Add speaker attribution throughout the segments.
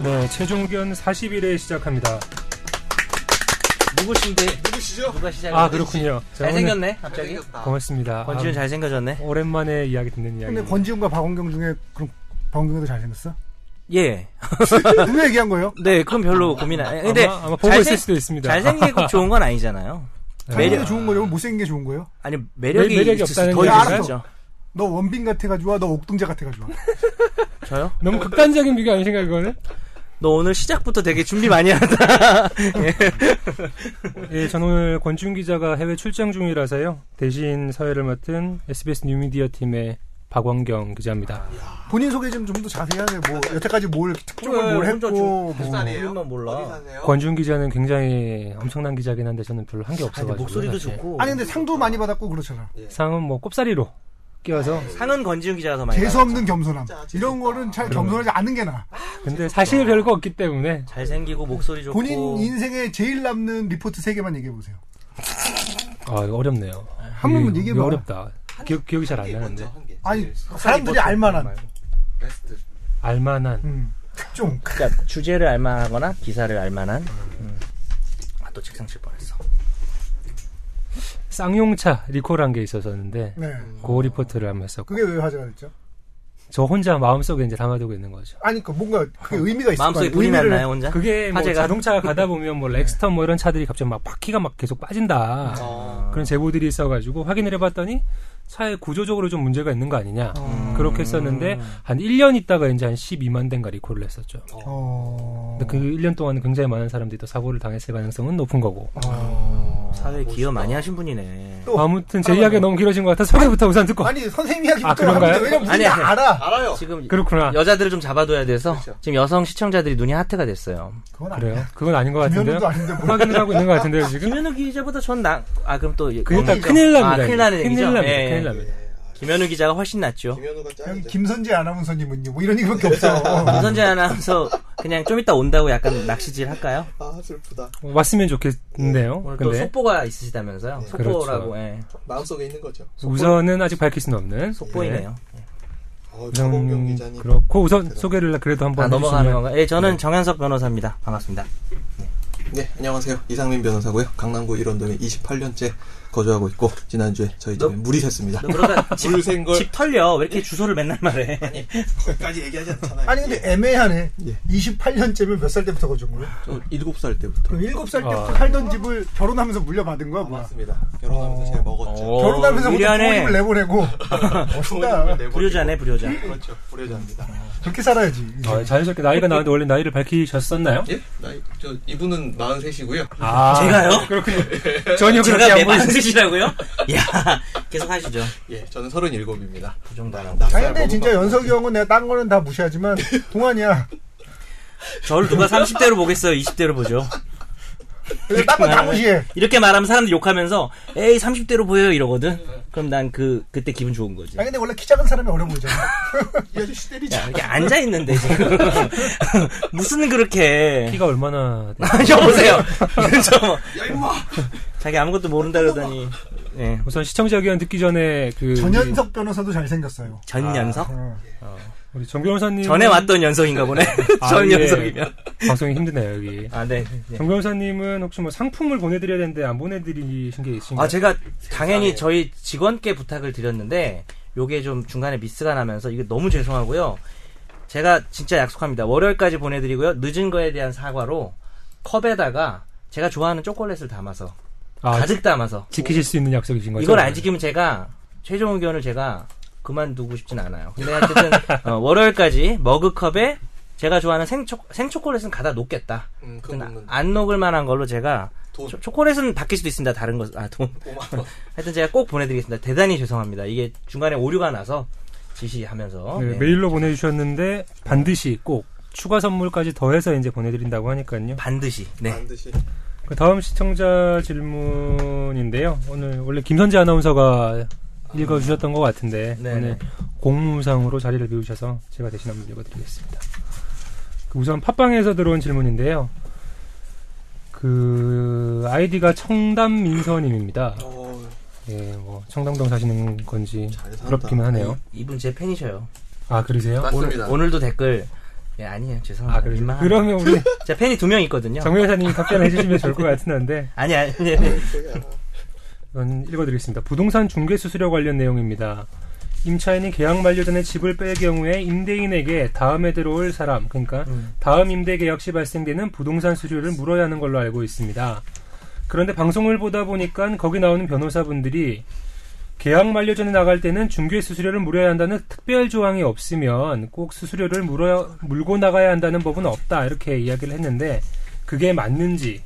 Speaker 1: 네, 최종 의견 40일에 시작합니다.
Speaker 2: 누구신데
Speaker 3: 누구시죠?
Speaker 2: 누가 시작을
Speaker 1: 아
Speaker 2: 했지?
Speaker 1: 그렇군요. 자, 오늘
Speaker 2: 잘생겼네 갑자기
Speaker 3: 잘생겼다.
Speaker 1: 고맙습니다.
Speaker 2: 권지윤 잘생겨졌네
Speaker 1: 아, 오랜만에 이야기 듣는 이야기.
Speaker 4: 근데 권지훈과 박원경 중에 그럼 박원경도 잘생겼어?
Speaker 2: 예
Speaker 4: 누구 얘기한 거예요?
Speaker 2: 네, 그럼 별로 고민 안. 근데
Speaker 1: 아마, 아마 보고 있을 수도 있습니다. 아,
Speaker 2: 잘생긴 게 꼭 좋은 건 아니잖아요.
Speaker 4: 매력이
Speaker 2: 매력
Speaker 4: 좋은 거예요? 못생긴 게 좋은 거예요?
Speaker 2: 아니 매력이,
Speaker 1: 매- 매력이
Speaker 2: 있을 수-
Speaker 1: 없다는
Speaker 2: 더
Speaker 4: 게
Speaker 2: 있을 수
Speaker 4: 아니라?
Speaker 2: 있죠.
Speaker 4: 너 원빈 같아가 좋아? 너 옥동자 같아가 좋아?
Speaker 2: 저요?
Speaker 1: 너무 극단적인 비교 아니신가 이거는?
Speaker 2: 너 오늘 시작부터 되게 준비 많이 한다.
Speaker 1: 예, 저는 오늘 권지윤 기자가 해외 출장 중이라서요. 대신 사회를 맡은 SBS 뉴미디어 팀의 박원경
Speaker 2: 아,
Speaker 1: 기자입니다.
Speaker 4: 본인 소개 좀 좀 더 자세하게 뭐 여태까지 뭘 특종을 뭘
Speaker 2: 혼자
Speaker 4: 했고
Speaker 2: 좀-
Speaker 4: 뭐.
Speaker 3: 산이에요?
Speaker 2: 이름만 몰라.
Speaker 3: 어디 사세요?
Speaker 1: 권지윤 기자는 굉장히 엄청난 기자긴 한데 저는 별로 한 게 없어가지고
Speaker 2: 아, 목소리도
Speaker 1: 사실.
Speaker 2: 좋고.
Speaker 4: 아니 근데 상도 많이 받았고 그렇잖아.
Speaker 1: 상은 뭐 꼽사리로 끼워서
Speaker 2: 상은 권지윤 기자가 더 많이.
Speaker 4: 재수
Speaker 2: 나왔죠.
Speaker 4: 없는 겸손함.
Speaker 3: 진짜 재수
Speaker 4: 이런
Speaker 3: 없다.
Speaker 4: 거는 잘 겸손하지 않은 게 나.
Speaker 1: 근데
Speaker 2: 아.
Speaker 1: 사실 별거 없기 때문에
Speaker 2: 잘생기고 목소리 좋고.
Speaker 4: 본인 인생에 제일 남는 리포트 세 개만 얘기해 보세요.
Speaker 1: 아 이거 어렵네요.
Speaker 4: 한 번만
Speaker 1: 이게-
Speaker 4: 얘기해봐.
Speaker 1: 이거 어렵다. 기억 기억이 잘 안
Speaker 3: 개
Speaker 1: 나는데
Speaker 3: 먼저, 한 개.
Speaker 4: 아니
Speaker 3: 제일
Speaker 4: 사람들이 알만한
Speaker 3: 베스트.
Speaker 1: 알만한
Speaker 4: 음, 특종.
Speaker 2: 그러니까 주제를 알만하거나 기사를 알만한. 음. 아, 또 책상 칠 뻔했어.
Speaker 1: 쌍용차 리콜한 게 있었었는데
Speaker 4: 네.
Speaker 1: 그 리포트를 하면서
Speaker 4: 그게 왜 화제가 됐죠?
Speaker 1: 저 혼자 마음속에 이제 담아두고 있는 거죠.
Speaker 4: 아니 그 뭔가 그게 의미가 있을 거
Speaker 2: 마음속에
Speaker 4: 아니에요.
Speaker 2: 불이
Speaker 4: 의미를
Speaker 2: 났나요 혼자?
Speaker 1: 그게 뭐
Speaker 2: 화제가?
Speaker 1: 자동차가 가다 보면 뭐 렉스턴 뭐 이런 차들이 갑자기 막 바퀴가 막 계속 빠진다
Speaker 3: 어.
Speaker 1: 그런 제보들이 있어가지고 확인을 해봤더니 차에 구조적으로 좀 문제가 있는 거 아니냐 그렇게 했었는데 한 1년 있다가 이제 한 12만 대인가 리콜을 했었죠.
Speaker 4: 어.
Speaker 1: 근데 그 1년 동안은 굉장히 많은 사람들이 또 사고를 당했을 가능성은 높은 거고.
Speaker 2: 사회 기여 많이 하신 분이네.
Speaker 4: 어. 또
Speaker 1: 아무튼 제 이야기가 너무 길어진 것 같아 소개부터 우선 듣고.
Speaker 4: 아니 선생님 이야기부터
Speaker 1: 아, 그런가요?
Speaker 4: 하는데 왜냐면 우리
Speaker 2: 아니,
Speaker 4: 다
Speaker 2: 아니.
Speaker 4: 알아.
Speaker 3: 알아요.
Speaker 2: 지금
Speaker 1: 그렇구나.
Speaker 2: 여자들을 좀 잡아둬야 돼서
Speaker 3: 그렇죠.
Speaker 2: 지금 여성 시청자들이 눈이 하트가 됐어요.
Speaker 4: 그건
Speaker 1: 그래요?
Speaker 4: 아니야.
Speaker 1: 그건 아닌 것 같은데요?
Speaker 4: 김현우도 아닌데 뭐.
Speaker 1: 확인을 하고 있는 것 같은데요 지금?
Speaker 2: 김현우 기자보다 전 나. 아 그럼 또
Speaker 1: 그게 다
Speaker 2: 뭡니까?
Speaker 1: 큰일 납니다.
Speaker 2: 아, 큰일
Speaker 1: 이게.
Speaker 2: 나는
Speaker 1: 큰일
Speaker 2: 얘기죠.
Speaker 1: 납니다.
Speaker 2: 예.
Speaker 1: 큰일 납니다.
Speaker 2: 김현우 기자가 훨씬 낫죠.
Speaker 3: 김현우가
Speaker 4: 그냥
Speaker 3: 짱이죠.
Speaker 4: 김선재 아나운서님은요. 뭐 이런 얘기밖에 없어.
Speaker 2: 김선재 아나운서 그냥 좀 이따 온다고 약간 낚시질 할까요?
Speaker 3: 아 슬프다.
Speaker 1: 어, 왔으면 좋겠는데요.
Speaker 2: 오늘 또
Speaker 1: 근데
Speaker 2: 속보가 있으시다면서요? 속보라고
Speaker 1: 그렇죠.
Speaker 2: 예.
Speaker 3: 마음속에 있는 거죠.
Speaker 1: 우선은 아직 밝힐 수는 없는
Speaker 2: 속보이네요. 음,
Speaker 3: 어,
Speaker 1: 네.
Speaker 3: 차범경
Speaker 1: 우선
Speaker 3: 기자님.
Speaker 1: 그렇고 우선 소개를 그래도 한번
Speaker 2: 아, 넘어가는
Speaker 1: 해주시면-
Speaker 2: 건가? 예, 저는 정현석 변호사입니다. 반갑습니다.
Speaker 3: 네 안녕하세요. 이상민 변호사고요. 강남구 일원동에 28년째 거주하고 있고 지난주에 저희 집에
Speaker 2: 너-
Speaker 3: 물이 샜습니다.
Speaker 2: 너 그러다 집,
Speaker 3: 물생걸.
Speaker 2: 집 털려. 왜 이렇게 주소를 맨날 말해?
Speaker 3: 거기까지 얘기하지 않잖아요.
Speaker 4: 아니 근데 애매하네.
Speaker 3: 예.
Speaker 4: 28년째면 몇 살 때부터 거준 거야?
Speaker 3: 저 7살 때부터.
Speaker 4: 그럼 7살 때부터
Speaker 1: 아.
Speaker 4: 살던 집을 결혼하면서 물려받은 거야, 뭐야?
Speaker 3: 맞습니다. 결혼하면서 제가 먹었죠.
Speaker 2: 어,
Speaker 4: 결혼하면서 부터
Speaker 2: 미련해.
Speaker 4: 부모님을 내보내고 멋있다.
Speaker 3: 부모님을 내보내고.
Speaker 2: 불효자네, 불효자.
Speaker 3: 그렇죠. 불효자입니다.
Speaker 4: 그렇게 살아야지.
Speaker 1: 어, 자연스럽게 나이가 나왔는데 원래 나이를 밝히셨었나요?
Speaker 3: 예? 나이 저 이분은 43이고요.
Speaker 1: 아,
Speaker 2: 제가요?
Speaker 1: 그렇군요. 전혀 그렇게
Speaker 2: 제가
Speaker 1: 안
Speaker 2: 내
Speaker 1: 보이시.
Speaker 2: 만드시라고요? 야, 계속 하시죠.
Speaker 3: 예, 저는 37입니다.
Speaker 2: 그 정도 안 하고.
Speaker 4: 아니 근데 진짜 연석이 형은 내가 딴 거는 다 무시하지만 동안이야.
Speaker 2: 저를 누가 30대로 보겠어요? 20대로 보죠.
Speaker 4: 그래서 딴거 다 무시해.
Speaker 2: 이렇게 말하면 사람들 욕하면서 에이 30대로 보여요 이러거든. 그럼 난 그 그때 기분 좋은 거지.
Speaker 4: 아니 근데 원래 키 작은 사람이 어려 보이잖아.
Speaker 3: 이 아저씨 때리자.
Speaker 2: 야, 이렇게 앉아 있는데 지금 무슨 그렇게
Speaker 1: 키가 얼마나 돼요?
Speaker 2: 여보세요. 저
Speaker 3: 야, 임마!
Speaker 2: 자기 아무것도 모른다 그러더니 예.
Speaker 1: 우선 시청자 의견 듣기 전에 그
Speaker 4: 전현석 변호사도 잘생겼어요.
Speaker 2: 전 연석?
Speaker 4: 어.
Speaker 1: 우리 정 변호사님
Speaker 2: 전에 왔던 연석인가 보네.
Speaker 1: 아,
Speaker 2: 전
Speaker 1: 예.
Speaker 2: 연석이면.
Speaker 1: 방송이 힘드네요 예. 여기.
Speaker 2: 아 네. 네.
Speaker 1: 정 변호사님은 혹시 뭐 상품을 보내드려야 되는데 안 보내드리신 게 있으신가요?
Speaker 2: 아 제가 당연히 저희 직원께 부탁을 드렸는데 요게 좀 중간에 미스가 나면서 이거 너무 죄송하고요. 제가 진짜 약속합니다. 월요일까지 보내드리고요. 늦은 거에 대한 사과로 컵에다가 제가 좋아하는 초콜릿을 담아서
Speaker 1: 아,
Speaker 2: 가득 담아서
Speaker 1: 지키실 수 있는 약속이신 거죠?
Speaker 2: 이걸 안 지키면 제가 최종 의견을 제가 그만두고 싶진 않아요. 근데 어쨌든 어, 월요일까지 머그컵에 제가 좋아하는 생초 생초콜릿은 갖다 놓겠다.
Speaker 3: 음, 그건
Speaker 2: 근데
Speaker 3: 없는데.
Speaker 2: 안 녹을 만한 걸로 제가
Speaker 3: 돈.
Speaker 2: 초, 초콜릿은 바뀔 수도 있습니다. 다른 것, 아, 돈.
Speaker 3: 5만원.
Speaker 2: 하여튼 제가 꼭 보내드리겠습니다. 대단히 죄송합니다. 이게 중간에 오류가 나서 지시하면서.
Speaker 1: 네,
Speaker 2: 네.
Speaker 1: 메일로 보내주셨는데 반드시 꼭 추가 선물까지 더해서 이제 보내드린다고 하니까요.
Speaker 2: 반드시. 네.
Speaker 3: 반드시.
Speaker 1: 그 다음 시청자 질문인데요. 오늘 원래 김선재 아나운서가 읽어주셨던 것 같은데
Speaker 2: 네,
Speaker 1: 오늘
Speaker 2: 네.
Speaker 1: 공무상으로 자리를 비우셔서 제가 대신 한번 읽어드리겠습니다. 그 우선 팟빵에서 들어온 질문인데요. 그 아이디가 청담민서님입니다.
Speaker 3: 어,
Speaker 1: 예, 뭐 청담동 사시는 건지
Speaker 3: 잘 산다.
Speaker 1: 부럽기만 하네요.
Speaker 2: 이- 이분 제 팬이셔요.
Speaker 1: 아 그러세요?
Speaker 3: 맞습니다.
Speaker 2: 오늘도 댓글 예, 아니에요. 죄송합니다.
Speaker 1: 아, 그러죠.
Speaker 2: 민망하네요.
Speaker 1: 그러면 우리
Speaker 2: 제가 팬이 두 명 있거든요.
Speaker 1: 정 변호사님이 답변해 주시면 좋을 것 같긴 한데
Speaker 2: 아니, 네, 아니, 아니.
Speaker 1: 이건 읽어드리겠습니다. 부동산 중개 수수료 관련 내용입니다. 임차인이 계약 만료 전에 집을 뺄 경우에 임대인에게 다음에 들어올 사람, 그러니까
Speaker 2: 음.
Speaker 1: 다음 임대 계약 시 발생되는 부동산 수수료를 물어야 하는 걸로 알고 있습니다. 그런데 방송을 보다 보니까 거기 나오는 변호사분들이 계약 만료 전에 나갈 때는 중개 수수료를 물어야 한다는 특별 조항이 없으면 꼭 수수료를 물어 물고 나가야 한다는 법은 없다 이렇게 이야기를 했는데 그게 맞는지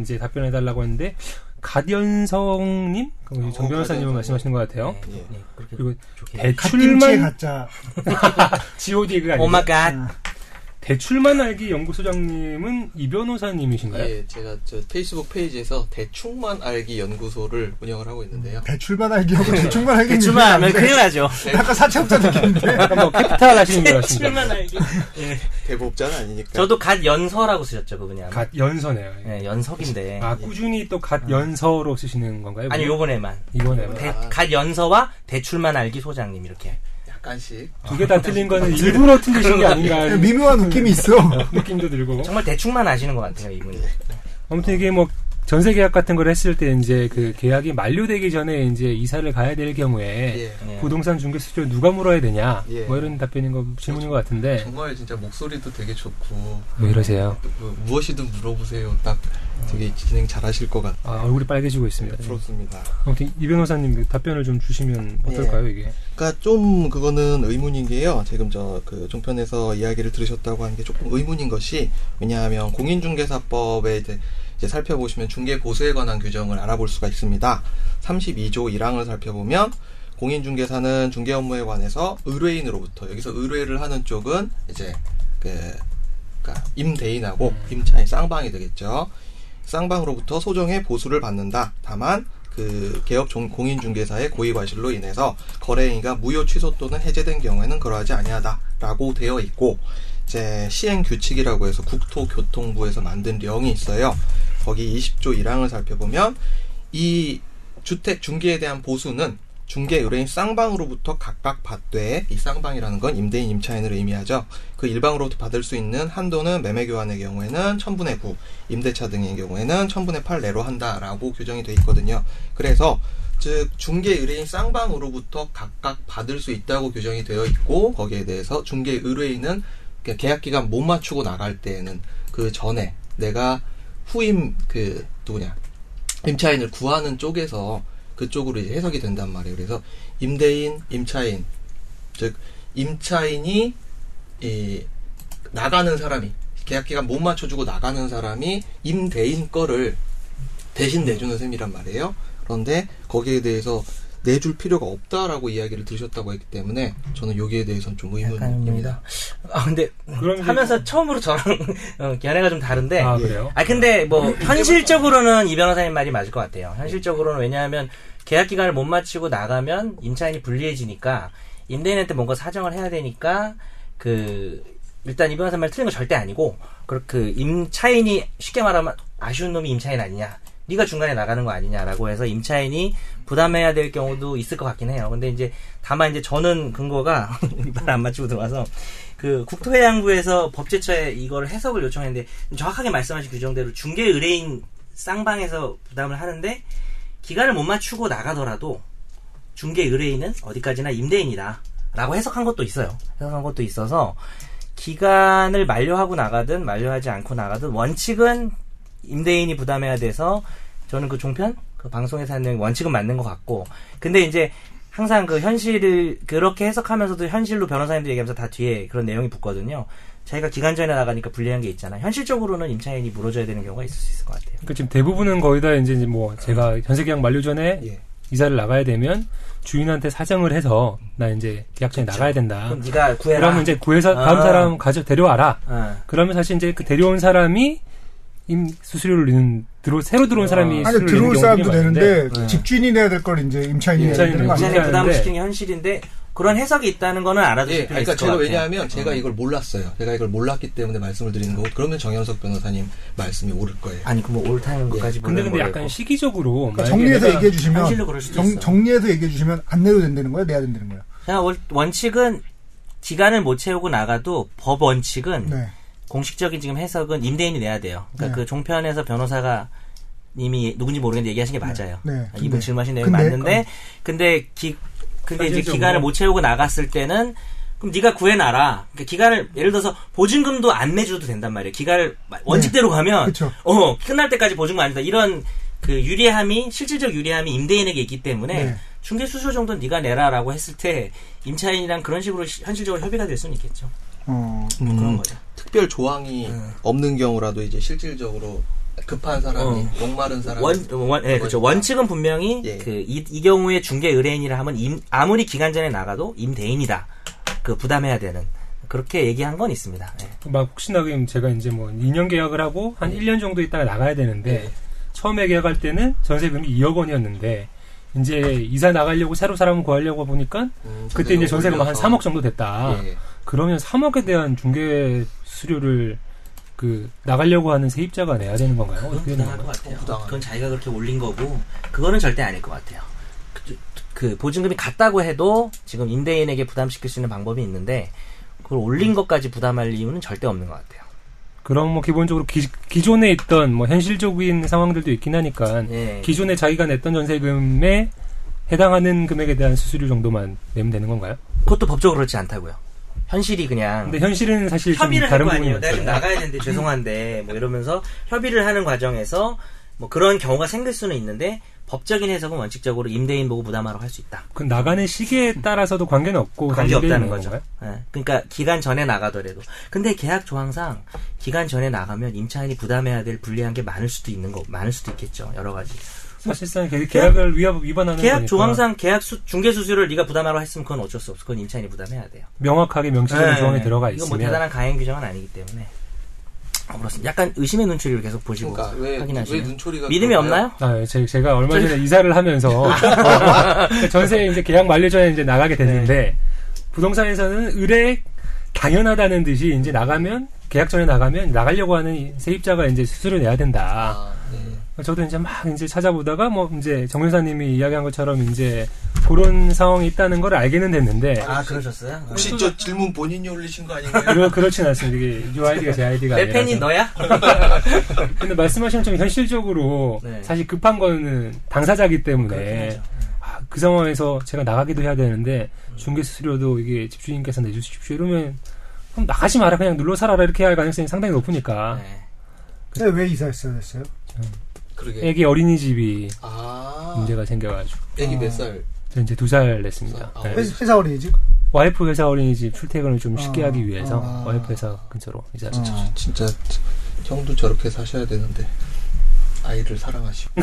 Speaker 1: 이제 답변해 달라고 했는데 가디언성님, 그럼
Speaker 3: 어,
Speaker 1: 정 변호사님은
Speaker 3: 가디언성.
Speaker 1: 말씀하시는 것 같아요.
Speaker 3: 예.
Speaker 2: 예, 그렇게
Speaker 1: 그리고
Speaker 2: 좋게.
Speaker 4: 김치의
Speaker 1: 대출만
Speaker 4: 가짜. 어.
Speaker 1: G.O.D가 아니고
Speaker 2: 오마갓.
Speaker 1: 대출만 알기 연구소장님은 이 변호사님이신가요? 네,
Speaker 3: 예, 제가 저 페이스북 페이지에서 대충만 알기 연구소를 운영을 하고 있는데요.
Speaker 1: 음.
Speaker 4: 대출만 알기하고 대충만 알기.
Speaker 2: 대출만 하면 큰일 나죠.
Speaker 4: 약간 사채업자 느낌인데.
Speaker 1: 한번 그러니까 뭐 캐피탈 하시는 줄 아십니다.
Speaker 2: 네, 대출만 알기.
Speaker 3: 대법자는 아니니까.
Speaker 2: 저도 갓 연서라고 쓰셨죠, 그분이 아마.
Speaker 1: 갓 연서네요.
Speaker 2: 예, 연석인데.
Speaker 1: 아 꾸준히 또 갓 연서로 쓰시는 건가요? 뭐
Speaker 2: 아니, 요번에만.
Speaker 1: 이번에
Speaker 2: 대,
Speaker 3: 아.
Speaker 2: 갓 연서와 대출만 알기 소장님, 이렇게.
Speaker 3: 약간씩
Speaker 1: 두 개 다 틀린 거는 일부러 틀리신 게 아닌가 하는
Speaker 4: 미묘한 느낌이 있어.
Speaker 1: 느낌도 들고
Speaker 2: 정말 대충만 아시는 것 같아요, 이분이.
Speaker 1: 아무튼 이게 뭐 전세 계약 같은 걸 했을 때 이제 그 계약이 만료되기 전에 이제 이사를 가야 될 경우에
Speaker 3: 예.
Speaker 2: 예.
Speaker 1: 부동산 중개 수수료 누가 물어야 되냐
Speaker 3: 예.
Speaker 1: 뭐 이런 답변인 거 질문인 것 같은데
Speaker 3: 정말 진짜 목소리도 되게 좋고
Speaker 1: 왜 이러세요?
Speaker 3: 뭐 무엇이든 물어보세요. 딱 되게 진행 잘하실 것 같아요.
Speaker 1: 아, 얼굴이 빨개지고 있습니다.
Speaker 3: 부럽습니다.
Speaker 1: 아무튼 이 변호사님 그 답변을 좀 주시면 어떨까요 이게?
Speaker 3: 그러니까 좀 그거는 의문인 게요. 지금 저 그 종편에서 이야기를 들으셨다고 하는 게 조금 의문인 것이 왜냐하면 공인중개사법에 이제, 이제 살펴보시면 중개 보수에 관한 규정을 알아볼 수가 있습니다. 32조 1항을 살펴보면 공인중개사는 중개 업무에 관해서 의뢰인으로부터 여기서 의뢰를 하는 쪽은 이제 그 그러니까 임대인하고 임차인 쌍방이 되겠죠. 쌍방으로부터 소정의 보수를 받는다. 다만 그 개업 종- 공인중개사의 고의과실로 인해서 거래행위가 무효 취소 또는 해제된 경우에는 그러하지 아니하다라고 되어 있고 이제 시행 규칙이라고 해서 국토교통부에서 만든 령이 있어요. 거기 20조 1항을 살펴보면 이 주택 중개에 대한 보수는 중개 의뢰인 쌍방으로부터 각각 받되 이 쌍방이라는 건 임대인 임차인을 의미하죠. 그 일방으로부터 받을 수 있는 한도는 매매 교환의 경우에는 1000분의 9, 임대차 등의 경우에는 1000분의 8 내로 한다라고 규정이 돼 있거든요. 그래서 즉 중개 의뢰인 쌍방으로부터 각각 받을 수 있다고 규정이 되어 있고 거기에 대해서 중개 의뢰인은 그 계약 기간 못 맞추고 나갈 때에는 그 전에 내가 후임 그 누구냐 임차인을 구하는 쪽에서 그쪽으로 이제 해석이 된단 말이에요. 그래서 임대인, 임차인, 즉 임차인이 이 나가는 사람이 계약 기간 못 맞춰주고 나가는 사람이 임대인 거를 대신 내주는 셈이란 말이에요. 그런데 거기에 대해서 내줄 필요가 없다라고 이야기를 들으셨다고 했기 때문에 저는 여기에 대해서는 좀 의문입니다.
Speaker 2: 약간입니다. 음, 아, 근데
Speaker 4: 네.
Speaker 1: 그럼 이제-
Speaker 2: 하면서 처음으로 저랑 어, 견해가 좀 다른데.
Speaker 1: 아
Speaker 2: 아,
Speaker 1: 그래요?
Speaker 2: 근데 뭐 현실적으로는 이 변호사님 말이 맞을 것
Speaker 1: 네.
Speaker 2: 같아요. 현실적으로는 왜냐하면 계약 기간을 못 마치고 나가면 임차인이 불리해지니까 임대인한테 뭔가 사정을 해야 되니까 그 일단 이 변호사 말 틀린 거 절대 아니고 그그 임차인이 쉽게 말하면 아쉬운 놈이 임차인 아니냐. 네가 중간에 나가는 거 아니냐라고 해서 임차인이 부담해야 될 경우도 있을 것 같긴 해요. 근데 이제 다만 이제 저는 근거가 말 안 맞추고 들어와서 그 국토해양부에서 법제처에 이걸 해석을 요청했는데 정확하게 말씀하신 규정대로 중개 의뢰인 쌍방에서 부담을 하는데 기간을 못 맞추고 나가더라도 중개 의뢰인은 어디까지나 임대인이다. 라고 해석한 것도 있어요. 해석한 것도 있어서 기간을 만료하고 나가든 만료하지 않고 나가든 원칙은 임대인이 부담해야 돼서 저는 그 종편 그 방송에서 하는 원칙은 맞는 것 같고 근데 이제 항상 그 현실을 그렇게 해석하면서도 현실로 변호사님들 얘기하면서 다 뒤에 그런 내용이 붙거든요. 자기가 기간 전에 나가니까 불리한 게 있잖아. 현실적으로는 임차인이 물어줘야 되는 경우가 있을 수 있을 것 같아요.
Speaker 1: 그러니까 지금 대부분은 거의 다 이제 뭐 제가 전세 계약 만료 전에
Speaker 3: 예.
Speaker 1: 이사를 나가야 되면 주인한테 사정을 해서 나 이제 계약장에 나가야 된다.
Speaker 2: 그럼 네가 구해라.
Speaker 1: 그러면 이제 구해서 다음
Speaker 2: 아.
Speaker 1: 사람 가져 데려와라.
Speaker 2: 어.
Speaker 1: 그러면 사실 이제 그 데려온 사람이 임 수수료를 내는 들어 새로 들어온 사람이
Speaker 4: 아니
Speaker 1: 수수료를
Speaker 4: 들어올
Speaker 1: 내는
Speaker 4: 사람도
Speaker 1: 경우들이 많은데
Speaker 4: 내는데 집주인이 내야 될 걸 이제 임차인이 내야
Speaker 1: 임차인이
Speaker 4: 되는
Speaker 1: 내고.
Speaker 4: 거 아니야?
Speaker 2: 임차인을
Speaker 1: 맞아요.
Speaker 2: 부담시키는 게 현실인데 그런 해석이 있다는 거는 알아두실
Speaker 3: 예,
Speaker 2: 필요 있을
Speaker 3: 그러니까
Speaker 2: 것
Speaker 3: 제가
Speaker 2: 같아요. 음.
Speaker 3: 왜냐하면 제가 이걸 몰랐어요. 제가 이걸 몰랐기 때문에 말씀을 드리는 거고 그러면 정현석 변호사님 말씀이 옳을 거예요.
Speaker 2: 아니 그뭐 옳다는 것까지
Speaker 1: 근데
Speaker 2: 보는
Speaker 1: 근데
Speaker 2: 거고.
Speaker 1: 약간 시기적으로
Speaker 4: 그러니까
Speaker 1: 만약에
Speaker 4: 정리해서
Speaker 1: 내가
Speaker 4: 얘기해 주시면
Speaker 2: 현실로 그럴 수도 있어.
Speaker 4: 정, 정리해서 얘기해 주시면 안 내도 된다는 거야, 내야 된다는 거야.
Speaker 2: 그냥 원, 원칙은 기간을 못 채우고 나가도 법 원칙은
Speaker 4: 네.
Speaker 2: 공식적인 지금 해석은 임대인이 내야 돼요. 그러니까
Speaker 4: 네.
Speaker 2: 그 종편에서 변호사가 이미 누군지 모르겠는데 얘기하신 게 맞아요.
Speaker 4: 네. 네.
Speaker 2: 이분
Speaker 4: 근데-
Speaker 2: 질문하신 내용이
Speaker 4: 근데- 어.
Speaker 2: 맞는데 근데 기 근데 이제
Speaker 1: 현실적으로.
Speaker 2: 기간을 못 채우고 나갔을 때는 그럼 네가 구해놔라. 그러니까 기간을 예를 들어서 보증금도 안 내줘도 된단 말이에요. 기간을 마- 원칙대로 가면
Speaker 4: 네. 그쵸.
Speaker 2: 어 끝날 때까지 보증금 안 준다. 이런 그 유리함이 실질적 유리함이 임대인에게 있기 때문에
Speaker 4: 네.
Speaker 2: 중개 수수료 정도 는 네가 내라라고 했을 때 임차인이랑 그런 식으로 시- 현실적으로 협의가 될 수는 있겠죠.
Speaker 4: 어.
Speaker 2: 뭐 그런
Speaker 3: 음,
Speaker 2: 거죠.
Speaker 3: 특별 조항이
Speaker 2: 음.
Speaker 3: 없는 경우라도 이제 실질적으로 급한 사람이 목마른 사람이
Speaker 2: 어. 원, 원, 예, 그렇죠. 원칙은 분명히
Speaker 3: 예.
Speaker 2: 그 이, 이 경우에 중개 의뢰인이라 하면 임- 아무리 기간 전에 나가도 임대인이다. 그 부담해야 되는 그렇게 얘기한 건 있습니다. 예.
Speaker 1: 막 혹시나 그럼 제가 이제 뭐 2년 계약을 하고 한
Speaker 2: 네.
Speaker 1: 1년 정도 있다가 나가야 되는데
Speaker 2: 네.
Speaker 1: 처음에 계약할 때는 전세금이 2억 원이었는데 이제 이사 나가려고 새로 사람 구하려고 보니까
Speaker 3: 음,
Speaker 1: 그때 이제 전세금 한
Speaker 3: 올려서.
Speaker 1: 3억 정도 됐다.
Speaker 2: 아.
Speaker 3: 예.
Speaker 1: 그러면 3억에 대한 중개 수료를 그 나가려고 하는 세입자가 내야 되는 건가요?
Speaker 2: 그건
Speaker 1: 어떻게 되는
Speaker 2: 부당할 것
Speaker 1: 건가요?
Speaker 2: 같아요.
Speaker 3: 부당하네.
Speaker 2: 그건 자기가 그렇게 올린 거고 그거는 절대 아닐 것 같아요. 그, 그 보증금이 같다고 해도 지금 임대인에게 부담시킬 수 있는 방법이 있는데 그걸 올린 것까지 부담할 이유는 절대 없는 것 같아요.
Speaker 1: 그럼 뭐 기본적으로 기, 기존에 있던 뭐 현실적인 상황들도 있긴 하니까
Speaker 2: 예.
Speaker 1: 기존에 자기가 냈던 전세금에 해당하는 금액에 대한 수수료 정도만 내면 되는 건가요?
Speaker 2: 그것도 법적으로 그렇지 않다고요. 현실이 그냥
Speaker 1: 근데 현실은 사실 좀
Speaker 2: 협의를 할
Speaker 1: 다른
Speaker 2: 거
Speaker 1: 부분이
Speaker 2: 아니에요. 내가 지금
Speaker 1: 있잖아요.
Speaker 2: 나가야 되는데 죄송한데 뭐 이러면서 협의를 하는 과정에서 뭐 그런 경우가 생길 수는 있는데 법적인 해석은 원칙적으로 임대인 보고 부담하라고 할 수 있다.
Speaker 1: 그 나가는 시기에 따라서도 관계는 없고
Speaker 2: 관계
Speaker 1: 관계는
Speaker 2: 없다는
Speaker 1: 있는
Speaker 2: 거죠.
Speaker 1: 건가요?
Speaker 2: 예. 그러니까 기간 전에 나가더라도. 근데 계약 조항상 기간 전에 나가면 임차인이 부담해야 될 불리한 게 많을 수도 있는 거, 많을 수도 있겠죠. 여러 가지.
Speaker 1: 사실상 계- 계약을 위협 위반하는
Speaker 2: 계약
Speaker 1: 거니까 그러니까
Speaker 2: 조항상 계약 수, 중개 수수료를 네가 부담하라고 했으면 그건 어쩔 수 없어. 그건 임차인이 부담해야 돼요.
Speaker 1: 명확하게 명시적인
Speaker 2: 네,
Speaker 1: 조항에
Speaker 2: 네.
Speaker 1: 들어가
Speaker 2: 이거
Speaker 1: 있으면
Speaker 2: 뭐 대단한 가행 규정은 아니기 때문에 아, 그렇습니다. 약간 의심의 눈초리를 계속 보시고
Speaker 3: 그러니까 왜, 왜
Speaker 2: 그렇죠. 확인하시면
Speaker 3: 눈초리가
Speaker 2: 믿음이
Speaker 3: 그럴까요?
Speaker 2: 없나요?
Speaker 1: 아, 예, 제, 제가 얼마 전에 이사를 하면서 그 전세 이제 계약 만료 전에 이제 나가게
Speaker 2: 네.
Speaker 1: 됐는데 부동산에서는 의뢰 당연하다는 듯이 이제 나가면 계약 전에 나가면 나가려고 하는 이 세입자가 이제 수수료 내야 된다.
Speaker 3: 아, 네.
Speaker 1: 저도 이제 막 이제 찾아보다가 뭐 이제 정 변사님이 이야기한 것처럼 이제 그런 상황이 있다는 걸 알기는 됐는데
Speaker 2: 아 그러셨어요?
Speaker 3: 혹시 저 질문 본인이 올리신 거 아닌가요?
Speaker 1: 그러, 그렇진 않습니다. 이게 이 아이디가 제 아이디가
Speaker 2: 내 팬이
Speaker 1: 아니라서.
Speaker 2: 너야?
Speaker 1: 근데 말씀하신 것처럼 현실적으로
Speaker 2: 네.
Speaker 1: 사실 급한 거는 당사자기
Speaker 2: 그렇긴
Speaker 1: 때문에
Speaker 2: 하죠.
Speaker 1: 아, 그 상황에서 제가 나가기도 해야 되는데 중개 수수료도 이게 집주인께서 내주십시오 이러면 그럼 나가지 마라 그냥 눌러 살아라 이렇게 할 가능성이 상당히 높으니까
Speaker 2: 네.
Speaker 4: 근데 왜 이사했어야 됐어요?
Speaker 3: 그러게.
Speaker 1: 애기 어린이집이
Speaker 3: 아.
Speaker 1: 문제가 생겨가지고
Speaker 2: 어.
Speaker 3: 애기 몇 살?
Speaker 1: 저 이제 두 살 냈습니다
Speaker 3: 아,
Speaker 1: 네.
Speaker 3: 왜-
Speaker 4: 회사, 회사 어린이집?
Speaker 1: 와이프 회사 어린이집 출퇴근을 좀 쉽게
Speaker 4: 아,
Speaker 1: 하기 위해서
Speaker 4: 아.
Speaker 1: 와이프 회사 근처로
Speaker 2: 아.
Speaker 1: 이사를
Speaker 4: 어.
Speaker 1: 쳤죠.
Speaker 3: 진짜 형도 저렇게 사셔야 되는데 아이를 사랑하시고.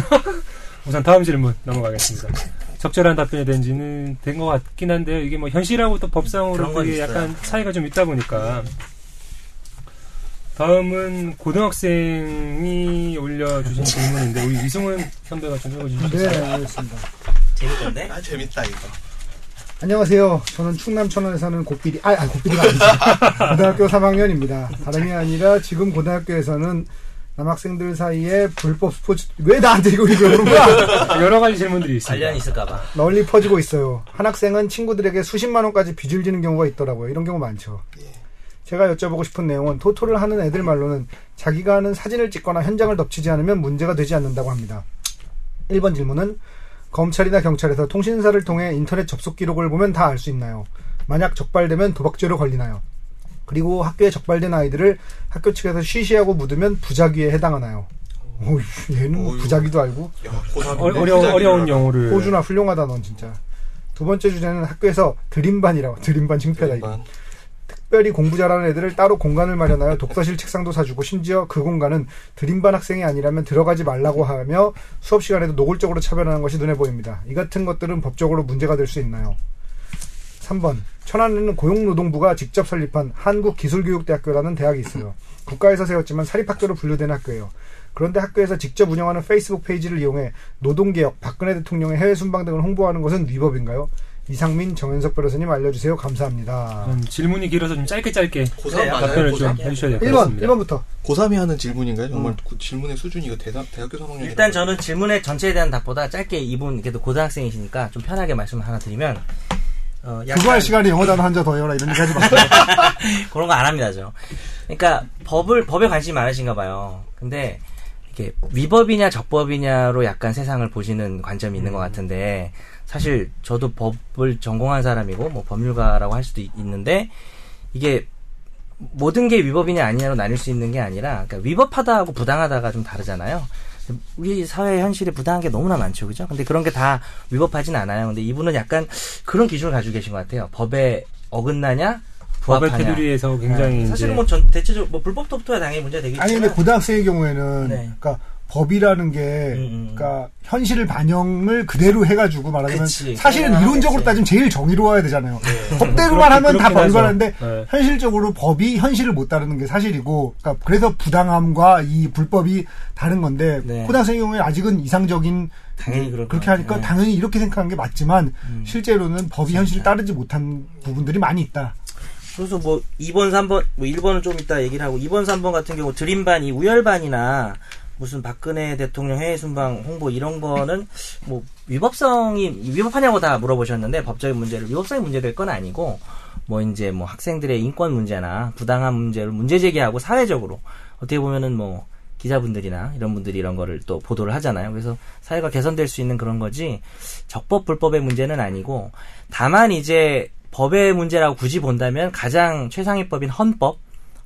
Speaker 1: 우선 다음 질문 넘어가겠습니다 적절한 답변이 된지는 된 것 같긴 한데요 이게 뭐 현실하고 또 법상으로
Speaker 2: 그런 건
Speaker 1: 그게
Speaker 2: 있어요.
Speaker 1: 약간 차이가 좀 있다 보니까 다음은 고등학생이 올려주신 질문인데 우리 이승훈 선배가 좀
Speaker 4: 네,
Speaker 1: 읽어주셨어요
Speaker 4: 알겠습니다.
Speaker 2: 재밌던데?
Speaker 3: 아 재밌다 이거.
Speaker 4: 안녕하세요. 저는 충남 천안에 사는 고삐리, 아, 아 고삐리가 아니죠. 고등학교 3학년입니다. 다름이 아니라 지금 고등학교에서는 남학생들 사이에 불법 스포츠, 왜 나한테 이거 얘기하는 거야?
Speaker 1: 여러 가지 질문들이 있습니다
Speaker 2: 관련이 있을까봐.
Speaker 4: 널리 퍼지고 있어요. 한 학생은 친구들에게 수십만 원까지 빚을 지는 경우가 있더라고요. 이런 경우 많죠.
Speaker 3: 예.
Speaker 4: 제가 여쭤보고 싶은 내용은 토토를 하는 애들 말로는 자기가 하는 사진을 찍거나 현장을 덮치지 않으면 문제가 되지 않는다고 합니다. 1번 질문은 검찰이나 경찰에서 통신사를 통해 인터넷 접속 기록을 보면 다 알 수 있나요? 만약 적발되면 도박죄로 걸리나요? 그리고 학교에 적발된 아이들을 학교 측에서 쉬쉬하고 묻으면 부작위에 해당하나요? 오, 얘는 뭐
Speaker 3: 어, 어휴.
Speaker 4: 부작위도 알고
Speaker 3: 야, 고삼인데
Speaker 1: 어,
Speaker 2: 네,
Speaker 1: 어려, 어려운 영어를
Speaker 4: 호주나 훌륭하다 넌 진짜. 두 번째 주제는 학교에서 드림반이라고 드림반
Speaker 1: 네,
Speaker 4: 창피하다 이거.
Speaker 3: 일반.
Speaker 4: 특별히 공부 잘하는 애들을 따로 공간을 마련하여 독서실 책상도 사주고 심지어 그 공간은 드림반 학생이 아니라면 들어가지 말라고 하며 수업 시간에도 노골적으로 차별하는 것이 눈에 보입니다. 이 같은 것들은 법적으로 문제가 될 수 있나요? 3번 천안에는 고용노동부가 직접 설립한 한국기술교육대학교라는 대학이 있어요. 국가에서 세웠지만 사립학교로 분류되는 학교예요. 그런데 학교에서 직접 운영하는 페이스북 페이지를 이용해 노동개혁, 박근혜 대통령의 해외 순방 등을 홍보하는 것은 위법인가요? 이상민, 정현석 변호사님 알려주세요. 감사합니다.
Speaker 1: 음, 질문이 길어서 좀 짧게 짧게
Speaker 3: 고삼
Speaker 2: 그래요?
Speaker 3: 맞아요?
Speaker 1: 답변을 좀
Speaker 3: 고삼.
Speaker 1: 해주셔야 될 것
Speaker 4: 1번,
Speaker 1: 같습니다
Speaker 4: 1번부터.
Speaker 3: 고삼이 하는 질문인가요? 정말 그 질문의 수준이 이거 대학 대학교 3학년.
Speaker 2: 일단 저는 질문의 전체에 대한 답보다 짧게 이분 그래도 고등학생이시니까 좀 편하게 말씀을 하나 드리면 어, 약간
Speaker 4: 그거 할 시간에 영어 단어 한 자 더 해라 이런 얘기 하지 마세요.
Speaker 2: 그런 거 안 합니다, 저. 그러니까 법을 법에 관심이 많으신가 봐요. 근데 이렇게 위법이냐 적법이냐로 약간 세상을 보시는 관점이 있는 것
Speaker 1: 음.
Speaker 2: 같은데 사실 저도 법을 전공한 사람이고 뭐 법률가라고 할 수도 있- 있는데 이게 모든 게 위법이냐 아니냐로 나뉠 수 있는 게 아니라 그러니까 위법하다하고 부당하다가 좀 다르잖아요. 우리 사회 현실에 부당한 게 너무나 많죠, 그죠? 근데 그런 게 다 위법하진 않아요. 근데 이분은 약간 그런 기준을 가지고 계신 것 같아요. 법에 어긋나냐,
Speaker 1: 법의
Speaker 2: 부합하냐.
Speaker 1: 테두리에서 굉장히
Speaker 2: 아, 사실은
Speaker 1: 이제
Speaker 2: 뭐 전 대체적으로 뭐 불법부터야 당연히 문제가 되겠지만
Speaker 4: 음, 아니 근데 고등학생의 경우에는
Speaker 2: 네.
Speaker 4: 그러니까 법이라는 게
Speaker 2: 음, 음.
Speaker 4: 그러니까 현실을 반영을 그대로 해가지고 말하자면
Speaker 2: 그치. 네.
Speaker 4: 사실은
Speaker 2: 그냥
Speaker 4: 이론적으로
Speaker 2: 하겠지.
Speaker 4: 따지면 제일 정의로워야 되잖아요. 법대로만 하면 다
Speaker 1: 그렇긴 하죠.
Speaker 4: 벌벌하는데
Speaker 1: 네.
Speaker 4: 현실적으로 법이 현실을 못 따르는 게 사실이고 그러니까 그래서 부당함과 이 불법이 다른 건데
Speaker 2: 네.
Speaker 4: 고등학생의 경우에 아직은 이상적인
Speaker 2: 당연히 그럴 것
Speaker 4: 그렇게
Speaker 2: 같아요.
Speaker 4: 하니까
Speaker 2: 네.
Speaker 4: 당연히 이렇게 생각한 게 맞지만
Speaker 2: 음.
Speaker 4: 실제로는 법이 현실을 따르지 못한 부분들이 많이 있다.
Speaker 2: 그래서 뭐 2번, 3번, 뭐 1번은 좀 이따 얘기를 하고 2번, 3번 같은 경우 드림반이 우열반이나 무슨 박근혜 대통령 해외 순방 홍보 이런 거는 뭐 위법성이 위법하냐고 다 물어보셨는데 법적인 문제를 위법성이 문제될 건 아니고 뭐 이제 뭐 학생들의 인권 문제나 부당한 문제를 문제 제기하고 사회적으로 어떻게 보면은 뭐 기자분들이나 이런 분들이 이런 거를 또 보도를 하잖아요. 그래서 사회가 개선될 수 있는 그런 거지 적법 불법의 문제는 아니고 다만 이제 법의 문제라고 굳이 본다면 가장 최상위법인 헌법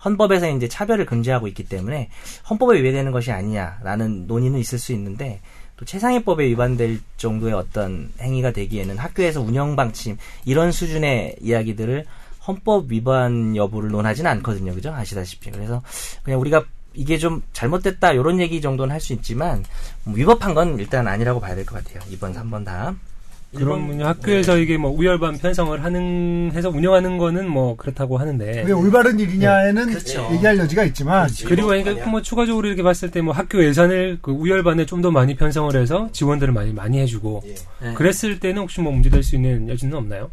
Speaker 2: 헌법에서 이제 차별을 금지하고 있기 때문에 헌법에 위배되는 것이 아니냐라는 논의는 있을 수 있는데 또 최상위법에 위반될 정도의 어떤 행위가 되기에는 학교에서 운영 방침 이런 수준의 이야기들을 헌법 위반 여부를 논하지는 않거든요, 그죠? 아시다시피 그래서 그냥 우리가 이게 좀 잘못됐다 이런 얘기 정도는 할 수 있지만 뭐 위법한 건 일단 아니라고 봐야 될 것 같아요. 2번, 3번 다.
Speaker 1: 그런 학교에서 이게 뭐 우열반 편성을 하는 해서 운영하는 거는 뭐 그렇다고 하는데
Speaker 4: 그게 올바른 일이냐에는
Speaker 2: 그렇죠.
Speaker 4: 얘기할 여지가 있지만
Speaker 1: 그리고 그러니까 뭐 추가적으로 이렇게 봤을 때 뭐 학교 예산을 그 우열반에 좀 더 많이 편성을 해서 지원들을 많이 많이 해주고
Speaker 3: 예.
Speaker 2: 네.
Speaker 1: 그랬을 때는 혹시 뭐 문제될 수 있는 여지는 없나요?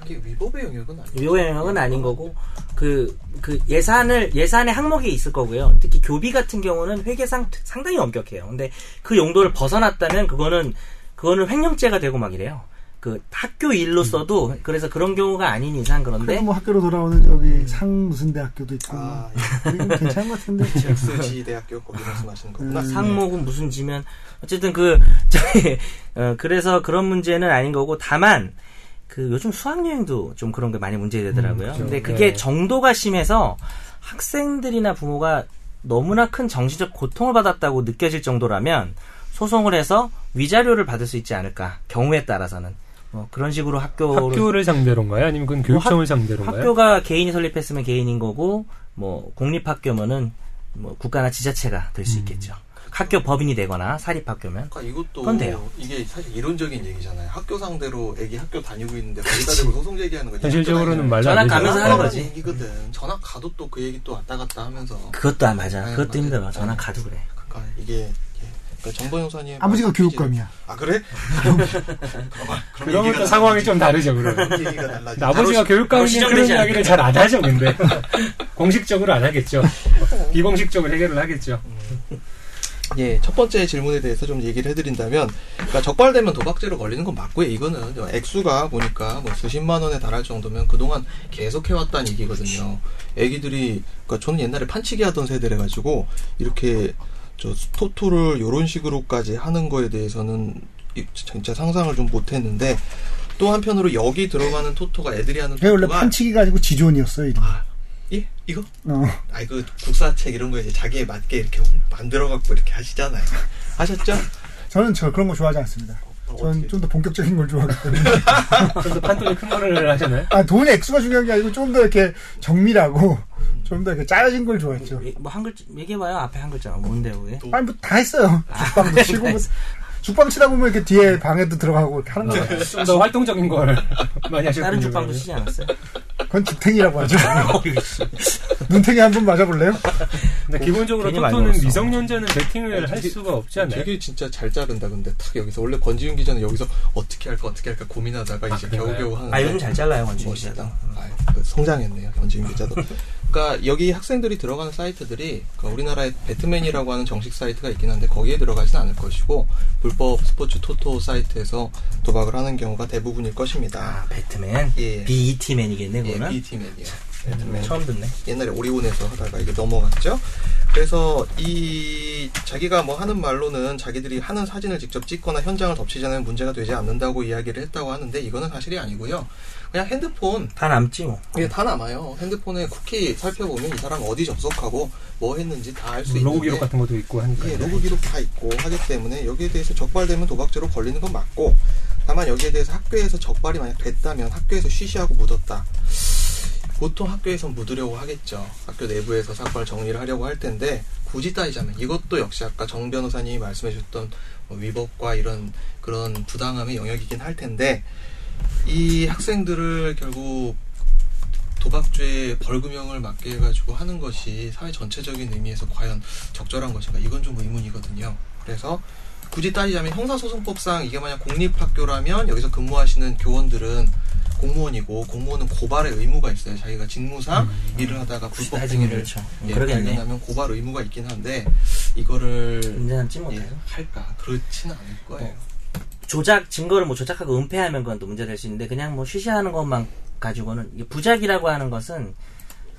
Speaker 3: 그게 위법의 영역은 아니에요.
Speaker 2: 요 영역은 아닌 거고 그, 그 예산을 예산의 항목이 있을 거고요. 특히 교비 같은 경우는 회계상 상당히 엄격해요. 근데 그 용도를 벗어났다면 그거는 그거는 횡령죄가 되고 막 이래요. 그 학교 일로 써도 그래서 그런 경우가 아닌 이상
Speaker 4: 그래도
Speaker 2: 그런데
Speaker 4: 뭐 학교로 돌아오는 저기 상 무슨 대학교도 있고
Speaker 3: 아,
Speaker 4: 여기는 괜찮은 것 같은데
Speaker 3: 잭스지 대학교 거기 말씀하시는 거구나.
Speaker 2: 음,
Speaker 1: 네.
Speaker 2: 상목은 무슨 지면 어쨌든 그 저희 어, 그래서 그런 문제는 아닌 거고 다만 그 요즘 수학 여행도 좀 그런 게 많이 문제되더라고요.
Speaker 1: 그렇죠.
Speaker 2: 근데 그게
Speaker 1: 네.
Speaker 2: 정도가 심해서 학생들이나 부모가 너무나 큰 정신적 고통을 받았다고 느껴질 정도라면 소송을 해서 위자료를 받을 수 있지 않을까 경우에 따라서는 뭐 그런 식으로 학교를
Speaker 1: 학교를 상대로인가요? 아니면 그건
Speaker 4: 뭐
Speaker 1: 교육청을 상대로인가요?
Speaker 2: 학교가 개인이 설립했으면 개인인 거고 뭐 공립학교면은 뭐 국가나 지자체가 될 수
Speaker 3: 음.
Speaker 2: 있겠죠. 학교 법인이 되거나 사립학교면
Speaker 3: 그러니까 이것도
Speaker 2: 그건 돼요.
Speaker 3: 이게 사실 이론적인 얘기잖아요. 학교 상대로 애기 학교 다니고 있는데 거기다 대고 소송 제기하는 거지.
Speaker 1: 현실적으로는 말도
Speaker 2: 전학
Speaker 1: 안 되죠.
Speaker 2: 가면서 하는
Speaker 3: 하는
Speaker 2: 거지.
Speaker 3: 거지. 얘기거든. 전학 가도 또 그 얘기 또 왔다 갔다 하면서.
Speaker 2: 그것도 아 맞아.
Speaker 3: 네,
Speaker 2: 그것도
Speaker 3: 맞아요.
Speaker 2: 힘들어. 전화 가도 그래.
Speaker 3: 그러니까 이게 예. 그러니까 정보 형사님
Speaker 4: 아버지가
Speaker 3: 말씀
Speaker 4: 교육감이야.
Speaker 3: 아 그래? 그럼 그럼
Speaker 1: 아, 그러면
Speaker 3: 얘기가
Speaker 1: 또 상황이 좀 다르죠, 그러면.
Speaker 3: 달라지. 얘기가 달라지.
Speaker 1: 아버지가
Speaker 2: 바로
Speaker 1: 교육감이니 그런
Speaker 2: 시정되지
Speaker 1: 이야기를 잘 안 하죠, 근데. 공식적으로 안 하겠죠. 비공식적으로 해결을 하겠죠.
Speaker 3: 예, 첫 번째 질문에 대해서 좀 얘기를 해드린다면, 그러니까 적발되면 도박죄로 걸리는 건 맞고요. 이거는 뭐 액수가 보니까 뭐 수십만 원에 달할 정도면 그동안 계속 해왔다는 얘기거든요. 애기들이, 그러니까 저는 옛날에 판치기 하던 세대래가지고 이렇게 저 토토를 이런 식으로까지 하는 거에 대해서는 이- 진짜 상상을 좀 못했는데 또 한편으로 여기 들어가는 토토가 애들이 하는
Speaker 4: 걔 네, 원래
Speaker 3: 토토가
Speaker 4: 판치기 가지고 지존이었어 이름.
Speaker 3: 예, 이거
Speaker 4: 어.
Speaker 3: 아이 그 국사책 이런 거 이제 자기에 맞게 이렇게 만들어 갖고 이렇게 하시잖아요. 하셨죠?
Speaker 4: 저는 저 그런 거 좋아하지 않습니다.
Speaker 3: 어,
Speaker 4: 전
Speaker 3: 어떻게-
Speaker 4: 좀 더 본격적인 걸 좋아하기 때문에.
Speaker 1: 그래서 판돈이 큰 거를 하잖아요.
Speaker 4: 아, 돈의 액수가 중요한 게 아니고 좀 더 이렇게 정밀하고 좀 더 이렇게 짜여진 걸 좋아했죠.
Speaker 2: 뭐 한 글자 얘기해봐요. 앞에 한 글자
Speaker 3: 음.
Speaker 2: 뭔데요 그게?
Speaker 4: 아니, 뭐 다 했어요. 죽방도 치고, 뭐, 죽방 치다 보면 이렇게 뒤에 방에도 들어가고 이렇게 하는 거예요.
Speaker 1: 좀 더 활동적인 걸 많이 하셨군요.
Speaker 3: 음.
Speaker 2: 다른 죽방도
Speaker 1: 그러면.
Speaker 2: 치지 않았어요.
Speaker 4: 그건 집탱이라고 하죠. 눈탱이 한 번 맞아볼래요?
Speaker 1: 근데 기본적으로
Speaker 2: 괜히 많이
Speaker 1: 토토는
Speaker 2: 먹었어. 네,
Speaker 1: 미성년자는 배팅을
Speaker 3: 어,
Speaker 1: 할
Speaker 3: 되게-
Speaker 1: 수가 없지 않나요?
Speaker 3: 되게 진짜 잘 자른다 근데 탁 여기서 원래 권지윤 기자는 여기서 어떻게 할까 어떻게 할까 고민하다가 이제
Speaker 1: 그런가요?
Speaker 3: 겨우겨우 하는데
Speaker 2: 아, 요즘 잘 잘라요, 권지윤
Speaker 3: 멋있다.
Speaker 2: 기자도.
Speaker 3: 아유, 그 성장했네요 권지윤 기자도
Speaker 2: 음.
Speaker 3: 그러니까 여기 학생들이 들어가는 사이트들이 그러니까 우리나라에 배트맨이라고 하는 정식 사이트가 있긴 한데 거기에 들어가진 않을 것이고 불법 스포츠 토토 사이트에서 도박을 하는 경우가 대부분일 것입니다
Speaker 2: 아, 배트맨.
Speaker 3: 예.
Speaker 2: BET맨이겠네, 그거는.
Speaker 3: 예, B팀이에요 배트맨
Speaker 2: 처음 듣네.
Speaker 3: 옛날에 오리온에서 하다가 이게 넘어갔죠. 그래서 이 자기가 뭐 하는 말로는 자기들이 하는 사진을 직접 찍거나 현장을 덮치지 않으면 문제가 되지 않는다고 이야기를 했다고 하는데 이거는 사실이 아니고요. 그냥 핸드폰
Speaker 2: 다 남지 뭐.
Speaker 3: 이게 다 남아요. 핸드폰에 쿠키 살펴보면 이 사람 어디 접속하고 뭐 했는지 다 알 수
Speaker 1: 음,
Speaker 3: 있는데
Speaker 1: 로고
Speaker 2: 네.
Speaker 1: 기록 같은 것도 있고 하니까.
Speaker 3: 예, 로그 기록 다 있고 하기 때문에 여기에 대해서 적발되면 도박죄로 걸리는 건 맞고 다만 여기에 대해서 학교에서 적발이 만약 됐다면 학교에서 쉬쉬하고 묻었다. 보통 학교에서 묻으려고 하겠죠. 학교 내부에서 사건을 정리를 하려고 할 텐데 굳이 따지자면 이것도 역시 아까 정 변호사님이 말씀해 주셨던 뭐 위법과 이런 그런 부당함의 영역이긴 할 텐데 이 학생들을 결국 도박죄 벌금형을 맞게 해가지고 하는 것이 사회 전체적인 의미에서 과연 적절한 것인가 이건 좀 의문이거든요. 그래서 굳이 따지자면 형사소송법상 이게 만약 공립학교라면 여기서 근무하시는 교원들은 공무원이고 공무원은 고발의 의무가 있어요. 자기가 직무상 일을 하다가 불법
Speaker 2: 따지면
Speaker 3: 행위를
Speaker 2: 음, 그렇죠.
Speaker 3: 예,
Speaker 2: 그러겠네.
Speaker 3: 발견하면 고발 의무가 있긴 한데 이거를
Speaker 2: 문제 남지 못해서.
Speaker 3: 예, 할까 그렇지는 않을 거예요.
Speaker 2: 뭐. 조작 증거를 뭐 조작하고 은폐하면 그건 또 문제될 수 있는데 그냥 뭐 쉬쉬하는 것만 가지고는 이게 부작이라고 하는 것은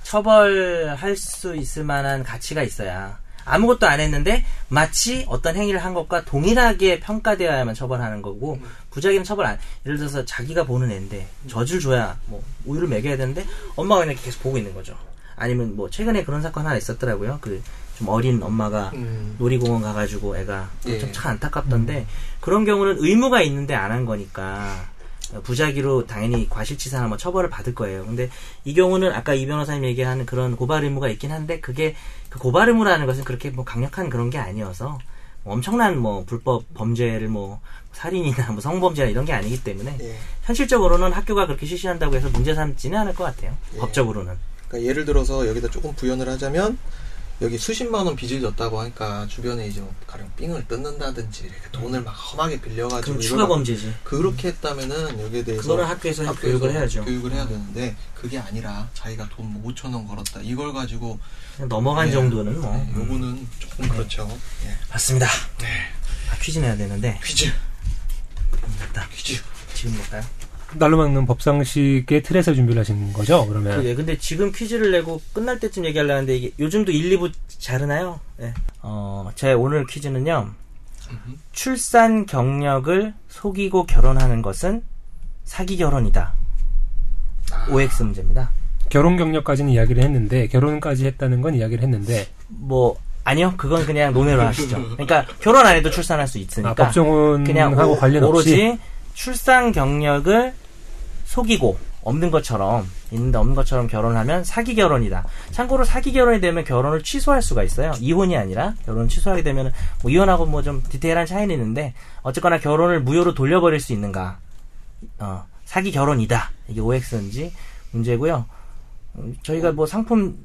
Speaker 2: 처벌할 수 있을 만한 가치가 있어야 아무것도 안 했는데 마치 어떤 행위를 한 것과 동일하게 평가되어야만 처벌하는 거고 부작위는 처벌 안 예를 들어서 자기가 보는 애인데 젖을 줘야 뭐 우유를 먹여야 되는데 엄마가 그냥 계속 보고 있는 거죠 아니면 뭐 최근에 그런 사건 하나 있었더라고요 그 좀 어린 엄마가
Speaker 3: 음.
Speaker 2: 놀이공원 가가지고 애가
Speaker 3: 예.
Speaker 2: 참, 참 안타깝던데 그런 경우는 의무가 있는데 안 한 거니까 부작위로 당연히 과실치사나 뭐 처벌을 받을 거예요. 근데 이 경우는 아까 이 변호사님 얘기하는 그런 고발 의무가 있긴 한데 그게 그 고발 의무라는 것은 그렇게 뭐 강력한 그런 게 아니어서 뭐 엄청난 뭐 불법 범죄를 뭐 살인이나 뭐 성범죄나 이런 게 아니기 때문에
Speaker 3: 예.
Speaker 2: 현실적으로는 학교가 그렇게 실시한다고 해서 문제 삼지는 않을 것 같아요.
Speaker 3: 예.
Speaker 2: 법적으로는.
Speaker 3: 그러니까 예를 들어서 여기다 조금 부연을 하자면 여기 수십만 원 빚을 졌다고 하니까 주변에 이제 뭐 가령 삥을 뜯는다든지 이렇게 돈을 막 험하게 빌려가지고
Speaker 2: 그럼
Speaker 3: 이걸
Speaker 2: 추가
Speaker 3: 막
Speaker 2: 범죄지.
Speaker 3: 그렇게 했다면은 여기에 대해서
Speaker 2: 그거는 학교에서 교육을 해야죠. 음.
Speaker 3: 교육을 해야 되는데 그게 아니라 자기가 돈 5천 원 걸었다 이걸 가지고
Speaker 2: 그냥 넘어간
Speaker 3: 예,
Speaker 2: 정도는 뭐.
Speaker 3: 네, 요거는 조금 그렇죠. 예.
Speaker 2: 맞습니다.
Speaker 1: 네.
Speaker 2: 아, 퀴즈 내야 되는데
Speaker 3: 퀴즈 음,
Speaker 2: 됐다.
Speaker 3: 퀴즈
Speaker 2: 지금 볼까요?
Speaker 1: 날로 막는 법상식의 틀에서 준비를 하신 거죠? 그러면
Speaker 2: 그게 예, 근데 지금 퀴즈를 내고 끝날 때쯤 얘기하려는데 이게 요즘도 1, 2부 자르나요? 예. 어, 제 오늘 퀴즈는요. 출산 경력을 속이고 결혼하는 것은 사기 결혼이다.
Speaker 3: 아,
Speaker 2: OX 문제입니다.
Speaker 1: 결혼 경력까지는 이야기를 했는데 결혼까지 했다는 건 이야기를 했는데 아,
Speaker 2: 뭐 아니요. 그건 그냥 논외로 하시죠. 그러니까 결혼 안 해도 출산할 수 있으니까.
Speaker 1: 아, 법정은
Speaker 2: 그러니까 그냥
Speaker 1: 하고
Speaker 2: 오-
Speaker 1: 관련 없이
Speaker 2: 오로지 출산 경력을 속이고 없는 것처럼 있는데 없는 것처럼 결혼하면 사기 결혼이다. 참고로 사기 결혼이 되면 결혼을 취소할 수가 있어요. 이혼이 아니라 결혼을 취소하게 되면 뭐 이혼하고 뭐 좀 디테일한 차이는 있는데 어쨌거나 결혼을 무효로 돌려버릴 수 있는가? 어, 사기 결혼이다. 이게 OX인지 문제고요. 음, 저희가 뭐 상품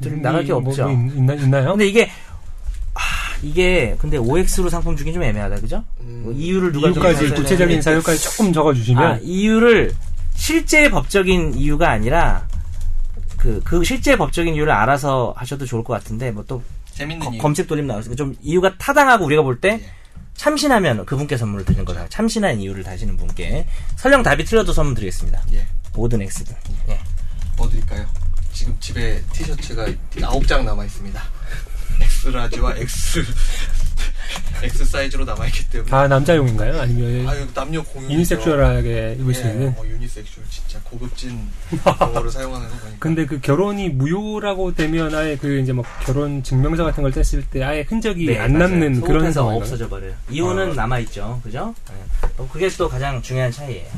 Speaker 2: 들 나갈 게
Speaker 1: 뭐,
Speaker 2: 없죠.
Speaker 1: 뭐 있, 있나, 있나요?
Speaker 2: 근데 이게 아, 이게 근데 OX로 상품 주긴 좀 애매하다. 그죠?
Speaker 3: 음,
Speaker 2: 뭐 이유를 누가
Speaker 1: 이유까지
Speaker 2: 정해서
Speaker 1: 구체적인
Speaker 2: 해야 되는데
Speaker 1: 사유까지 조금 적어주시면
Speaker 2: 아, 이유를 실제 법적인 이유가 아니라 그, 그 실제 법적인 이유를 알아서 하셔도 좋을 것 같은데 뭐 또
Speaker 3: 재밌는 이유.
Speaker 2: 검색 돌림 나왔으니까 좀 이유가 타당하고 우리가 볼 때
Speaker 3: 예.
Speaker 2: 참신하면 그분께 선물을 드리는 거다. 참신한 이유를 다시는 분께 설령 답이 틀려도 선물 드리겠습니다.
Speaker 3: 예.
Speaker 2: 모든 X든. 예.
Speaker 3: 뭐 드릴까요? 지금 집에 티셔츠가 9장 남아 있습니다. X 라지와 X X 사이즈로 남아 있기 때문에
Speaker 1: 다 남자용인가요? 아니면
Speaker 3: 아유 남녀 공유
Speaker 1: 유니섹슈얼하게 입을 수 있는
Speaker 3: 어, 유니섹슈얼 진짜 고급진 용어를 사용하는 거 보니까
Speaker 1: 근데 그 결혼이 무효라고 되면 아예 그 이제 뭐 결혼 증명서 같은 걸 뗐을 때 아예 흔적이
Speaker 2: 네,
Speaker 1: 안
Speaker 2: 맞아요.
Speaker 1: 남는 그런
Speaker 2: 소급해서
Speaker 1: 상황인가요?
Speaker 2: 없어져 버려요. 이혼은 남아 있죠, 그죠? 네. 어, 그게 또 가장 중요한 차이예요.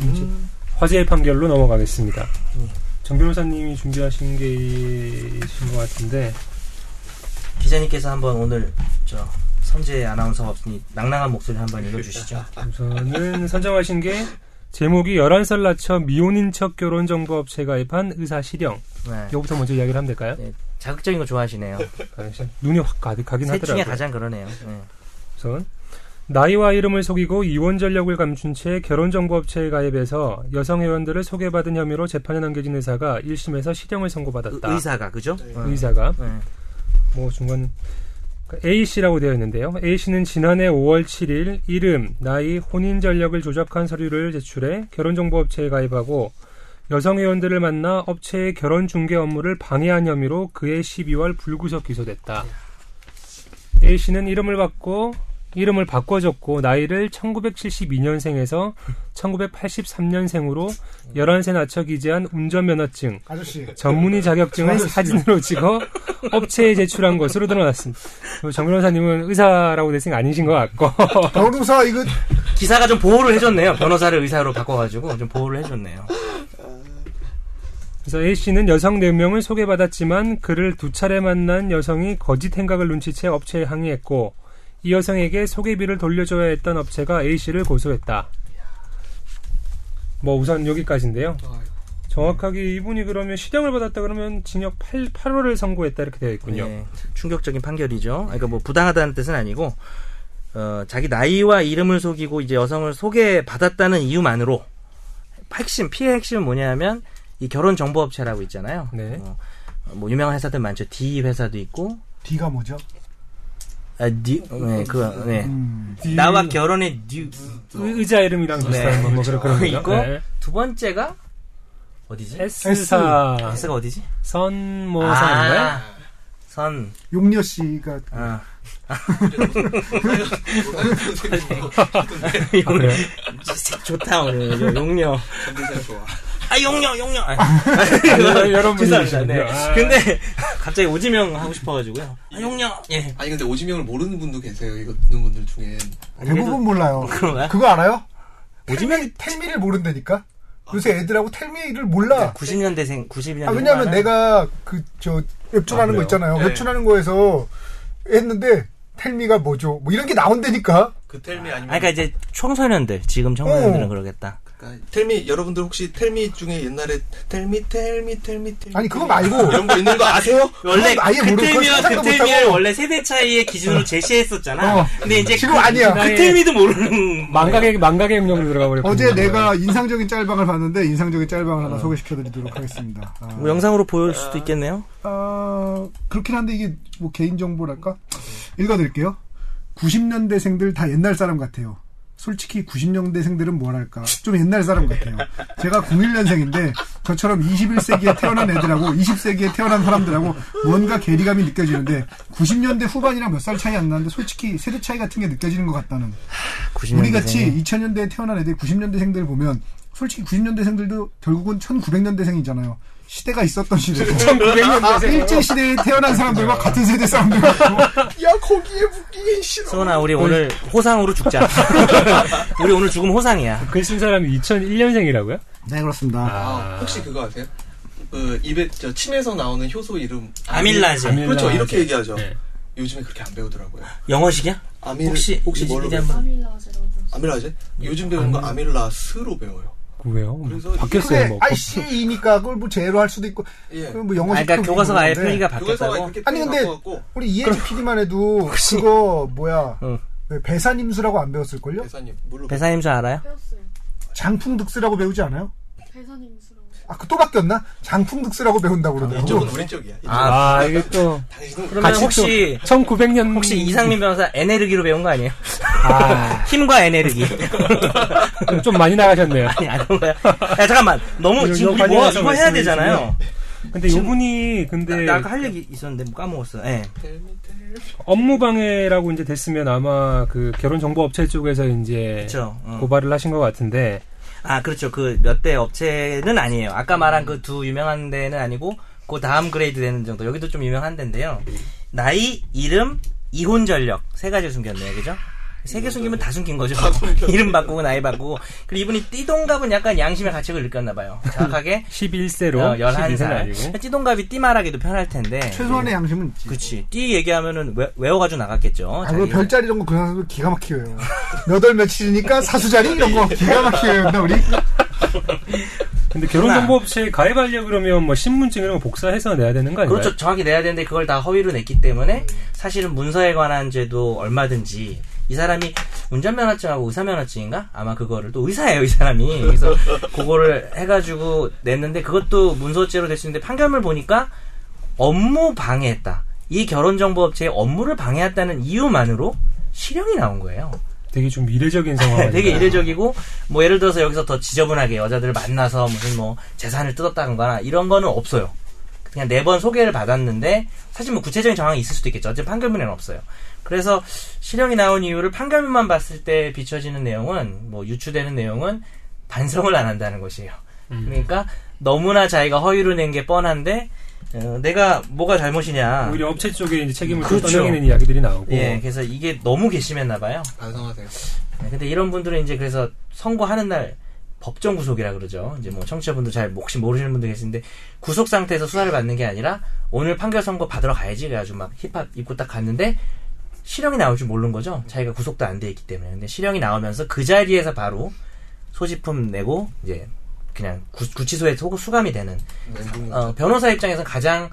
Speaker 3: 음,
Speaker 1: 화제의 판결로 넘어가겠습니다.
Speaker 2: 음.
Speaker 1: 정 변호사님이 준비하신 게 있으신 것 같은데
Speaker 2: 기자님께서 한번 오늘 저 선재 아나운서가 없으니 낭낭한 목소리 한번 읽어주시죠.
Speaker 1: 우선은 선정하신 게 제목이 11살 낮춰 미혼인 척 결혼 정보업체 가입한 의사 실형.
Speaker 2: 네.
Speaker 1: 이거부터 먼저 이야기를 하면 될까요?
Speaker 2: 자극적인 거 좋아하시네요.
Speaker 1: 아, 역시 눈이 확 가득하긴
Speaker 2: 셋 중에
Speaker 1: 하더라고요.
Speaker 2: 가장 그러네요. 네.
Speaker 1: 우선 나이와 이름을 속이고 이혼 전력을 감춘 채 결혼정보업체에 가입해서 여성 회원들을 소개받은 혐의로 재판에 넘겨진 의사가 1심에서 실형을 선고받았다.
Speaker 2: 의, 사가 그죠?
Speaker 3: 네.
Speaker 2: 어.
Speaker 1: 의사가
Speaker 2: 네.
Speaker 1: 뭐 중간 A 씨라고 되어 있는데요. A 씨는 지난해 5월 7일 이름, 나이, 혼인 전력을 조작한 서류를 제출해 결혼정보업체에 가입하고 여성 회원들을 만나 업체의 결혼 중개 업무를 방해한 혐의로 그해 12월 불구속 기소됐다. A 씨는 이름을 바꿔 이름을 바꿔줬고 나이를 1972년생에서 1983년생으로 11세 낮춰 기재한 운전면허증,
Speaker 4: 아저씨.
Speaker 1: 전문의 자격증을 사진으로 찍어 업체에 제출한 것으로 드러났습니다. 뭐 정 변호사님은 의사라고 되신 아니신 것 같고
Speaker 4: 변호사 이거
Speaker 2: 기사가 좀 보호를 해줬네요. 변호사를 의사로 바꿔가지고 좀 보호를 해줬네요.
Speaker 1: 그래서 A 씨는 여성 4명을 소개받았지만 그를 두 차례 만난 여성이 거짓 행각을 눈치채 업체에 항의했고 이 여성에게 소개비를 돌려줘야 했던 업체가 A 씨를 고소했다. 뭐 우선 여기까지인데요. 정확하게 이분이 그러면 실형을 받았다 그러면 징역 8, 8월을 선고했다 이렇게 되어 있군요. 네.
Speaker 2: 네, 충격적인 판결이죠. 그러니까 뭐 부당하다는 뜻은 아니고 어, 자기 나이와 이름을 속이고 이제 여성을 소개받았다는 이유만으로 핵심 피해 핵심은 뭐냐면 이 결혼 정보 업체라고 있잖아요.
Speaker 1: 네.
Speaker 2: 어, 뭐 유명한 회사들 많죠. D 회사도 있고
Speaker 4: D가 뭐죠?
Speaker 2: 아, D, 네, 그, 네.
Speaker 4: 음.
Speaker 2: 나와 결혼의 뉴,
Speaker 1: 의- 의자 이름이랑 비슷한
Speaker 2: 네.
Speaker 1: 뭐, 뭐 그런 그런
Speaker 2: 있고
Speaker 1: 거. 네.
Speaker 2: 두 번째가 어디지?
Speaker 1: S사
Speaker 2: S가 어디지?
Speaker 1: 뭐 선모사인가요?
Speaker 2: 아, 선.
Speaker 4: 용녀 씨가
Speaker 2: 아.
Speaker 1: 그 아, 그래요?
Speaker 2: 좋다 오늘 용녀.
Speaker 3: 컨디션 좋아.
Speaker 2: 아 용녀 용녀. 아,
Speaker 1: 여- 여러 분이
Speaker 2: 죄송합니다. 네.
Speaker 1: 계시군요. 아.
Speaker 2: 근데 갑자기 오지명 하고 싶어가지고요. 아, 용녀. 예.
Speaker 3: 아니 근데 오지명을 모르는 분도 계세요. 이거 듣는 분들 중에.
Speaker 4: 대부분 몰라요.
Speaker 2: 그런가요?
Speaker 4: 그거 알아요?
Speaker 2: 오지명이
Speaker 4: 텔미, 텔미를 모른다니까? 요새 애들하고 텔미를 몰라.
Speaker 2: 90년대생 92년.
Speaker 4: 아, 왜냐면 내가 그 저 웹툰하는
Speaker 1: 아,
Speaker 4: 거
Speaker 1: 그래요?
Speaker 4: 있잖아요.
Speaker 3: 네.
Speaker 4: 웹툰하는 거에서 했는데 텔미가 뭐죠? 뭐 이런 게 나온다니까.
Speaker 3: 그 텔미 아니면.
Speaker 2: 아, 그러니까 이제 청소년들 지금 청소년들은
Speaker 4: 어.
Speaker 2: 그러겠다.
Speaker 3: 그러니까 텔미 여러분들 혹시 텔미 중에 옛날에 텔미 텔미 텔미 텔미
Speaker 4: 아니 그거 말고
Speaker 3: 이런 거 있는 거 아세요?
Speaker 2: 원래
Speaker 4: 그건 아예 모르- 그건
Speaker 2: 그텔미와
Speaker 4: 생각도
Speaker 2: 그텔미를
Speaker 4: 못하고.
Speaker 2: 원래 세대 차이의 기준으로 제시했었잖아.
Speaker 4: 어.
Speaker 2: 근데 이제
Speaker 4: 지금
Speaker 2: 그,
Speaker 4: 아니야.
Speaker 2: 그텔미도 모르는
Speaker 1: 망각의 망각의 음력으로 들어가 버렸고
Speaker 4: 어제 내가 인상적인 짤방을 봤는데 인상적인 짤방을 하나 소개시켜드리도록 하겠습니다. 아,
Speaker 2: 뭐 영상으로 보일 수도 있겠네요.
Speaker 4: 아, 그렇긴 한데 이게 뭐 개인 정보랄까? 읽어드릴게요. 90년대생들 다 옛날 사람 같아요. 솔직히 90년대생들은 뭐랄까 좀 옛날 사람 같아요. 제가 01년생인데 저처럼 21세기에 태어난 애들하고 20세기에 태어난 사람들하고 뭔가 괴리감이 느껴지는데 90년대 후반이랑 몇 살 차이 안 나는데 솔직히 세대 차이 같은 게 느껴지는 것 같다는
Speaker 2: 90년대.
Speaker 4: 우리 같이 2000년대에 태어난 애들 90년대생들 보면 솔직히 90년대생들도 결국은 1900년대생이잖아요. 시대가 있었던 시대고
Speaker 1: 아,
Speaker 4: 1900년대생 일제 시대에 태어난 사람들과 같은 세대 사람들
Speaker 3: 야 거기에 묶이긴 싫어.
Speaker 2: 소나 우리 오늘 호상으로 죽자. 우리 오늘 죽음 호상이야.
Speaker 1: 글쓴 사람이 2001년생이라고요?
Speaker 4: 네 그렇습니다.
Speaker 3: 아, 혹시 그거 아세요? 그 입에 저 침에서 나오는 효소 이름
Speaker 2: 아밀라제.
Speaker 1: 아밀-
Speaker 3: 그렇죠 이렇게 얘기하죠.
Speaker 1: 네.
Speaker 3: 요즘에 그렇게 안 배우더라고요.
Speaker 2: 영어식이야?
Speaker 3: 아밀
Speaker 2: 혹시
Speaker 3: 혹시
Speaker 2: 이제
Speaker 3: 뭘로
Speaker 2: 이제
Speaker 3: 배워요?
Speaker 2: 한번-
Speaker 5: 아밀라제라고
Speaker 3: 아밀라제? 요즘 배우는 거 아밀라스로 배워요.
Speaker 1: 그 왜요?
Speaker 3: 그래서
Speaker 1: 바뀌었어요
Speaker 4: 그래
Speaker 1: 뭐.
Speaker 4: 아이씨이니까 그걸 뭐 제로 할 수도 있고
Speaker 3: 예.
Speaker 4: 그뭐 영어
Speaker 2: 아, 그러니까 교과서가 아예 표기가
Speaker 3: 교과서가
Speaker 2: 바뀌었다고?
Speaker 3: 그렇게
Speaker 4: 아니, 근데-
Speaker 3: 표현한 것 같고
Speaker 4: 우리 이혜지 PD만 해도 그거 뭐야
Speaker 2: 응.
Speaker 4: 왜 배산임수라고 안 배웠을걸요?
Speaker 3: 배사님 뭘로
Speaker 2: 배사님 줄 알아요?
Speaker 5: 배웠어요.
Speaker 4: 장풍득스라고 배우지 않아요?
Speaker 5: 배사님스러워.
Speaker 4: 아 그 또 바뀌었나? 장풍득스라고 배운다고
Speaker 3: 배워요? 이쪽은
Speaker 2: 어.
Speaker 4: 그러더라고.
Speaker 3: 우리 쪽이야. 이쪽은.
Speaker 1: 아 이게 또
Speaker 3: 당신은
Speaker 2: 그러면
Speaker 1: 같이
Speaker 2: 혹시
Speaker 1: 1900년
Speaker 2: 혹시 이상민 변호사 에네르기로 배운 거 아니에요?
Speaker 1: 아,
Speaker 2: 힘과 에네르기.
Speaker 1: 좀- 좀 많이 나가셨네요.
Speaker 2: 아니 안 그런 거야. 야 잠깐만 너무
Speaker 1: 이거
Speaker 2: 지금 우리 뭐
Speaker 1: 관련해서
Speaker 2: 이거 해야
Speaker 1: 말씀해
Speaker 2: 되잖아요.
Speaker 1: 근데 이분이 근데
Speaker 2: 나 아까 할 얘기 있었는데 뭐 까먹었어. 예.
Speaker 3: 텔미 텔미
Speaker 1: 업무 방해라고 이제 됐으면 아마 그 결혼 정보 업체 쪽에서 이제
Speaker 2: 그렇죠. 어.
Speaker 1: 고발을 하신 것 같은데
Speaker 2: 아 그렇죠. 그 몇 대 업체는 아니에요. 아까 말한 그 두 유명한 데는 아니고 그 다음 그레이드 되는 정도. 여기도 좀 유명한 데인데요. 나이, 이름, 이혼 전력 세 가지를 숨겼네요. 그죠? 세 개 숨기면 다 숨긴 거죠. 이름 바꾸고 나이 바꾸고 그리고 이분이 띠동갑은 약간 양심의 가책을 느꼈나 봐요. 정확하게
Speaker 1: 11세로
Speaker 2: 어,
Speaker 1: 11세는
Speaker 2: 11살.
Speaker 1: 아니고
Speaker 2: 띠동갑이 띠말하기도 편할 텐데.
Speaker 4: 네. 최소한의 양심은 있지.
Speaker 2: 그치. 띠 얘기하면은 외, 워가지고 나갔겠죠.
Speaker 4: 아, 그리고
Speaker 2: 자기.
Speaker 4: 별자리 이런 거 그런 사람들 기가 막히고요. 몇월 며칠이니까 사수자리 이런 거 기가 막히게 했나 우리?
Speaker 2: 어,
Speaker 1: 근데
Speaker 2: 아.
Speaker 1: 결혼정보업체에 가입하려 그러면 뭐 신분증 이런 거 복사해서 내야 되는 거 아닌가요?
Speaker 2: 그렇죠. 정확히 내야 되는데 그걸 다 허위로 냈기 때문에 사실은 문서에 관한 제도 얼마든지 이 사람이 운전면허증하고 의사면허증인가? 아마 그거를 또 의사예요, 이 사람이. 그래서 그거를 해가지고 냈는데 그것도 문서죄로 될 수 있는데 판결문 보니까 업무 방해했다. 이 결혼정보업체의 업무를 방해했다는 이유만으로 실형이 나온 거예요.
Speaker 1: 되게 좀 이례적인 상황. 아닌가요?
Speaker 2: 되게 이례적이고 뭐 예를 들어서 여기서 더 지저분하게 여자들을 만나서 무슨 뭐 재산을 뜯었다거나 이런 거는 없어요. 그냥 네 번 소개를 받았는데 사실 뭐 구체적인 정황이 있을 수도 있겠죠. 어쨌든 판결문에는 없어요. 그래서 실형이 나온 이유를 판결문만 봤을 때 비춰지는 내용은 뭐 유추되는 내용은 반성을 안 한다는 것이에요.
Speaker 1: 음.
Speaker 2: 그러니까 너무나 자기가 허위로 낸 게 뻔한데 어, 내가 뭐가 잘못이냐.
Speaker 1: 아. 오히려 뭐. 업체 쪽에 이제 책임을 그
Speaker 2: 그렇죠.
Speaker 1: 떠넘기는 이야기들이 나오고
Speaker 2: 예, 그래서 이게 너무 괘씸했나 봐요.
Speaker 3: 반성하세요.
Speaker 2: 네, 근데 이런 분들은 이제 그래서 선고하는 날 법정 구속이라 그러죠. 이제 뭐 청취자분들 잘 혹시 모르시는 분들 계신데 구속 상태에서 수사를 받는 게 아니라 오늘 판결 선고 받으러 가야지 그래가지고 막 힙합 입고 딱 갔는데 실형이 나올 줄 모르는 거죠. 자기가 구속도 안 돼 있기 때문에. 근데 실형이 나오면서 그 자리에서 바로 소지품 내고 이제 그냥 구, 구치소에 소- 수감이 되는
Speaker 3: 멘붕이
Speaker 2: 어, 변호사 입장에서 가장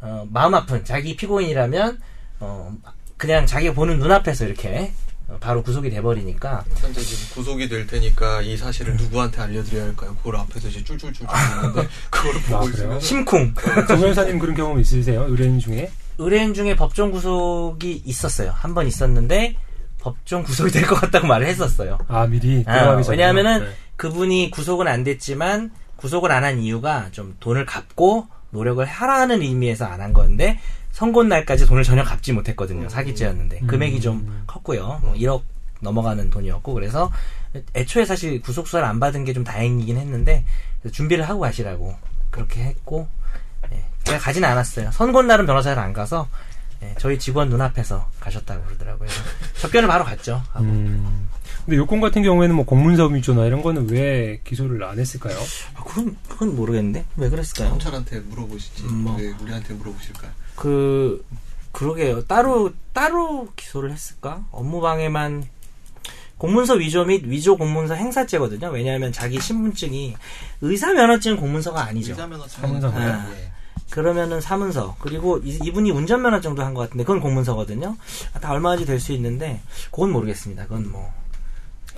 Speaker 2: 어, 마음 아픈 자기 피고인이라면 어, 그냥 자기가 보는 눈앞에서 이렇게 어, 바로 구속이 돼버리니까
Speaker 3: 현재 지금 구속이 될 테니까 이 사실을 누구한테 알려드려야 할까요? 그걸 앞에서 이제 쫄쫄쫄쫄 있는데 그걸
Speaker 1: 아,
Speaker 3: 보고
Speaker 1: 그래요?
Speaker 3: 있으면
Speaker 2: 심쿵
Speaker 1: 정 변호사님 그런 경험 있으세요? 의뢰인 중에?
Speaker 2: 의뢰인 중에 법정 구속이 있었어요 한 번 있었는데 법정 구속이 될 것 같다고 말을 했었어요
Speaker 1: 아 미리
Speaker 2: 아,
Speaker 1: 들어가기 전에
Speaker 2: 왜냐하면은
Speaker 1: 네.
Speaker 2: 그분이 구속은 안 됐지만 구속을 안 한 이유가 좀 돈을 갚고 노력을 하라는 의미에서 안 한 건데 선고 날까지 돈을 전혀 갚지 못했거든요 사기죄였는데
Speaker 1: 음.
Speaker 2: 금액이 좀 컸고요 뭐 1억 넘어가는 돈이었고 그래서 애초에 사실 구속 수사를 안 받은 게 좀 다행이긴 했는데 그래서 준비를 하고 가시라고 그렇게 했고 예. 제가 가진 않았어요 선고 날은 변호사를 안 가서 예, 저희 직원 눈앞에서 가셨다고 그러더라고요 그래서 접견을 바로 갔죠 하고.
Speaker 1: 음. 근데 요건 같은 경우에는 뭐 공문서 위조나 이런 거는 왜 기소를 안 했을까요?
Speaker 2: 아, 그건 그건 모르겠는데 왜 그랬을까요?
Speaker 3: 경찰한테 물어보시지
Speaker 2: 음, 뭐.
Speaker 3: 왜 우리한테 물어보실까요?
Speaker 2: 그 그러게요. 따로 따로 기소를 했을까? 업무방해만 공문서 위조 및 위조 공문서 행사죄거든요. 왜냐하면 자기 신분증이 의사 면허증 공문서가 아니죠.
Speaker 3: 의사면허
Speaker 1: 사문상.
Speaker 2: 아.
Speaker 3: 네.
Speaker 2: 그러면은 사문서 그리고 이, 분이 운전 면허증도 한 것 같은데 그건 공문서거든요. 아, 다 얼마까지 될 수 있는데 그건 모르겠습니다. 그건 뭐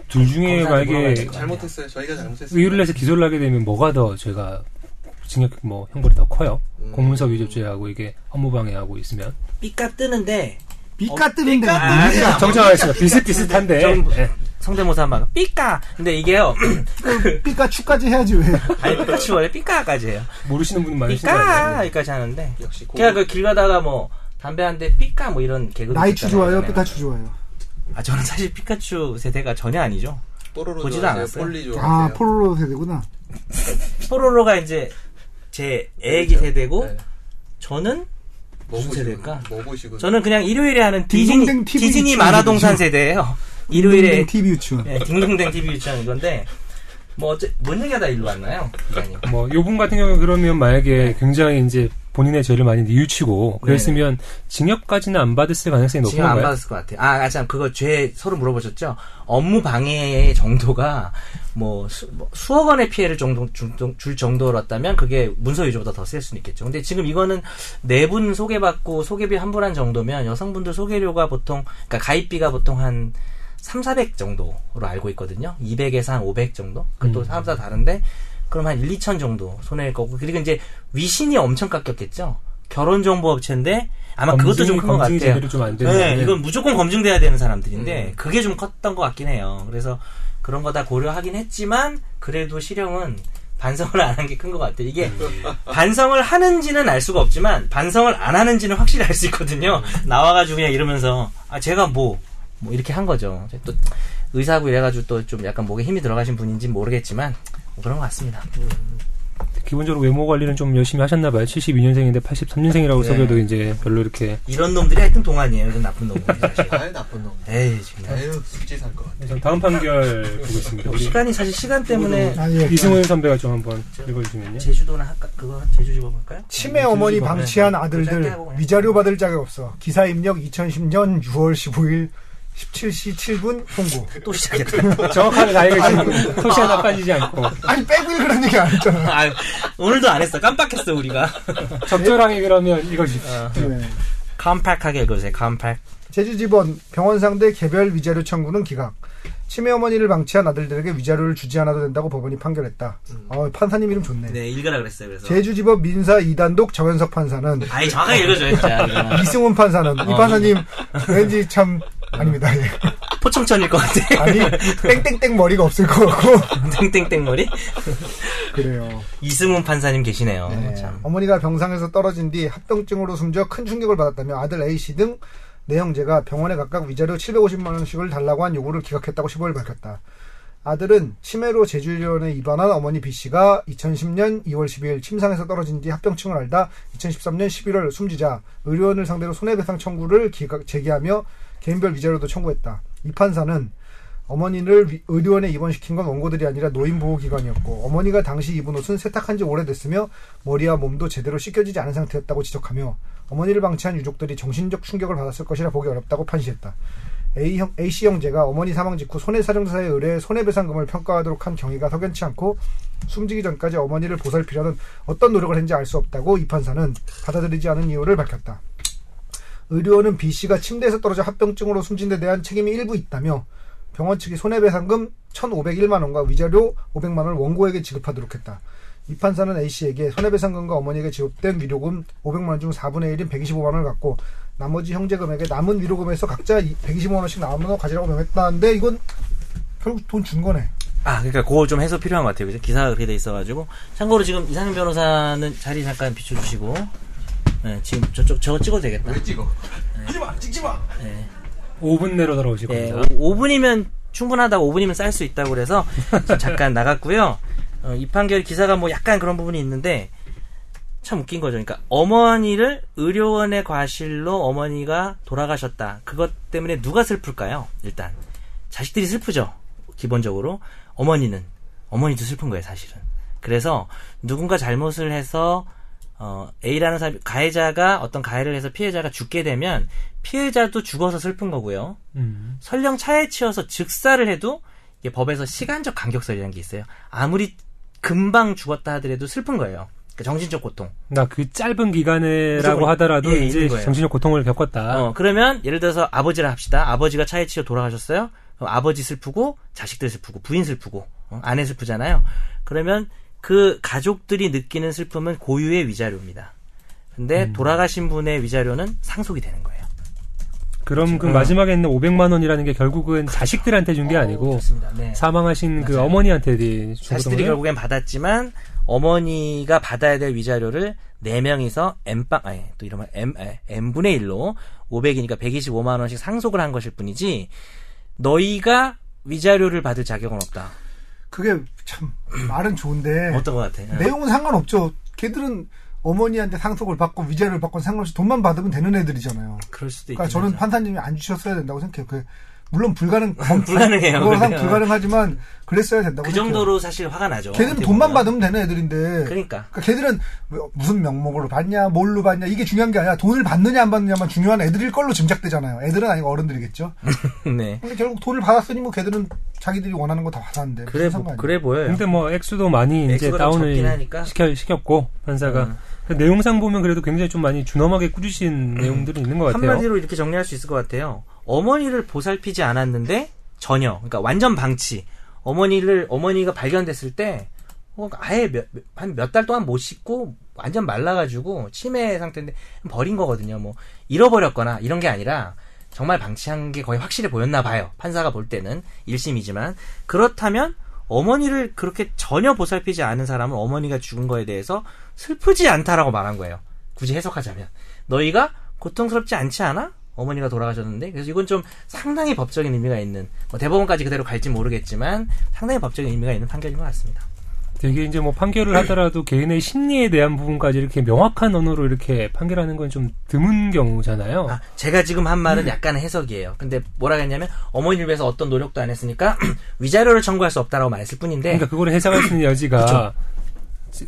Speaker 1: 둘 중에
Speaker 2: 검사한테 물어봐야
Speaker 1: 만약에
Speaker 2: 될것 같아요.
Speaker 3: 잘못했어요. 저희가 잘못했어요.
Speaker 1: 의유를 해서 기소를 하게 되면 뭐가 더 죄가 징역 뭐 형벌이 더 커요?
Speaker 3: 음.
Speaker 1: 공문서 위조죄하고 이게 업무방해하고 있으면
Speaker 2: 삐까 뜨는데
Speaker 4: 비가 뜨는데
Speaker 2: 삐까
Speaker 4: 비가
Speaker 1: 정정하겠습니다. 비슷비슷한데
Speaker 2: 아, 좀-
Speaker 1: 예.
Speaker 2: 성대모사 막 삐까 근데 이게요
Speaker 4: 비가 추까지 해야지 왜?
Speaker 2: 아니 삐까치 원래 삐까까지 해요.
Speaker 1: 모르시는 분은 아, 많으신 거
Speaker 2: 삐까
Speaker 1: 아니에요?
Speaker 2: 여기까지 하는데
Speaker 3: 역시 고
Speaker 2: 걔가 그 길 가다가 뭐 담배 한 대 삐까 뭐 이런 개그
Speaker 4: 나이추 좋아요, 그러니까 피카츄 좋아요.
Speaker 2: 아 저는 사실 피카츄 세대가 전혀 아니죠
Speaker 3: 뽀로로
Speaker 2: 보지도
Speaker 3: 좋아하세요?
Speaker 2: 않았어요.
Speaker 3: 폴리 좋아하세요?
Speaker 4: 아 폴로 세대구나.
Speaker 2: 뽀로로가 이제 제 애기 세대고
Speaker 3: 네.
Speaker 2: 저는
Speaker 3: 뭐
Speaker 2: 뭐? 무슨
Speaker 3: 보시고-
Speaker 2: 세대일까?
Speaker 3: 뭐 보시고
Speaker 2: 저는 그냥 일요일에 하는
Speaker 4: 딩동댕
Speaker 2: 디즈니
Speaker 4: TV
Speaker 2: 디즈니
Speaker 4: 유치원
Speaker 2: 만화동산
Speaker 4: 이거죠?
Speaker 2: 세대예요 일요일에
Speaker 4: 딩동댕 TV 유치원.
Speaker 2: 네, 딩동댕 TV 유치원 이건데 뭐 어째 뭔 얘기하다 일로 왔나요 기자님
Speaker 1: 뭐 요분 같은 경우 는 그러면 만약에 굉장히 이제 본인의 죄를 많이 뉘우치고 그랬으면 징역까지는 안 받았을 가능성이 높은
Speaker 2: 네. 지금 안
Speaker 1: 건가요?
Speaker 2: 받았을 것 같아요. 아, 아, 참, 그거 죄 서로 물어보셨죠? 업무 방해의 정도가 뭐, 수, 억 원의 피해를 정도, 줄, 줄 정도였다면 그게 문서 위조보다 더 셀 수는 있겠죠. 근데 지금 이거는 네 분 소개받고 소개비 환불한 정도면 여성분들 소개료가 보통, 그러니까 가입비가 보통 한 3, 400 정도로 알고 있거든요. 200에서 한 500 정도? 그것도
Speaker 1: 음.
Speaker 2: 사람마다 다른데, 그럼 한 1, 2천 정도 손해일 거고. 그리고 이제 위신이 엄청 깎였겠죠? 결혼정보업체인데, 아마 그것도 좀 큰 것
Speaker 1: 검증이
Speaker 2: 같아요.
Speaker 1: 제대로 좀안 되는
Speaker 2: 네,
Speaker 1: 거는
Speaker 2: 이건 무조건 검증돼야 되는 사람들인데
Speaker 3: 음.
Speaker 2: 그게 좀 컸던 것 같긴 해요. 그래서 그런 거 다 고려하긴 했지만 그래도 실형은 반성을 안 한 게 큰 것 같아요. 이게
Speaker 1: 음.
Speaker 2: 반성을 하는지는 알 수가 없지만 반성을 안 하는지는 확실히 알 수 있거든요.
Speaker 1: 음.
Speaker 2: 나와가지고 그냥 이러면서 아 제가 뭐, 뭐 이렇게 한 거죠. 또 의사고 이래가지고 또 좀 약간 목에 힘이 들어가신 분인지 모르겠지만 뭐 그런 것 같습니다.
Speaker 1: 기본적으로 외모 관리는 좀 열심히 하셨나 봐요. 72년생인데 83년생이라고
Speaker 2: 네.
Speaker 1: 써도 이제 별로 이렇게
Speaker 2: 이런 놈들이 하여튼 동안이에요. 이건 나쁜 놈이 사실.
Speaker 3: 아유 나쁜 놈.
Speaker 2: 에이 정말.
Speaker 3: 아유 숙제 살것 같아.
Speaker 1: 우선 네, 다음 판결 보겠습니다. 우리
Speaker 2: 시간이 사실 시간 때문에
Speaker 4: 아, 예.
Speaker 1: 이승훈 선배가 좀 한번 읽어주시면요.
Speaker 2: 제주도나 할까? 그거 제주 집어볼까요?
Speaker 4: 치매 어머니 방치한
Speaker 2: 짧게
Speaker 4: 아들들
Speaker 2: 하고 네. 그냥.
Speaker 4: 위자료 받을 자격 없어. 기사 입력 2010년 6월 15일 17시 7분 통고.
Speaker 2: 네, 또 시작했다.
Speaker 1: 정확하게 나이를
Speaker 2: 아,
Speaker 1: 지금 토시에 나빠지지 않고
Speaker 4: 아니 빼고 읽으라는 얘기 안 했잖아.
Speaker 2: 아, 오늘도 안 했어. 깜빡했어 우리가.
Speaker 1: 적절하게 그러면
Speaker 2: 아.
Speaker 1: 이거지.
Speaker 4: 네.
Speaker 2: 깜빡하게 읽어주세요. 깜빡.
Speaker 4: 제주 집원 병원상대 개별 위자료 청구는 기각. 치매 어머니를 방치한 아들들에게 위자료를 주지 않아도 된다고 법원이 판결했다. 어, 판사님 이름 좋네.
Speaker 2: 음. 네 읽으라 그랬어요. 그래서.
Speaker 4: 제주지법 민사 2단독 정현석 판사는
Speaker 2: 아예 정확하게 읽어줘요 진짜. 이거는.
Speaker 4: 이승훈 판사는 이
Speaker 2: 아.
Speaker 4: 판사님 왠지 참 아닙니다. 예.
Speaker 2: 포청천일 것 같아.
Speaker 4: 아니 땡땡땡 머리가 없을 것 같고
Speaker 2: 땡땡땡 머리.
Speaker 4: 그래요.
Speaker 2: 이승훈 판사님 계시네요.
Speaker 4: 네.
Speaker 2: 참.
Speaker 4: 어머니가 병상에서 떨어진 뒤 합병증으로 숨져 큰 충격을 받았다며 아들 A씨 등 네 형제가 병원에 각각 위자료 750만 원씩을 달라고 한 요구를 기각했다고 15일 밝혔다. 아들은 치매로 제주의료원에 입원한 어머니 B씨가 2010년 2월 12일 침상에서 떨어진 뒤 합병증을 알다 2013년 11월 숨지자 의료원을 상대로 손해배상 청구를 기각, 제기하며 개인별 위자료도 청구했다. 이 판사는 어머니를 위- 의료원에 입원시킨 건 원고들이 아니라 노인보호기관이었고 어머니가 당시 입은 옷은 세탁한 지 오래됐으며 머리와 몸도 제대로 씻겨지지 않은 상태였다고 지적하며 어머니를 방치한 유족들이 정신적 충격을 받았을 것이라 보기 어렵다고 판시했다. A 형, A씨 형제가 어머니 사망 직후 손해사정사에 의뢰해 손해배상금을 평가하도록 한 경위가 석연치 않고 숨지기 전까지 어머니를 보살피려는 어떤 노력을 했는지 알 수 없다고 이 판사는 받아들이지 않은 이유를 밝혔다. 의료원은 B씨가 침대에서 떨어져 합병증으로 숨진 데 대한 책임이 일부 있다며 병원 측이 손해배상금 1,501만 원과 위자료 500만 원을 원고에게 지급하도록 했다. 이 판사는 A씨에게 손해배상금과 어머니에게 지급된 위로금 500만 원 중 4분의 1인 125만 원을 갖고 나머지 형제금액에 남은 위로금에서 각자 125만 원씩 남은 거 가지라고 명했다는데 이건 결국 돈 준 거네.
Speaker 2: 아, 그러니까 그거 좀 해소 필요한 것 같아요. 그죠? 기사가 그렇게 돼 있어가지고. 참고로 지금 이상민 변호사는 자리 잠깐 비춰주시고. 네, 지금 저쪽 저거 찍어도 되겠다.
Speaker 3: 왜 찍어? 하지마 네. 찍지 마.
Speaker 1: 5분 내로 돌아오실
Speaker 2: 네,
Speaker 1: 겁니다.
Speaker 2: 5분이면 충분하다고 5분이면 쌀 수 있다고 그래서 지금 잠깐 나갔고요. 어, 이 판결 기사가 뭐 약간 그런 부분이 있는데 참 웃긴 거죠. 그러니까 어머니를 의료원의 과실로 어머니가 돌아가셨다. 그것 때문에 누가 슬플까요? 일단 자식들이 슬프죠. 기본적으로 어머니는 어머니도 슬픈 거예요, 사실은. 그래서 누군가 잘못을 해서 어, A라는 사람 가해자가 어떤 가해를 해서 피해자가 죽게 되면 피해자도 죽어서 슬픈 거고요.
Speaker 1: 음.
Speaker 2: 설령 차에 치여서 즉사를 해도 이게 법에서 시간적 간격설이라는 게 있어요. 아무리 금방 죽었다 하더라도 슬픈 거예요. 그러니까 정신적 고통.
Speaker 1: 나 그 짧은 기간에라고
Speaker 2: 무조건-
Speaker 1: 하더라도
Speaker 2: 예,
Speaker 1: 이제
Speaker 2: 있는 거예요.
Speaker 1: 정신적 고통을 겪었다.
Speaker 2: 어, 그러면 예를 들어서 아버지를 합시다. 아버지가 차에 치여 돌아가셨어요. 그럼 아버지 슬프고 자식들 슬프고 부인 슬프고 어, 아내 슬프잖아요. 그러면 그 가족들이 느끼는 슬픔은 고유의 위자료입니다. 근데
Speaker 1: 음.
Speaker 2: 돌아가신 분의 위자료는 상속이 되는 거예요.
Speaker 1: 그럼 그
Speaker 2: 어.
Speaker 1: 마지막에 있는 500만 원이라는 게 결국은 자식들한테 준 게 아니고
Speaker 2: 좋습니다. 네.
Speaker 1: 사망하신 그
Speaker 2: 맞아요.
Speaker 1: 어머니한테 준
Speaker 2: 자식들이
Speaker 1: 거예요.
Speaker 2: 결국엔 받았지만 어머니가 받아야 될 위자료를 네명이서 M빵 아니 또 이러면 M 아, M분의 1로 500이니까 125만 원씩 상속을 한 것일 뿐이지 너희가 위자료를 받을 자격은 없다.
Speaker 4: 그게 참 말은 좋은데
Speaker 2: 어떤 것 같아? 요
Speaker 4: 네. 내용은 상관없죠. 걔들은 어머니한테 상속을 받고 위자료를 받고 상관없이 돈만 받으면 되는 애들이잖아요.
Speaker 2: 그럴 수도 있고.
Speaker 4: 그러니까 저는 판사님이 안 주셨어야 된다고 생각해요. 그 물론 불가능
Speaker 2: 어, 불가능해요.
Speaker 4: 그거상
Speaker 2: 그래요.
Speaker 4: 불가능하지만 그랬어야 된다고
Speaker 2: 그
Speaker 4: 생각해요.
Speaker 2: 정도로 사실 화가 나죠.
Speaker 4: 걔들은
Speaker 2: 어떻게
Speaker 4: 돈만
Speaker 2: 보면.
Speaker 4: 받으면 되는 애들인데
Speaker 2: 그러니까.
Speaker 4: 그러니까 걔들은 뭐- 무슨 명목으로 받냐 뭘로 받냐 이게 중요한 게 아니라 돈을 받느냐 안 받느냐만 중요한 애들일 걸로 짐작되잖아요. 애들은 아니고 어른들이겠죠.
Speaker 2: 네.
Speaker 4: 근데 결국 돈을 받았으니 뭐 걔들은 자기들이 원하는 거 다 받았는데 무슨
Speaker 2: 그래 보-
Speaker 4: 상관이야.
Speaker 2: 그래 보여요.
Speaker 1: 근데 뭐 액수도 많이 이제
Speaker 2: 액수가 좀 적긴
Speaker 1: 다운을
Speaker 2: 하니까.
Speaker 1: 시켜, 시켰고 판사가
Speaker 2: 음.
Speaker 1: 그 내용상 보면 그래도 굉장히 좀 많이 준엄하게 꾸주신 내용들은 있는 것 같아요.
Speaker 2: 한마디로 이렇게 정리할 수 있을 것 같아요. 어머니를 보살피지 않았는데 전혀, 그러니까 완전 방치. 어머니를 어머니가 발견됐을 때 어, 아예 한 몇 달 동안 못 씻고 완전 말라가지고 치매 상태인데 버린 거거든요. 뭐 잃어버렸거나 이런 게 아니라 정말 방치한 게 거의 확실해 보였나 봐요. 판사가 볼 때는 1심이지만 그렇다면 어머니를 그렇게 전혀 보살피지 않은 사람은 어머니가 죽은 거에 대해서 슬프지 않다라고 말한 거예요. 굳이 해석하자면 너희가 고통스럽지 않지 않아? 어머니가 돌아가셨는데 그래서 이건 좀 상당히 법적인 의미가 있는 뭐 대법원까지 그대로 갈지 모르겠지만 상당히 법적인 의미가 있는 판결인 것 같습니다.
Speaker 1: 되게 이제 뭐 판결을 하더라도 개인의 심리에 대한 부분까지 이렇게 명확한 언어로 이렇게 판결하는 건 좀 드문 경우잖아요.
Speaker 2: 아, 제가 지금 한 말은 약간의 해석이에요. 근데 뭐라 했냐면 어머니를 위해서 어떤 노력도 안 했으니까 위자료를 청구할 수 없다라고 말했을 뿐인데
Speaker 1: 그러니까 그걸 해석할 수 있는 여지가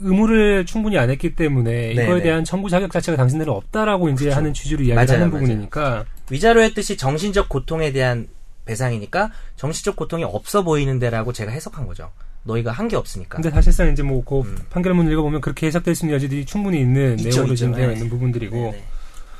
Speaker 1: 의무를 충분히 안 했기 때문에
Speaker 2: 네,
Speaker 1: 이거에
Speaker 2: 네.
Speaker 1: 대한 청구 자격 자체가 당신들은 없다라고 이제 하는 취지로 이야기를
Speaker 2: 맞아요, 그러니까.
Speaker 1: 하는
Speaker 2: 맞아요.
Speaker 1: 부분이니까
Speaker 2: 위자료의 뜻이 정신적 고통에 대한 배상이니까 정신적 고통이 없어 보이는데라고 제가 해석한 거죠. 너희가 한 게 없으니까.
Speaker 1: 근데 사실상 이제 뭐 그
Speaker 2: 음.
Speaker 1: 판결문 읽어보면 그렇게 해석될 수 있는 여지들이 충분히 있는
Speaker 2: 있죠,
Speaker 1: 내용으로
Speaker 2: 있죠.
Speaker 1: 지금 되어
Speaker 2: 네.
Speaker 1: 있는 부분이고
Speaker 2: 네네.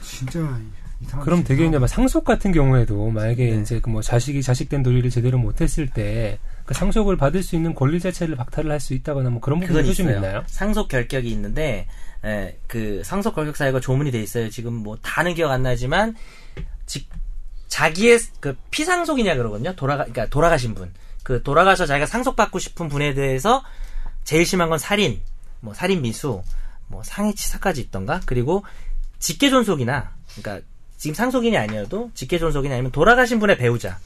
Speaker 4: 진짜 이상한.
Speaker 1: 그럼 되게 이제 막 상속 같은 경우에도 만약에
Speaker 2: 네.
Speaker 1: 이제 그뭐 자식이 자식된 도리를 제대로 못했을 때 그 상속을 받을 수 있는 권리 자체를 박탈을 할 수 있다거나 뭐 그런
Speaker 2: 그건
Speaker 1: 부분도 좀
Speaker 2: 있어요.
Speaker 1: 있나요?
Speaker 2: 상속 결격이 있는데 예, 그 상속 결격 사유가 조문이 돼 있어요. 지금 뭐 다는 기억 안 나지만 직- 자기의 그 피상속이냐 그러거든요. 돌아가 그러니까 돌아가신 분. 그 돌아가서 자기가 상속받고 싶은 분에 대해서 제일 심한 건 살인, 뭐 살인 미수, 뭐 상해치사까지 있던가. 그리고 직계존속이나 그러니까 지금 상속인이 아니어도 직계존속이나 아니면 돌아가신 분의 배우자.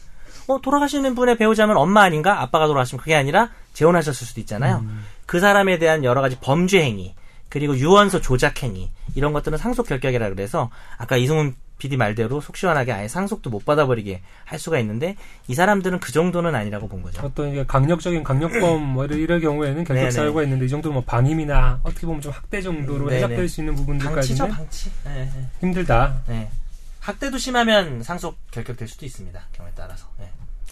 Speaker 2: 어 돌아가시는 분의 배우자면 엄마 아닌가? 아빠가 돌아가시면 그게 아니라 재혼하셨을 수도 있잖아요. 그 사람에 대한 여러 가지 범죄 행위 그리고 유언서 조작 행위 이런 것들은 상속 결격이라 그래서 아까 이승훈 PD 말대로 속 시원하게 아예 상속도 못 받아버리게 할 수가 있는데 이 사람들은 그 정도는 아니라고 본 거죠.
Speaker 1: 어떤 이게 강력적인 강력범 뭐 이런- 이런 경우에는 결격
Speaker 2: 네네.
Speaker 1: 사유가 있는데 이 정도면 뭐 방임이나 어떻게 보면 좀 학대 정도로
Speaker 2: 음, 네네.
Speaker 1: 해석될 수 있는
Speaker 2: 방치죠
Speaker 1: 부분들까지는
Speaker 2: 방치. 예, 예.
Speaker 1: 힘들다.
Speaker 2: 예. 학대도 심하면 상속 결격될 수도 있습니다. 경우에 따라서. 예.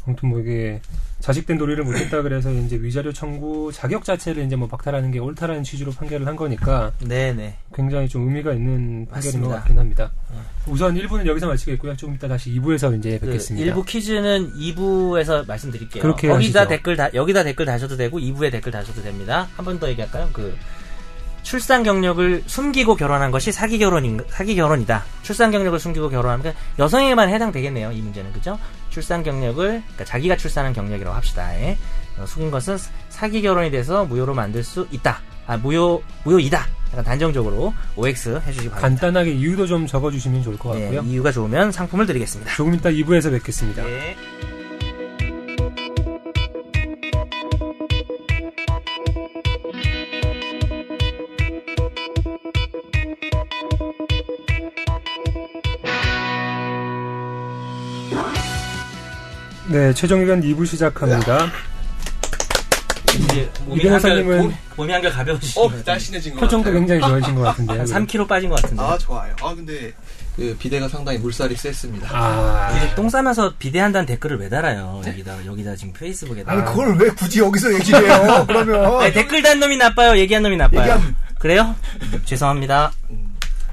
Speaker 1: 아무튼 뭐 이게 자식된 도리를 못했다 그래서 이제 위자료 청구 자격 자체를 이제 뭐 박탈하는 게 옳다라는 취지로 판결을 한 거니까
Speaker 2: 네네.
Speaker 1: 굉장히 좀 의미가 있는 판결인
Speaker 2: 맞습니다. 네.
Speaker 1: 것 같긴 합니다. 우선 1부는 여기서 마치겠고요. 조금 이따 다시 2부에서 이제 뵙겠습니다.
Speaker 2: 그 일부 퀴즈는 2부에서 말씀드릴게요.
Speaker 1: 그렇게
Speaker 2: 거기다
Speaker 1: 하시죠.
Speaker 2: 댓글 다, 여기다 댓글 다셔도 되고 2부에 댓글 다셔도 됩니다. 한 번 더 얘기할까요? 그 출산 경력을 숨기고 결혼한 것이 사기 결혼인 사기 결혼이다. 출산 경력을 숨기고 결혼하면 그러니까 여성에게만 해당되겠네요. 이 문제는 그죠? 출산 경력을 그러니까 자기가 출산한 경력이라고 합시다. 예. 어, 속인 것은 사기 결혼이 돼서 무효로 만들 수 있다. 아 무효 무효이다. 약간 단정적으로 OX 해주시기 바랍니다.
Speaker 1: 간단하게 이유도 좀 적어주시면 좋을 것 같고요.
Speaker 2: 예, 이유가 좋으면 상품을 드리겠습니다.
Speaker 1: 조금 이따 2부에서 뵙겠습니다.
Speaker 2: 예.
Speaker 1: 네, 최종 의견 2부 시작합니다.
Speaker 2: 네. 이제 몸이
Speaker 1: 이병호
Speaker 2: 한결-
Speaker 1: 선생님은-
Speaker 2: 몸- 몸이 한결 가벼우시죠.
Speaker 3: 어, 날씬해진 것
Speaker 1: 표정도
Speaker 3: 같아요.
Speaker 1: 굉장히 좋아하신 것 같은데요.
Speaker 2: 한 3kg 빠진 것 같은데.
Speaker 3: 아, 좋아요. 아, 근데 그 비대가 상당히 물살이 셌습니다.
Speaker 1: 아,
Speaker 2: 이제 똥 싸면서 비대한다는 댓글을 왜 달아요? 여기다 여기다 지금 페이스북에다.
Speaker 4: 아니 그걸 왜 굳이 여기서 얘기해요? 그러면
Speaker 2: 네, 댓글 단 놈이 나빠요. 얘기한 놈이 나빠요.
Speaker 4: 얘기한-
Speaker 2: 그래요? 죄송합니다.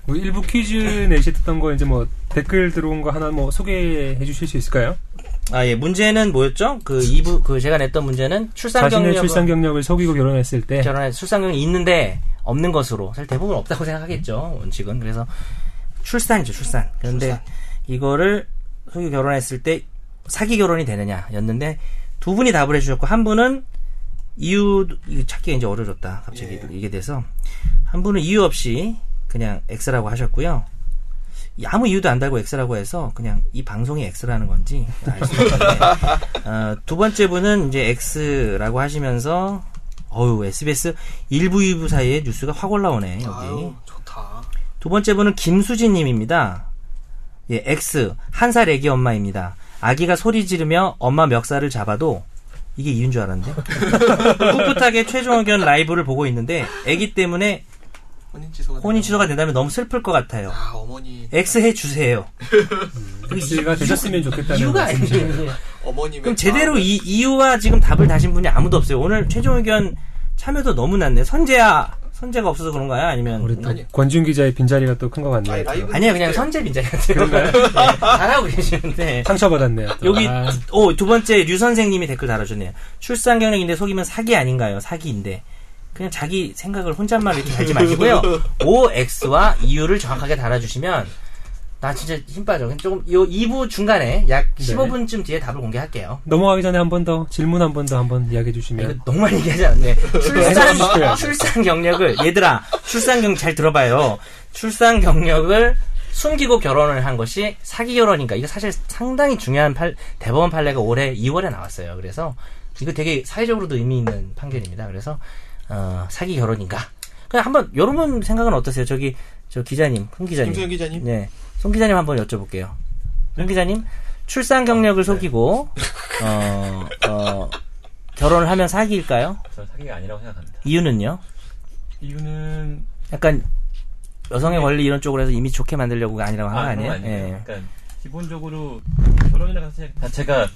Speaker 1: 뭐 일부 퀴즈 내셨던 거 이제 뭐 댓글 들어온 거 하나 뭐 소개해 주실 수 있을까요?
Speaker 2: 아 예, 문제는 뭐였죠? 그 이부 그 제가 냈던 문제는 출산
Speaker 1: 자신의
Speaker 2: 경력
Speaker 1: 출산 경력을 속이고 결혼했을
Speaker 3: 네.
Speaker 1: 때
Speaker 2: 결혼해 출산 경력이 있는데 없는 것으로 사실 대부분 없다고 생각하겠죠 원칙은 그래서 출산이죠 출산 그런데
Speaker 3: 출산.
Speaker 2: 이거를 소유 결혼했을 때 사기 결혼이 되느냐였는데 두 분이 답을 해주셨고 한 분은 이유 이거 찾기가 이제 어려졌다 갑자기
Speaker 3: 예.
Speaker 2: 이게 돼서 한 분은 이유 없이 그냥 X라고 하셨고요 이 아무 이유도 안 달고 X라고 해서 그냥 이 방송이 X라는 건지 알 수 없는데 어, 두 번째 분은 이제 X라고 하시면서 어우 SBS 1부 2부 사이에 뉴스가 확 올라오네 여기
Speaker 3: 아유, 좋다.
Speaker 2: 두 번째 분은 김수진님입니다 예 X 한 살 애기 엄마입니다 아기가 소리 지르며 엄마 멱살을 잡아도 이게 이유인 줄 알았는데 풋풋하게 최종 의견 라이브를 보고 있는데 애기 때문에
Speaker 3: 혼인 취소가
Speaker 2: 혼인
Speaker 3: 되면-
Speaker 2: 취소가 된다면 너무 슬플 것 같아요
Speaker 3: 아, 어머니.
Speaker 2: X 해주세요
Speaker 1: X가 되셨으면 좋겠다는
Speaker 2: 이유가
Speaker 1: 말씀.
Speaker 2: 아니에요
Speaker 3: 어머님의
Speaker 2: 그럼 제대로
Speaker 3: 마음을-
Speaker 2: 이 이유와 지금 답을 다신 분이 아무도 없어요. 오늘 최종 의견 참여도 너무 낮네. 선재야, 선재가 없어서 그런가요? 아니면
Speaker 1: 우리 또
Speaker 3: 아니요.
Speaker 1: 권준 기자의 빈자리가 또 큰 것
Speaker 3: 아니,
Speaker 1: 같네요.
Speaker 3: 라이브
Speaker 2: 아니야 그냥 선재 빈자리 같아요.
Speaker 1: 그런가요?
Speaker 2: 네, 잘하고 계시는데
Speaker 1: 상처받았네요. 또.
Speaker 2: 여기
Speaker 1: 아.
Speaker 2: 오 두 번째 류 선생님이 댓글 달아줬네요. 출산 경력인데 속이면 사기 아닌가요? 사기인데. 그냥 자기 생각을 혼잣말 이렇게 달지 마시고요. O, X와 이유를 정확하게 달아주시면 나 진짜 힘 빠져. 그냥 조금 요 2부 중간에 약 15분쯤 뒤에 답을 공개할게요.
Speaker 1: 넘어가기 전에 한 번 더 질문 한 번 더 한 번 이야기해
Speaker 2: 이거
Speaker 1: 주시면
Speaker 2: 너무 많이 얘기하지 않네.
Speaker 1: 해석시켜야
Speaker 2: 출산,
Speaker 1: 돼.
Speaker 2: 출산 경력을, 얘들아, 출산 경력 잘 들어봐요. 출산 경력을 숨기고 결혼을 한 것이 사기 결혼인가. 이거 사실 상당히 중요한 팔- 대법원 판례가 올해 2월에 나왔어요. 그래서 이거 되게 사회적으로도 의미 있는 판결입니다. 그래서, 어, 사기 결혼인가. 그냥 한번, 여러분 생각은 어떠세요? 저기, 저 기자님, 홍 기자님.
Speaker 3: 김소영 기자님?
Speaker 2: 네. 송 기자님 한번 여쭤볼게요. 홍 기자님, 출산
Speaker 5: 아,
Speaker 2: 경력을
Speaker 5: 네.
Speaker 2: 속이고, 어, 어, 결혼을 하면 사기일까요?
Speaker 5: 저는 사기가 아니라고 생각합니다.
Speaker 2: 이유는요?
Speaker 5: 이유는 네.
Speaker 2: 약간 여성의 권리 이런 쪽으로 해서 이미 좋게 만들려고가 아니라고 한 거
Speaker 5: 아, 그런
Speaker 2: 아니에요?
Speaker 5: 거 아니에요.
Speaker 2: 예.
Speaker 5: 그러니까 기본적으로 결혼 변론이라고 사실 자체가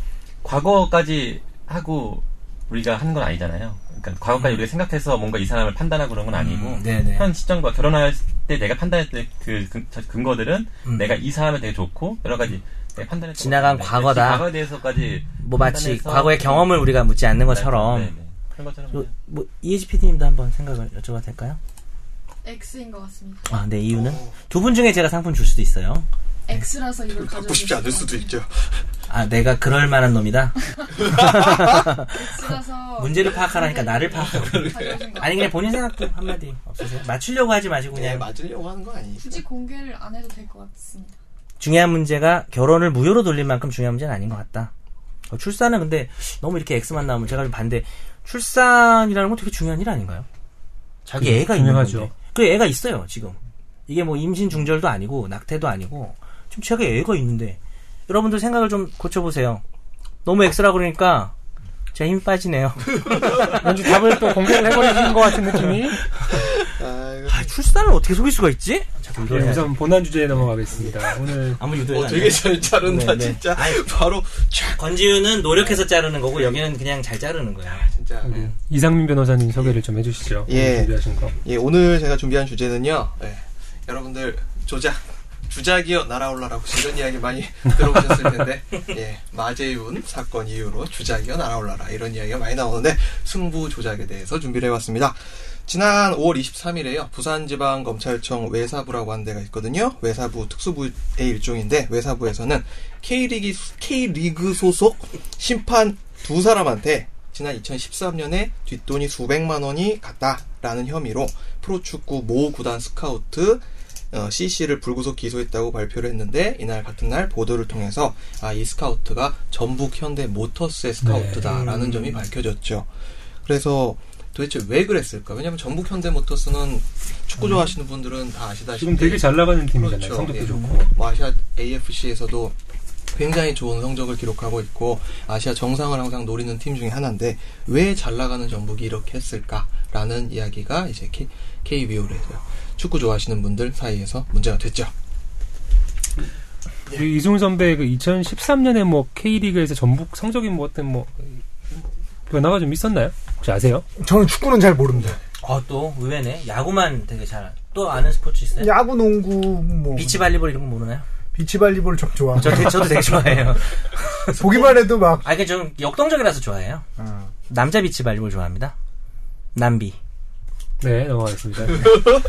Speaker 5: 과거까지 하고 우리가 하는 건 아니잖아요. 그러니까 과거까지 우리가 생각해서 뭔가 이 사람을 판단하고 그런 건 아니고
Speaker 2: 음. 네네.
Speaker 5: 현 시점과 결혼할 때 내가 판단했을 때그 근거들은
Speaker 2: 음.
Speaker 5: 내가 이 사람을 되게 좋고 여러 가지 내가 판단했던
Speaker 2: 지나간
Speaker 5: 것들,
Speaker 2: 과거다.
Speaker 5: 그 과거에 대해서까지
Speaker 2: 뭐 마치
Speaker 5: 판단해서
Speaker 2: 과거의 경험을 우리가 묻지 않는 것처럼
Speaker 5: 네, 네. 그런 것처럼
Speaker 2: 요-
Speaker 5: 그냥
Speaker 2: 뭐 이혜지 PD님도 한번 생각을 여쭤봐도 될까요?
Speaker 6: X인 것 같습니다.
Speaker 2: 아, 네 이유는 두 분 중에 제가 상품 줄 수도 있어요.
Speaker 6: X라서 이걸 가져.
Speaker 3: 갖고 싶지 않을 수도 있죠.
Speaker 2: 아, 내가 그럴 만한 놈이다.
Speaker 6: X라서
Speaker 2: 문제를 파악하라니까 나를 파악하고.
Speaker 6: 가져오신 것
Speaker 2: 아니 그냥 본인 생각도 한마디 없으세요? 맞추려고 하지 마시고
Speaker 3: 그냥
Speaker 2: 그냥
Speaker 3: 네, 맞으려고 하는 거 아니죠?
Speaker 6: 굳이 공개를 안 해도 될 것 같습니다.
Speaker 2: 중요한 문제가 결혼을 무효로 돌릴 만큼 중요한 문제는 아닌 것 같다. 어, 출산은 근데 너무 이렇게 X만 나오면 제가 좀 반대. 출산이라는 건 되게 중요한 일 아닌가요?
Speaker 1: 음,
Speaker 2: 자기
Speaker 1: 중-
Speaker 2: 애가 있는
Speaker 1: 중요하죠.
Speaker 2: 건데. 그 애가 있어요 지금. 이게 뭐 임신 중절도 아니고 낙태도 아니고 지금 제가 애가 있는데 여러분들 생각을 좀 고쳐보세요. 너무 X라 그러니까 제가 힘 빠지네요.
Speaker 1: 왠지 답을 또 공개를 해버리신 것 같은 느낌이. 예,
Speaker 3: 아이고.
Speaker 2: 아, 출산을 어떻게 속일 수가 있지? 자꾸
Speaker 1: 예,
Speaker 2: 이걸 해야 돼.
Speaker 1: 우선 본안 주제에 넘어가겠습니다. 오늘
Speaker 2: 아무 유도해.
Speaker 3: 어, 되게 잘 자른다
Speaker 2: 네, 네.
Speaker 3: 진짜. 바로 촥
Speaker 2: 권지윤은 노력해서 자르는 거고 여기는 그냥 잘 자르는 거야.
Speaker 3: 진짜.
Speaker 1: 우리 이상민 변호사님 소개를 좀 해주시죠. 오늘
Speaker 3: 예.
Speaker 1: 준비하신 거.
Speaker 3: 예, 오늘 제가 준비한 주제는요. 예, 여러분들 조작, 주작이여 날아올라라 혹시 이런 이야기 많이 들어보셨을 텐데, 예, 마재윤 사건 이후로 주작이여 날아올라라 이런 이야기가 많이 나오는데 승부 조작에 대해서 준비를 해왔습니다. 지난 5월 23일에요. 부산지방검찰청 외사부라고 하는 데가 있거든요. 외사부 특수부의 일종인데 외사부에서는 K리그, K리그 소속 심판 두 사람한테 지난 2013년에 뒷돈이 수백만 원이 갔다라는 혐의로 프로축구 모 구단 스카우트 CC를 불구속 기소했다고 발표를 했는데 이날 같은 날 보도를 통해서 아, 이 스카우트가 전북 현대 모터스의 스카우트다라는
Speaker 2: 네.
Speaker 3: 점이 밝혀졌죠. 그래서 도대체 왜 그랬을까? 왜냐면 전북 현대 모터스는 축구 좋아하시는 분들은 다 아시다시피
Speaker 1: 음. 지금 되게 잘 나가는 팀이잖아요.
Speaker 3: 그렇죠.
Speaker 1: 성적도
Speaker 3: 예.
Speaker 1: 좋고.
Speaker 3: 뭐 아시아 AFC에서도 굉장히 좋은 성적을 기록하고 있고 아시아 정상을 항상 노리는 팀 중에 하나인데 왜 잘 나가는 전북이 이렇게 했을까라는 이야기가 이제 K, KBO에서 축구 좋아하시는 분들 사이에서 문제가 됐죠.
Speaker 1: 그 이승훈 선배 그 2013년에 뭐 K리그에서 전북 성적이 뭐 어떤 뭐 변화가 좀 있었나요? 혹시 아세요?
Speaker 4: 저는 축구는 잘 모릅니다.
Speaker 2: 아, 또 의외네. 야구만 되게 잘. 또 아는 스포츠 있어요?
Speaker 4: 네. 야구, 농구, 뭐
Speaker 2: 비치 발리볼 이런 거 모르나요?
Speaker 4: 비치발리볼 좀 좋아.
Speaker 2: 저 되게, 저도 되게 좋아해요.
Speaker 4: 보기만 해도 막
Speaker 2: 아, 이게 좀 역동적이라서 좋아해요.
Speaker 4: 아,
Speaker 2: 남자 비치 발리볼 좋아합니다. 남비.
Speaker 1: 네, 넘어가겠습니다. 네.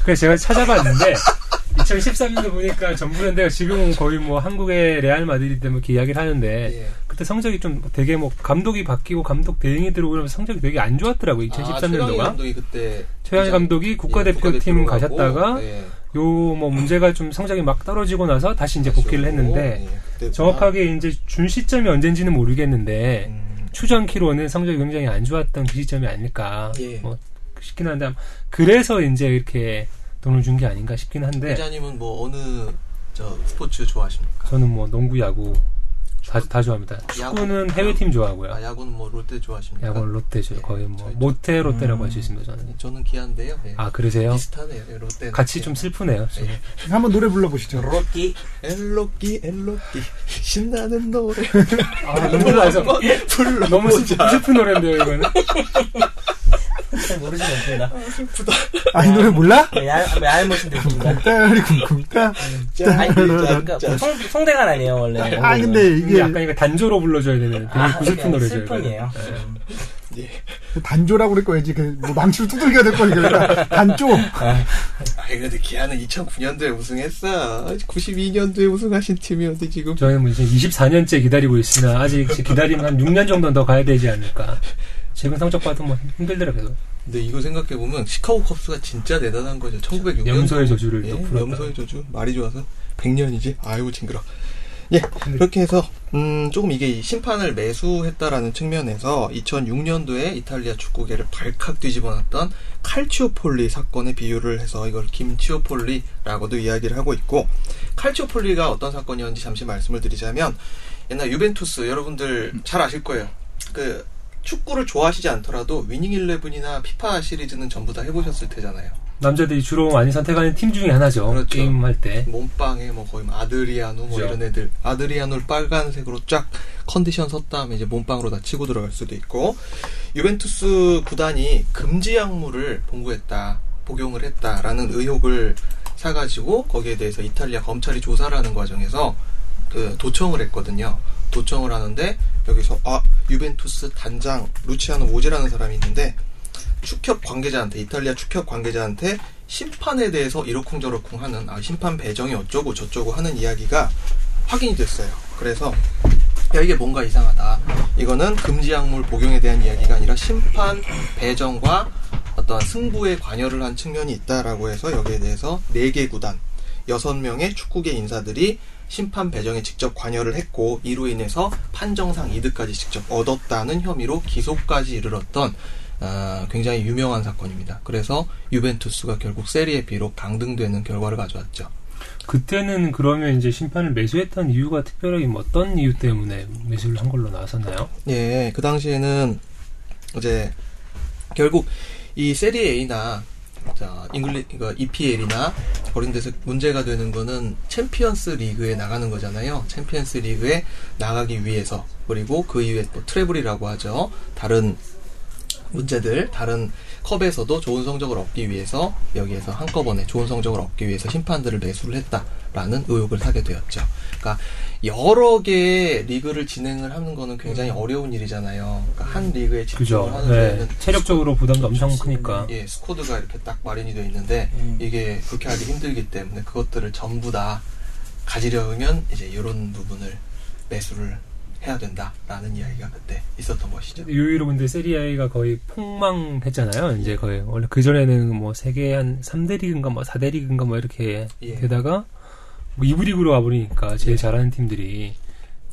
Speaker 1: 그래서 제가 찾아봤는데 2013년도 보니까 전북인데 지금은 거의 뭐 한국의 레알 마드리드 때문에 이렇게 이야기를 하는데
Speaker 3: 예.
Speaker 1: 그때 성적이 좀 되게 뭐 감독이 바뀌고 감독 대행이 들어오고 그러면서 성적이 되게 안 좋았더라고요.
Speaker 3: 아, 최강희
Speaker 1: 2013년도가.
Speaker 3: 감독이 그때
Speaker 1: 최강희
Speaker 3: 이제-
Speaker 1: 감독이 예, 국가대표팀
Speaker 3: 국가대표로
Speaker 1: 가셨다가
Speaker 3: 가고, 예,
Speaker 1: 요 뭐 문제가 좀 성적이 막 떨어지고 나서 다시 이제 복귀를
Speaker 3: 가시고,
Speaker 1: 했는데
Speaker 3: 예, 그때구나.
Speaker 1: 정확하게 이제 준 시점이 언젠지는 모르겠는데
Speaker 3: 음,
Speaker 1: 추정키로는 성적이 굉장히 안 좋았던 그 시점이 아닐까
Speaker 3: 예.
Speaker 1: 뭐 싶긴 한데 아마 그래서 이제 이렇게 돈을 준 게 아닌가 싶긴 한데
Speaker 3: 기자님은 뭐 어느 저 스포츠 좋아하십니까?
Speaker 1: 저는 뭐 농구 야구 다, 다 좋아합니다
Speaker 3: 야구.
Speaker 1: 축구는 해외팀 좋아하고요
Speaker 3: 아, 야구는 뭐 롯데 좋아하십니까?
Speaker 1: 야구 롯데죠 거의 뭐
Speaker 3: 저희-
Speaker 1: 모태 롯데라고 할 수
Speaker 2: 음.
Speaker 1: 있습니다 저는
Speaker 3: 저는 기아인데요. 예.
Speaker 1: 아 그러세요
Speaker 3: 비슷하네요. 예, 롯데
Speaker 1: 같이 좀 슬프네요 좀.
Speaker 3: 예.
Speaker 4: 한번 노래 불러보시죠.
Speaker 2: 로키.
Speaker 3: 엘로끼 엘로끼 신나는 노래
Speaker 1: 아 너무 나서
Speaker 3: 불러
Speaker 1: 너무 슬- 슬픈 노래인데요 이거는
Speaker 2: 잘 모르지 않습니다.
Speaker 4: 아, 이 노래 몰라?
Speaker 2: 얄못인 느낌이다.
Speaker 4: 따리 쿵쿵따.
Speaker 2: 아니, 그러니까 송, 송대가 아니에요, 원래.
Speaker 4: 아,
Speaker 2: 어.
Speaker 4: 근데
Speaker 1: 이게
Speaker 4: 이게
Speaker 1: 약간 이거 단조로 불러줘야 되는 되게 그 구슬픈 노래죠
Speaker 2: 아, 슬픈이에요.
Speaker 1: 이거는. 예.
Speaker 4: 단조라고 그랬고 왠지 그 뭐 망치로 두들겨야 될 거니까 단조.
Speaker 3: 아 그래도 기아는 2009년도에 우승했어 92년도에 우승하신 팀이었는데 지금
Speaker 1: 저희는 이제 24년째 기다리고 있으나 아직 이제 기다리면 한 6년 정도는 더 가야 되지 않을까. 최근 성적 봐도 뭐 힘들더라고요.
Speaker 3: 근데 이거 생각해보면 시카고 컵스가 진짜 대단한 거죠 1906년
Speaker 1: 염소의 저주를 또 풀었다.
Speaker 3: 염소의 예, 저주 말이 좋아서 100년이지 아이고 징그러 예 그렇게 해서 음 조금 이게 이 심판을 매수했다라는 측면에서 2006년도에 이탈리아 축구계를 발칵 뒤집어놨던 칼치오폴리 사건에 비유를 해서 이걸 김치오폴리라고도 이야기를 하고 있고 칼치오폴리가 어떤 사건이었는지 잠시 말씀을 드리자면 옛날 유벤투스 여러분들 잘 아실 거예요 그 축구를 좋아하시지 않더라도 위닝 일레븐이나 피파 시리즈는 전부 다 해보셨을 테잖아요
Speaker 1: 남자들이 주로 많이 선택하는 팀 중에 하나죠.
Speaker 3: 그렇죠.
Speaker 1: 게임할 때.
Speaker 3: 몸빵에 뭐 거의 뭐 아드리아노 뭐
Speaker 1: 네. 그죠.
Speaker 3: 이런 애들 아드리아노를 빨간색으로 쫙 컨디션 섰다음에 이제 몸빵으로 다 치고 들어갈 수도 있고 유벤투스 구단이 금지 약물을 봉구했다 복용을 했다라는 의혹을 사가지고 거기에 대해서 이탈리아 검찰이 조사를 하는 과정에서 그 도청을 했거든요 도청을 하는데 여기서 아 유벤투스 단장 루치아노 모지라는 사람이 있는데 축협 관계자한테 이탈리아 축협 관계자한테 심판에 대해서 이러쿵저러쿵 하는 아 심판 배정이 어쩌고 저쩌고 하는 이야기가 확인이 됐어요. 그래서 야 이게 뭔가 이상하다. 이거는 금지 약물 복용에 대한 이야기가 아니라 심판 배정과 어떤 승부에 관여를 한 측면이 있다라고 해서 여기에 대해서 네 개 구단 여섯 명의 축구계 인사들이 심판 배정에 직접 관여를 했고 이로 인해서 판정상 이득까지 직접 얻었다는 혐의로 기소까지 이르렀던 아, 굉장히 유명한 사건입니다. 그래서 유벤투스가 결국 세리에 비록 강등되는 결과를 가져왔죠.
Speaker 1: 그때는 그러면 이제 심판을 매수했던 이유가 특별하게 뭐 어떤 이유 때문에 매수를 한 걸로 나왔었나요?
Speaker 3: 예, 그 당시에는 이제 결국 이 세리 A나 자, 잉글리 이거 E EPL이나 그런 데서 문제가 되는 거는 챔피언스 리그에 나가는 거잖아요. 챔피언스 리그에 나가기 위해서 그리고 그 이후에 또 트래블이라고 하죠. 다른 문제들 다른 컵에서도 좋은 성적을 얻기 위해서 여기에서 한꺼번에 좋은 성적을 얻기 위해서 심판들을 매수를 했다라는 의혹을 사게 되었죠. 그러니까 여러 개의 리그를 진행을 하는 거는 굉장히 어려운 일이잖아요. 그러니까 한 리그에
Speaker 1: 음. 그죠.
Speaker 3: 집중을 하는
Speaker 1: 네.
Speaker 3: 데는
Speaker 1: 체력적으로 부담도 엄청 크니까.
Speaker 3: 예, 스쿼드가 이렇게 딱 마련이 되어 있는데
Speaker 2: 음.
Speaker 3: 이게 그렇게 하기 힘들기 때문에 그것들을 전부 다 가지려면 이제 이런 부분을 매수를 해야 된다라는 이야기가 그때 있었던 것이죠.
Speaker 1: 요유로 근데 세리아가 거의 폭망했잖아요. 이제 거의 원래 그 전에는 뭐 세계 한 3대 리그인가 뭐 4대 리그인가 뭐 이렇게
Speaker 3: 예.
Speaker 1: 되다가 뭐 2부 리그로 와버리니까 제일
Speaker 3: 예.
Speaker 1: 잘하는 팀들이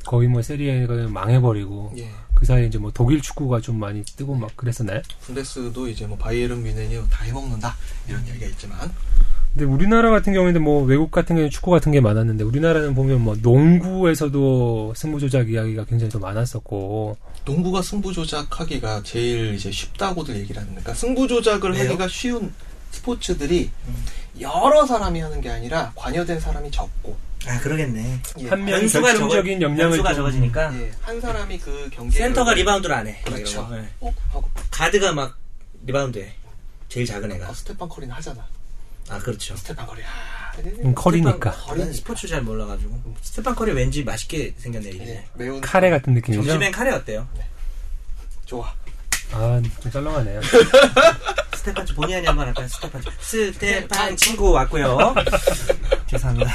Speaker 1: 거의 뭐 세리아가 망해버리고
Speaker 3: 예.
Speaker 1: 그 사이에 이제 뭐 독일 축구가 좀 많이 뜨고 막 그랬었나요?
Speaker 3: 군데스도 이제 뭐 바이에른 뮌헨이 다 해먹는다 이런 이야기가 있지만
Speaker 1: 근데 우리나라 같은 경우에는 뭐 외국 같은 경우에 축구 같은 게 많았는데 우리나라는 보면 뭐 농구에서도 승부 조작 이야기가 굉장히 더 많았었고
Speaker 3: 농구가 승부 조작하기가 제일 이제 쉽다고들 얘기를 하는 그러니까 승부 조작을
Speaker 2: 왜요? 음.
Speaker 3: 하기가 쉬운 스포츠들이 여러 사람이 하는 게 아니라 관여된 사람이 적고
Speaker 2: 아 그러겠네.
Speaker 3: 예,
Speaker 1: 한 명이
Speaker 2: 변수가
Speaker 1: 결정적인
Speaker 2: 적어-
Speaker 1: 영향을
Speaker 2: 변수가
Speaker 1: 좀-
Speaker 2: 적어지니까
Speaker 3: 예, 한 사람이 그 경기
Speaker 2: 아. 센터가 리바운드를 안 해. 막
Speaker 3: 그렇죠.
Speaker 2: 이러고. 예.
Speaker 3: 어? 하고
Speaker 2: 가드가 막 리바운드해. 제일 작은 애가.
Speaker 3: 어, 스테판 커리는 하잖아.
Speaker 2: 아 그렇죠.
Speaker 3: 스테판 커리. 아,
Speaker 1: 음, 커리니까
Speaker 2: 스테판- 나는 스포츠 잘 몰라가지고 스테판 커리 왠지 맛있게 생겼네 이게.
Speaker 3: 예, 매운
Speaker 1: 카레 같은 느낌이죠.
Speaker 2: 점심엔 카레 어때요?
Speaker 3: 좋아.
Speaker 1: 아 좀 썰렁하네요.
Speaker 2: 스테판치 본의 아니 한번 할까요? 스테판치 스테판 친구 왔고요. 죄송합니다.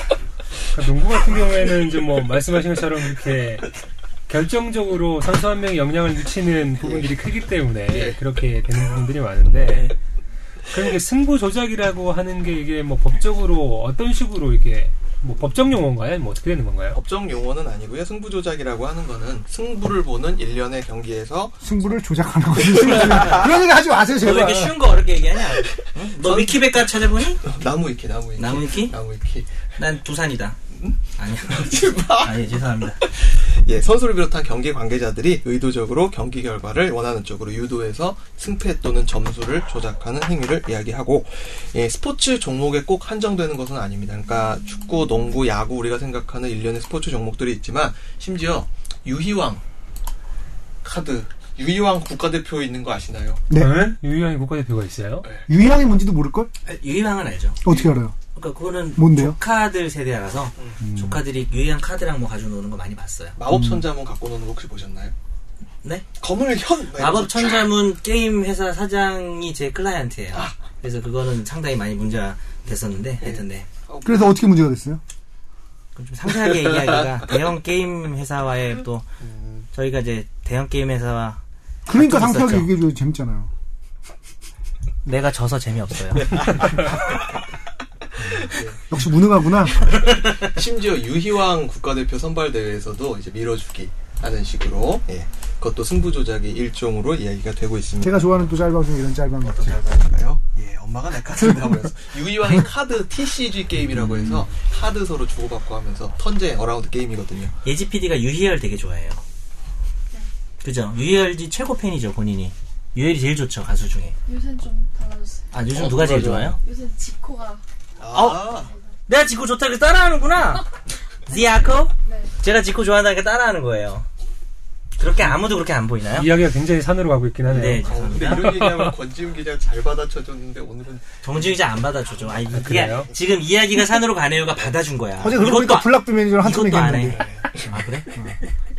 Speaker 1: 그러니까 농구 같은 경우에는 이제 뭐 말씀하신 것처럼 이렇게 결정적으로 선수 한 명이 영향을 미치는
Speaker 4: 예.
Speaker 1: 부분들이 크기 때문에 그렇게 되는 부분들이 많은데 그런 게 승부 조작이라고 하는 게 이게 뭐 법적으로 어떤 식으로 이게 뭐 법적 용어인가요? 뭐 어떻게 되는 건가요?
Speaker 3: 법정 용어는 아니고요. 승부 조작이라고 하는 거는 승부를 보는 일련의 경기에서
Speaker 4: 승부를 조작하는 거지. 그런 얘기 하지 마세요,
Speaker 2: 너 왜
Speaker 4: 제발.
Speaker 2: 이렇게 쉬운 거 어렵게 얘기하냐? 응? 너 위키백과 찾아보니?
Speaker 3: 나무 위키, 나무 위키.
Speaker 2: 나무 위키?
Speaker 3: 나무 위키.
Speaker 2: 난 두산이다. 아니야.
Speaker 3: 제발.
Speaker 2: 아니 죄송합니다.
Speaker 3: 예, 선수를 비롯한 경기 관계자들이 의도적으로 경기 결과를 원하는 쪽으로 유도해서 승패 또는 점수를 조작하는 행위를 이야기하고 예, 스포츠 종목에 꼭 한정되는 것은 아닙니다. 그러니까 축구, 농구, 야구 우리가 생각하는 일련의 스포츠 종목들이 있지만 심지어 유희왕 카드 유희왕 국가대표 있는 거 아시나요?
Speaker 4: 네.
Speaker 1: 응? 유희왕이 국가대표가 있어요?
Speaker 4: 유희왕이 뭔지 도 모를걸?
Speaker 2: 유희왕은 알죠.
Speaker 4: 어떻게 알아요?
Speaker 2: 그러니까 그거는
Speaker 4: 뭔데요? 음.
Speaker 2: 조카들 세대라서 조카들이 유희왕 카드랑 뭐 가지고 노는 거 많이 봤어요.
Speaker 3: 마법 천자문 갖고 노는 거 혹시 보셨나요?
Speaker 2: 네?
Speaker 3: 검을 현
Speaker 2: 마법 천자문 게임 회사 사장이 제 클라이언트예요. 그래서 그거는 상당히 많이 문제가 됐었는데 하여튼 네.
Speaker 4: 그래서 어떻게 문제가 됐어요?
Speaker 2: 그럼 좀 상세하게 얘기하기가 대형 게임 회사와의 또 저희가 이제 대형 게임 회사와
Speaker 4: 그러니까
Speaker 2: 아, 좀
Speaker 4: 상세하게
Speaker 2: 있었죠.
Speaker 4: 얘기해줘야 재밌잖아요.
Speaker 2: 내가 져서 재미없어요.
Speaker 4: 역시 무능하구나.
Speaker 3: 심지어 유희왕 국가대표 선발대회에서도 이제 밀어주기 하는 식으로 예, 그것도 승부 조작의 일종으로 이야기가 되고 있습니다.
Speaker 4: 제가 좋아하는 또 짤방 중에 이런 짤방 같아요.
Speaker 3: 잘가요 예, 엄마가 내 카드 다고 해서 유희왕이 카드 TCG 게임이라고 해서 카드 서로 주고받고 하면서 턴제 어라운드 게임이거든요.
Speaker 2: 예지 PD가 유희열 되게 좋아해요. 그죠? 유희열이 최고 팬이죠 본인이. 유엘이 제일 좋죠 가수 중에.
Speaker 6: 요새는 좀 달라졌어요.
Speaker 2: 아 요즘
Speaker 3: 어,
Speaker 2: 누가 제일
Speaker 3: 누가
Speaker 2: 좋아요?
Speaker 6: 요새 는 지코가
Speaker 3: 아,
Speaker 2: 내가 지코 좋다 그래서 따라하는구나. 지아코?
Speaker 6: 네
Speaker 2: 제가 지코 좋아한다니까 따라하는 거예요. 그렇게 아무도 그렇게 안 보이나요?
Speaker 4: 네.
Speaker 1: 이야기가 굉장히 산으로 가고 있긴 하네요.
Speaker 2: 네,
Speaker 3: 어, 근데
Speaker 2: 죄송합니다.
Speaker 3: 이런 얘기하면 권지훈 기자 잘 받아쳐줬는데 오늘은
Speaker 2: 정지 기자 안 받아줘죠. 아니, 그게
Speaker 1: 그래요?
Speaker 2: 지금 이야기가 산으로 가네요가 받아준 거야.
Speaker 4: 어제 그러고
Speaker 2: 이것도
Speaker 4: 보니까 블락비 매니저랑 한참
Speaker 2: 이것도 안 해.
Speaker 4: 얘기했는데.
Speaker 2: 아 그래?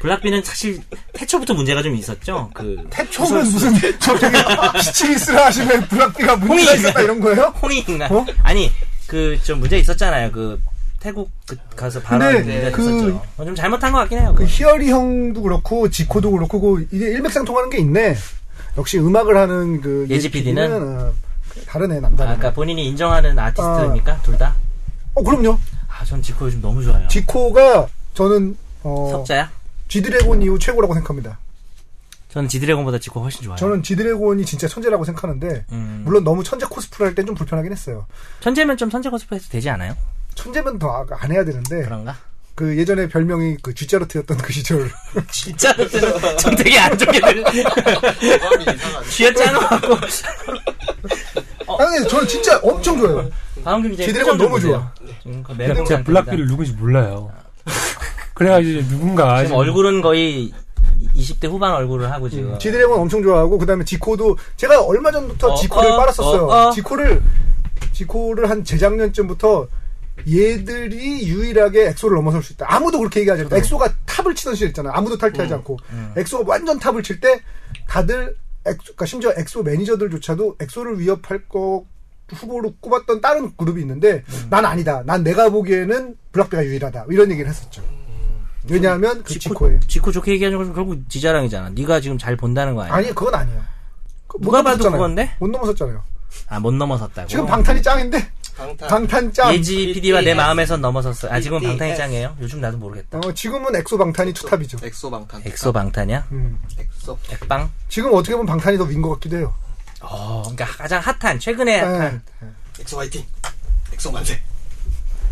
Speaker 2: 블락비는 사실 태초부터 문제가 좀 있었죠. 그
Speaker 4: 태초는 무슨 저기 시치미스라 하시면 블락비가 문제가
Speaker 2: 홍익.
Speaker 4: 있었다 이런 거예요?
Speaker 2: 홍이 인간.
Speaker 4: 어?
Speaker 2: 아니 그 좀 문제 있었잖아요. 그 태국 그 가서 발언
Speaker 4: 근데
Speaker 2: 문제가
Speaker 4: 그-
Speaker 2: 있었죠. 어, 좀 잘못한 것 같긴 해요.
Speaker 4: 그
Speaker 2: 그거.
Speaker 4: 히어리 형도 그렇고 지코도 그렇고 그 이게 일맥상통하는 게 있네. 역시 음악을 하는 그
Speaker 2: 예지 PD 는?
Speaker 4: 어, 다른 애
Speaker 2: 아,
Speaker 4: 남다.
Speaker 2: 그러니까 본인이 인정하는 아티스트입니까? 둘 다?
Speaker 4: 어 그럼요.
Speaker 2: 아, 전 지코 요즘 너무 좋아요.
Speaker 4: 지코가 저는 어
Speaker 2: 석자야?
Speaker 4: 지드래곤 이후 최고라고 생각합니다.
Speaker 2: 저는 지드래곤보다 지코 훨씬 좋아요.
Speaker 4: 저는 지드래곤이 진짜 천재라고 생각하는데
Speaker 2: 음.
Speaker 4: 물론 너무 천재 코스프레 할 땐 좀 불편하긴 했어요.
Speaker 2: 천재면 좀 선제 코스프레 해도 되지 않아요?
Speaker 4: 천재면 더 안 해야 되는데
Speaker 2: 그런가?
Speaker 4: 그 예전에 별명이 그 쥐자르트였던 그 시절
Speaker 2: 진짜 좀 되게 안 좋게 들
Speaker 3: 마음이 이상하네.
Speaker 2: 쥐었잖아 하고 어.
Speaker 4: 아니 저는 진짜 엄청 좋아요.
Speaker 2: 방금 굉장히
Speaker 4: 지드래곤 너무 좋아.
Speaker 1: 제가
Speaker 2: 매력적인
Speaker 1: 그
Speaker 4: 네.
Speaker 1: 블락비를 누군지 몰라요.
Speaker 4: 아,
Speaker 1: 그래가지고 이제 누군가
Speaker 2: 지금
Speaker 1: 지금
Speaker 2: 얼굴은 거의 20대 후반 얼굴을 하고 지금
Speaker 4: 음. 지드래곤 엄청 좋아하고 그다음에 지코도 제가 얼마 전부터
Speaker 2: 어,
Speaker 4: 지코를
Speaker 2: 어,
Speaker 4: 빨았었어요.
Speaker 2: 어, 어.
Speaker 4: 지코를 지코를 한 재작년쯤부터 얘들이 유일하게 엑소를 넘어설 수 있다. 아무도 그렇게 얘기하지 않아. 엑소가 탑을 치던 시절 있잖아. 아무도 탈퇴하지 않고 엑소가 완전 탑을 칠 때 다들 엑소, 그러니까 심지어 엑소 매니저들조차도 엑소를 위협할 거 후보로 꼽았던 다른 그룹이 있는데 난 아니다. 난 내가 보기에는 블락비가 유일하다. 이런 얘기를 했었죠. 왜냐하면 그 지코의
Speaker 2: 지코 좋게 얘기하는 건 결국 지자랑이잖아. 네가 지금 잘 본다는 거 아니야?
Speaker 4: 아니 그건 아니에요. 그- 못
Speaker 2: 누가 봐도
Speaker 4: 넘어섰잖아요.
Speaker 2: 그건데?
Speaker 4: 못 넘어섰잖아요.
Speaker 2: 아, 못 넘어섰다고.
Speaker 4: 지금 방탄이 짱인데
Speaker 3: 방탄.
Speaker 4: 방탄 짱.
Speaker 2: 예지 PD와 내 마음에선 넘어섰어. 아, 지금은
Speaker 3: BTS.
Speaker 2: 방탄이 짱이에요? 요즘 나도 모르겠다.
Speaker 4: 어, 지금은 엑소 방탄이 투탑이죠.
Speaker 3: 엑소 방탄.
Speaker 2: 엑소 방탄이야?
Speaker 4: 음.
Speaker 3: 엑소.
Speaker 2: 백방?
Speaker 4: 지금 어떻게 보면 방탄이 더 윈 것 같기도 해요.
Speaker 2: 어, 그러니까 가장 핫한, 최근에 핫한.
Speaker 4: 예.
Speaker 3: 엑소 화이팅. 엑소 만세.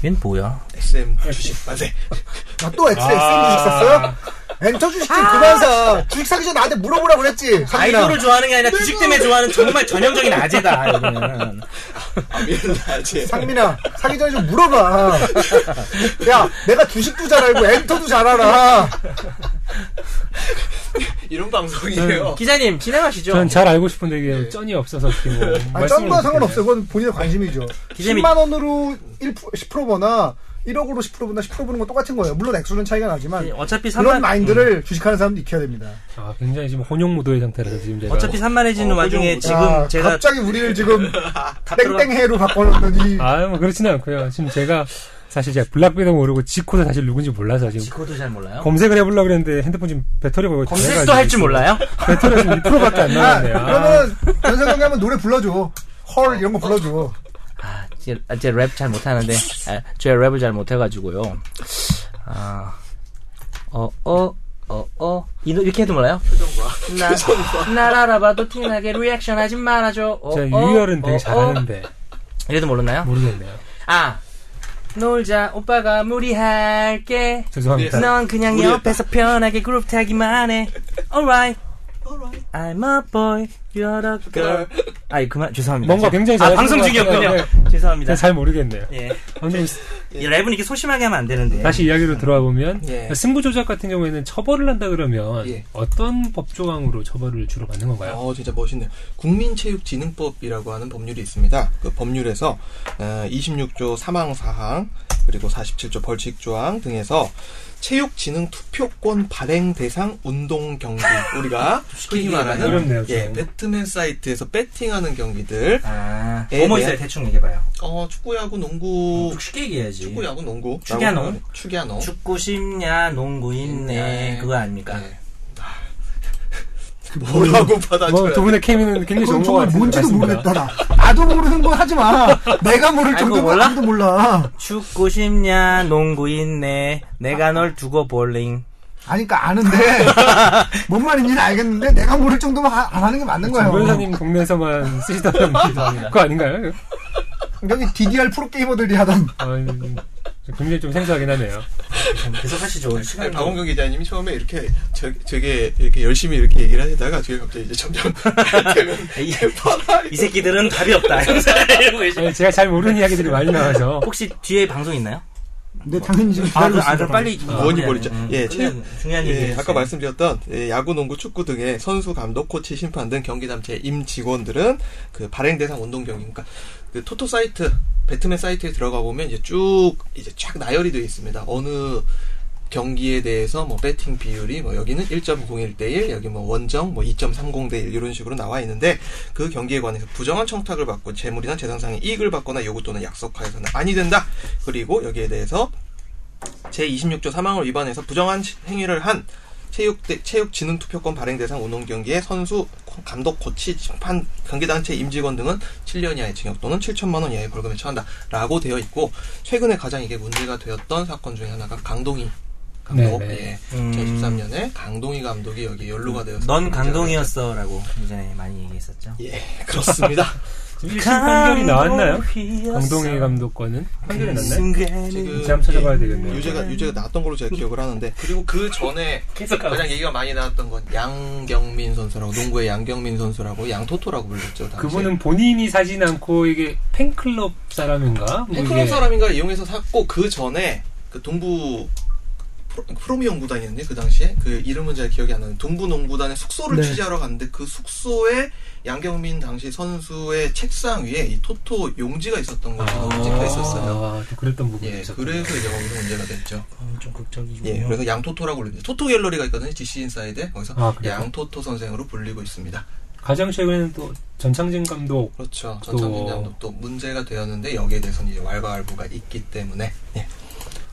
Speaker 2: 얜 뭐야?
Speaker 3: SM 주식 만세.
Speaker 4: 아, 나또 엑스 엑스
Speaker 3: 아.
Speaker 4: 주식 샀어요? 엔터 주식 좀 그만 사. 주식 사기 전에 나한테 물어보라 그랬지. 상민아.
Speaker 2: 아. 아이돌을 좋아하는 게 아니라
Speaker 4: 네,
Speaker 2: 주식 때문에 좋아하는 정말 전형적인 아재다, 여기는.
Speaker 3: 아, 미안하지.
Speaker 4: 상민아 사기 전에 좀 물어봐. 야 내가 주식도 잘 알고 엔터도 잘 알아.
Speaker 3: 이런 방송이에요.
Speaker 2: 기자님, 진행하시죠.
Speaker 1: 전잘 알고 싶은데 이게 쩐이 없어서 어떻게 뭐
Speaker 4: 네. 아니,
Speaker 1: 말씀을
Speaker 4: 짠거
Speaker 1: 못
Speaker 4: 상관없어요. 그건 본인의 관심이죠.
Speaker 2: 기재미.
Speaker 4: 10만 원으로 1%, 10% 버나 1억으로 10% 버나 10% 버는 건 똑같은 거예요. 물론 액수는 차이가 나지만
Speaker 2: 어차피
Speaker 4: 그런
Speaker 2: 3만, 음.
Speaker 4: 마인드를
Speaker 1: 음.
Speaker 4: 주식하는 사람도 익혀야 됩니다.
Speaker 1: 아, 굉장히 지금 혼용 무도의 상태라서 지금 제가
Speaker 2: 어차피 산만해지는
Speaker 3: 어,
Speaker 2: 와중에
Speaker 3: 혼용.
Speaker 2: 지금
Speaker 4: 야,
Speaker 2: 제가
Speaker 4: 아, 갑자기 우리를 지금
Speaker 2: 다 들어가-
Speaker 4: 땡땡해로 바꿔놓는 이
Speaker 1: 아, 뭐 그렇지는 않고요. 지금 제가 사실 제가 블락비도 모르고 지코도 사실 누군지 몰라서 지금
Speaker 2: 지코도 잘 몰라요?
Speaker 1: 검색을 해보려고 그랬는데 핸드폰 지금 배터리가 거의 다
Speaker 2: 검색도
Speaker 1: 해가지고
Speaker 2: 할 줄 몰라요?
Speaker 1: 배터리가 지금 2%밖에 안
Speaker 4: 아,
Speaker 1: 나왔네요. 아,
Speaker 4: 그러면 연상동에 하면 노래 불러줘. 헐
Speaker 2: 어?
Speaker 4: 이런 거 불러줘.
Speaker 2: 아, 제, 랩 잘 못하는데, 아, 제가 랩을 잘 못해가지고요. 아, 어, 어, 어, 어. 이, 노- 이렇게 해도 몰라요? 표정과. 나, 날 알아봐도 티나게 리액션 하지 말아줘. 어,
Speaker 1: 제가
Speaker 2: 어,
Speaker 1: 유열은
Speaker 2: 어,
Speaker 1: 되게
Speaker 2: 어.
Speaker 1: 잘하는데
Speaker 2: 이래도 몰랐나요?
Speaker 1: 모르겠네요.
Speaker 2: 아, 놀자, 오빠가 무리할게.
Speaker 1: 죄송합니다.
Speaker 2: 넌 그냥 옆에서 편하게 그룹 타기만 해. Alright. I'm a boy, you're a girl. 아이, 그만, 죄송합니다.
Speaker 1: 뭔가 굉장히
Speaker 2: 아,
Speaker 1: 잘하시는
Speaker 2: 방송
Speaker 1: 것 같아요.
Speaker 2: 중이었군요.
Speaker 1: 네.
Speaker 2: 죄송합니다.
Speaker 1: 제가 잘 모르겠네요.
Speaker 2: 예.
Speaker 1: 아무튼
Speaker 2: 이 랩은 이렇게 소심하게 하면 안 되는데.
Speaker 1: 다시 이야기로 들어와 보면
Speaker 3: 예.
Speaker 1: 승부 조작 같은 경우에는 처벌을 한다 그러면
Speaker 3: 예.
Speaker 1: 어떤 법조항으로 처벌을 주로 받는 건가요?
Speaker 3: 어, 진짜 멋있네요. 국민체육진흥법이라고 하는 법률이 있습니다. 그 법률에서 어, 26조 사망사항 그리고 47조 벌칙조항 등에서 체육진흥 투표권 발행 대상 운동 경기 우리가 흔히 말하는
Speaker 1: 어렵네요, 좀.
Speaker 3: 예, 배트맨 사이트에서 배팅하는 경기들
Speaker 2: 아,
Speaker 3: 예,
Speaker 2: 뭐뭐
Speaker 3: 예.
Speaker 2: 있어요? 대충 얘기해봐요.
Speaker 3: 어, 축구 야구 농구
Speaker 2: 어, 쉽게 얘기해야지.
Speaker 3: 축구 야구
Speaker 2: 음,
Speaker 3: 농구 어,
Speaker 2: 축야농.
Speaker 3: 축야농
Speaker 2: 축구 쉽냐, 농구 있네.
Speaker 3: 예.
Speaker 2: 그거 아닙니까?
Speaker 3: 예. 뭐라고 받아줘야
Speaker 1: 뭐
Speaker 3: 돼?
Speaker 1: 두 분의 케미는 굉장히 좋은 것
Speaker 4: 그건 정말
Speaker 1: 같은데
Speaker 4: 뭔지도
Speaker 1: 맞습니다.
Speaker 4: 모르겠다 나. 나도 모르는 건 하지 마. 내가 모를
Speaker 2: 아이고,
Speaker 4: 정도면
Speaker 2: 몰라?
Speaker 4: 아무도 몰라.
Speaker 2: 축구 쉽냐, 농구 있네. 내가 널 두고 볼링.
Speaker 4: 아니 그러니까 아는데 뭔 말인지는 알겠는데 내가 모를 정도면 하- 안 하는 게 맞는
Speaker 1: 정
Speaker 4: 거예요.
Speaker 1: 변호사님 동네에서만 쓰시던 그거 아닌가요?
Speaker 4: 여기 DDR 프로게이머들이 하던
Speaker 1: 아, 좀 굉장히 좀 생소하긴 하네요.
Speaker 2: 계속하시죠. 시간
Speaker 3: 네, 박원경 기자님이 처음에 이렇게 저, 되게 이렇게 열심히 이렇게 얘기를 하시다가 뒤에 갑자기 이제 점점
Speaker 2: 이, 이 새끼들은 답이 없다. 이러고 계시면.
Speaker 1: 아니, 제가 잘 모르는 이야기들이 많이 나와서
Speaker 2: 혹시 뒤에 방송 있나요?
Speaker 1: 네,
Speaker 7: 근데 당연히 지금
Speaker 2: 아,
Speaker 7: 기다리고
Speaker 2: 그,
Speaker 7: 있습니다.
Speaker 2: 아, 그럼 빨리
Speaker 3: 원이 버리죠. 예,
Speaker 2: 끝내는 중요한
Speaker 3: 예,
Speaker 2: 얘기예요.
Speaker 3: 아까 말씀드렸던 예, 야구, 농구, 축구 등의 선수, 감독, 코치, 심판 등 경기 단체 임 직원들은 그 발행 대상 운동 경기 그러니까 그 토토 사이트 배트맨 사이트에 들어가 보면 이제 쭉 이제 쫙 나열이 되어 있습니다. 어느 경기에 대해서 뭐 배팅 비율이 뭐 여기는 1.01 대 1, 여기 뭐 원정 뭐 2.30 대 1 이런 식으로 나와 있는데 그 경기에 관해서 부정한 청탁을 받고 재물이나 재산상의 이익을 받거나 요구 또는 약속하여서는 아니 된다. 그리고 여기에 대해서 제26조 3항을 위반해서 부정한 시- 행위를 한 체육 체육진흥 투표권 발행 대상 운동 경기의 선수, 코- 감독, 코치, 심판, 경기단체 임직원 등은 7년 이하의 징역 또는 7천만 원 이하의 벌금에 처한다라고 되어 있고 최근에 가장 이게 문제가 되었던 사건 중에 하나가 강동희 감독,
Speaker 1: 네, 네.
Speaker 3: 예, 2013년에 강동희 감독이 여기 연루가 되어서
Speaker 2: 음. 넌
Speaker 3: 문제가
Speaker 2: 강동이었어. 라고 예전에 많이 얘기했었죠.
Speaker 3: 됐죠. 예, 그렇습니다.
Speaker 1: 지금 1심 판결이 나왔나요? 강동희
Speaker 2: 그
Speaker 1: 감독 거는 판결이 났나요?
Speaker 3: 지금
Speaker 1: 다시 한번 찾아봐야 되겠네요.
Speaker 3: 유죄가 유죄가 나왔던 걸로 제가 기억을 하는데 네. 그리고 그 전에
Speaker 2: 계속 가고
Speaker 3: 가장 얘기가 많이 나왔던 건 양경민 선수라고 농구의 양경민 선수라고 양토토라고 불렸죠. 당시에.
Speaker 1: 그분은 본인이 사진 않고 이게 팬클럽 사람인가? 뭐
Speaker 3: 팬클럽
Speaker 1: 이게
Speaker 3: 네, 사람인가 이용해서 샀고 그 전에 그 동부 프로- 프로미어 구단이었네 그 당시에 그 이름은 잘 기억이 안 나는 동부 농구단의 숙소를
Speaker 7: 네.
Speaker 3: 취재하러 갔는데 그 숙소에 양경민 당시 선수의 책상 위에 이 토토 용지가 있었던 걸로 찍혀 있었어요.
Speaker 1: 아, 또 그랬던 부분이
Speaker 3: 예,
Speaker 1: 있었고.
Speaker 3: 그래서 이제 거기서 문제가 됐죠.
Speaker 2: 좀
Speaker 3: 예,
Speaker 2: 극적이군요.
Speaker 3: 그래서 양토토라고 불리는데 토토 갤러리가 있거든요. DC 인사이드에 거기서
Speaker 1: 아, 그래요?
Speaker 3: 양토토 선생으로 불리고 있습니다.
Speaker 1: 가장 최근에는 또 전창진 감독
Speaker 3: 그렇죠.
Speaker 1: 또-
Speaker 3: 전창진 감독도 문제가 되었는데 여기에 대해서는 이제 왈가왈부가 있기 때문에 예.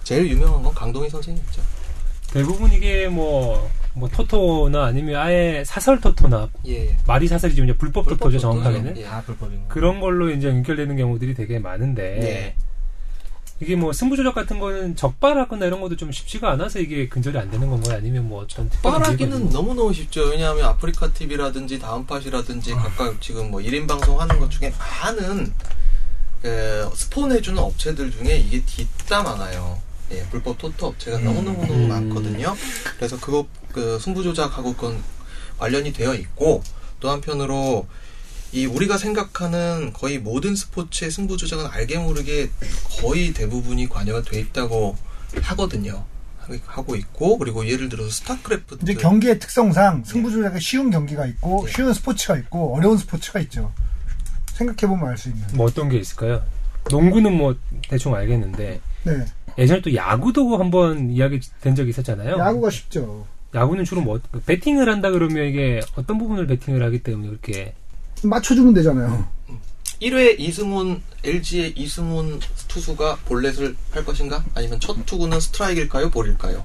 Speaker 3: 제일 유명한 건 강동희 선생이죠.
Speaker 1: 대부분 이게 뭐, 뭐 토토나 아니면 아예 사설 토토나
Speaker 3: 예, 예.
Speaker 1: 말이 사설이지 이제 불법,
Speaker 3: 불법
Speaker 1: 토토죠
Speaker 3: 토토죠.
Speaker 1: 정확하게는
Speaker 3: 예.
Speaker 2: 다 불법인 거.
Speaker 1: 그런 걸로 이제 연결되는 경우들이 되게 많은데
Speaker 3: 네.
Speaker 1: 이게 뭐 승부 조작 같은 거는 적발하거나 이런 것도 좀 쉽지가 않아서 이게 근절이 안 되는 건가요? 아니면 뭐 어떤 특별한
Speaker 3: 빠라기는
Speaker 1: 이유가 있나요?
Speaker 3: 너무너무 쉽죠. 왜냐하면 아프리카 TV라든지
Speaker 1: 아.
Speaker 3: 다음팟이라든지 각각 지금 뭐 1인 방송 하는 것 중에 많은 그 스폰 해주는 업체들 중에 이게 뒷다 많아요. 예, 불법 토토 업체가 너무너무너무
Speaker 1: 음.
Speaker 3: 많거든요. 그래서 그거 그 승부 조작하고 그건 관련이 되어 있고 또 한편으로 이 우리가 생각하는 거의 모든 스포츠의 승부 조작은 알게 모르게 거의 대부분이 관여가 돼 있다고 하거든요. 하- 하고 있고 그리고 예를 들어서 스타크래프트
Speaker 4: 네.
Speaker 7: 이제 경기의 특성상 승부조작이 쉬운 경기가 있고 쉬운 스포츠가 있고 어려운 스포츠가 있죠. 생각해 보면 알 수 있는.
Speaker 1: 뭐 어떤 게 있을까요? 농구는 뭐 대충 알겠는데
Speaker 7: 네,
Speaker 1: 예전에 또 야구도 한번 이야기 된 적이 있었잖아요.
Speaker 7: 야구가 쉽죠.
Speaker 1: 야구는 주로 뭐 그 배팅을 한다 그러면 이게 어떤 부분을 배팅을 하기 때문에 그렇게
Speaker 7: 맞춰주면 되잖아요.
Speaker 3: 1회 이승훈 LG의 이승훈 투수가 볼넷을 할 것인가? 아니면 첫 투구는 스트라이크일까요? 볼일까요?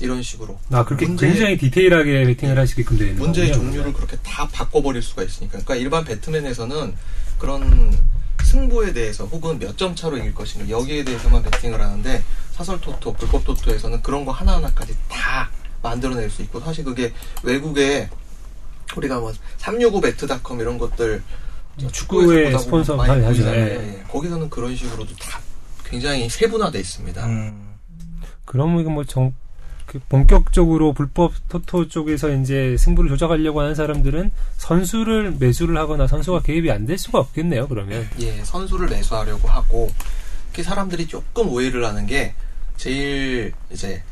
Speaker 3: 이런 식으로
Speaker 1: 아 그렇게
Speaker 3: 문제-
Speaker 1: 굉장히 디테일하게 배팅을 하시게끔 되어 있는
Speaker 3: 문제의
Speaker 1: 거군요.
Speaker 3: 종류를 그렇게 다 바꿔버릴 수가 있으니까. 그러니까 일반 배트맨에서는 그런 승부에 대해서 혹은 몇 점 차로 이길 것인가 여기에 대해서만 배팅을 하는데 사설 토토, 불법 토토에서는 그런 거 하나하나까지 다 만들어낼 수 있고 사실 그게 외국에 우리가 뭐 365배트닷컴 이런 것들 저 축구에서
Speaker 1: 축구의
Speaker 3: 보다 보면
Speaker 1: 스폰서
Speaker 3: 많이
Speaker 1: 많이 하죠.
Speaker 3: 보이잖아요.
Speaker 1: 예.
Speaker 3: 예. 거기서는 그런 식으로도 다 굉장히 세분화돼 있습니다.
Speaker 2: 음.
Speaker 1: 그럼 이거 뭐 정, 그 본격적으로 불법 토토 쪽에서 이제 승부를 조작하려고 하는 사람들은 선수를 매수를 하거나 선수가 개입이 안 될 수가 없겠네요, 그러면.
Speaker 3: 예, 선수를 매수하려고 하고 특히 사람들이 조금 오해를 하는 게 제일 이제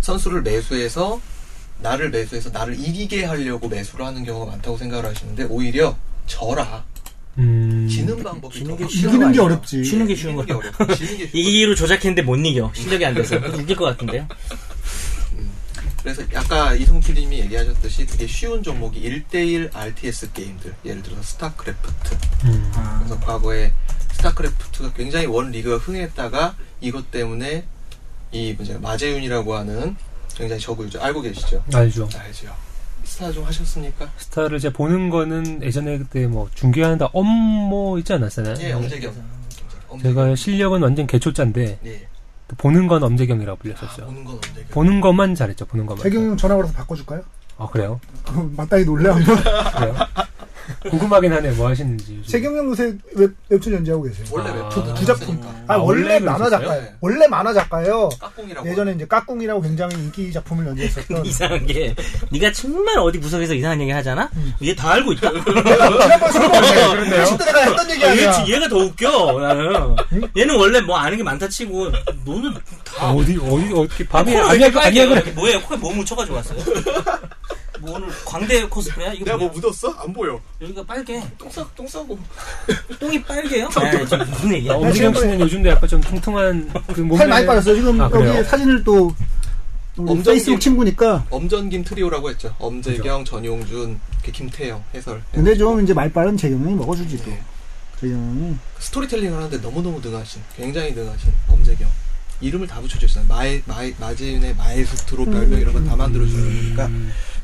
Speaker 3: 선수를 매수해서 나를 매수해서 나를 이기게 하려고 매수를 하는 경우가 많다고 생각을 하시는데 오히려 져라
Speaker 1: 음.
Speaker 3: 지는 방법이
Speaker 2: 지는
Speaker 3: 더
Speaker 2: 게
Speaker 3: 쉬운
Speaker 2: 쉬운
Speaker 3: 거
Speaker 7: 이기는 게
Speaker 3: 아니에요?
Speaker 7: 어렵지.
Speaker 2: 쉬는 게 쉬운
Speaker 3: 이기는 게
Speaker 2: 거.
Speaker 3: 어렵고 지는 게 쉬운 거.
Speaker 2: 이기로 조작했는데 못 이겨. 실력이 안 돼서. 이길 것 같은데요?
Speaker 3: 그래서 아까 이승훈 PD님이 얘기하셨듯이 되게 쉬운 종목이 1대1 RTS 게임들 예를 들어서 스타크래프트
Speaker 1: 음.
Speaker 3: 그래서 과거에 스타크래프트가 굉장히 원 리그가 흥했다가 이것 때문에 이 문제 마재윤이라고 하는 굉장히 적을 알고 계시죠?
Speaker 1: 알죠.
Speaker 3: 알죠. 스타 좀 하셨습니까?
Speaker 1: 스타를 이제 보는 거는 예전에 그때 뭐 중계한다 엄뭐 있지 않았잖아요.
Speaker 3: 예, 엄재경. 엄재경.
Speaker 1: 네. 제가 실력은 완전 개초짜인데
Speaker 3: 예.
Speaker 1: 또 보는 건 엄재경이라고
Speaker 3: 아,
Speaker 1: 불렸었죠.
Speaker 3: 보는 건 엄재경.
Speaker 1: 보는 것만 잘했죠. 보는 것만.
Speaker 7: 재경 형 전화 걸어서 바꿔줄까요?
Speaker 1: 아 그래요?
Speaker 7: 그 마땅히 놀래 한번.
Speaker 1: 그래요? 궁금하긴 하네. 뭐 하시는지. 요즘.
Speaker 4: 세경영 요새 웹, 웹툰 연재하고 계세요.
Speaker 3: 원래
Speaker 1: 아,
Speaker 3: 웹툰
Speaker 4: 두 작품. 아,
Speaker 1: 아,
Speaker 4: 원래
Speaker 1: 원래
Speaker 4: 만화
Speaker 1: 그러셨어요?
Speaker 4: 작가예요.
Speaker 3: 네.
Speaker 4: 원래 만화 작가예요.
Speaker 3: 깍꿍이라고
Speaker 4: 예전에 이제 까꿍이라고 굉장히 인기 작품을 연재했었던.
Speaker 2: 이상한 게 네가 정말 어디 구석에서 이상한 얘기 하잖아?
Speaker 1: 음.
Speaker 2: 얘 다 알고 있다?
Speaker 4: 지난번
Speaker 2: 어,
Speaker 4: 수업에
Speaker 2: 그렇네요.
Speaker 4: 20대 내가 했던 얘기
Speaker 2: 얘,
Speaker 4: 아니야.
Speaker 2: 지- 얘가 더 웃겨 나는 얘는 원래 뭐 아는 게 많다 치고 너는
Speaker 1: 아,
Speaker 2: 다
Speaker 1: 어디 어디 어떻게 밤에
Speaker 2: 코를 왜
Speaker 1: 아니야
Speaker 2: 이렇게 빨개요?
Speaker 1: 아니야
Speaker 2: 이게 뭐예요? 코에 뭐 묻혀가지고 왔어요? 뭐 오늘 광대 코스프레야? 이거
Speaker 3: 내가 뭐
Speaker 2: 뭐야?
Speaker 3: 묻었어? 안 보여
Speaker 2: 여기가 빨개
Speaker 3: 똥 싸고 똥 싸고
Speaker 2: 똥이 빨개요? 아, 지금 무슨 얘기야?
Speaker 1: 엄지영
Speaker 3: 뭐
Speaker 1: 씨는 요즘도 약간 좀 통통한 그 몸매
Speaker 7: 살 많이 빠졌어요. 지금
Speaker 1: 아, 그래요?
Speaker 7: 여기 사진을 또 우리
Speaker 3: 엄정기-
Speaker 7: 페이스북 친구니까.
Speaker 3: 엄전김 트리오라고 했죠 엄재경 전용준 이렇게 김태형 해설
Speaker 1: 네.
Speaker 7: 근데 좀 이제 말빠른 재경이 먹어주지 또. 재경이.
Speaker 3: 스토리텔링을 하는데 너무너무 능하신 굉장히 능하신 엄재경 이름을 다 붙여주셨어요 마에 마에 마지윤의 마에스트로 별명 이런 건 다 만들어주니까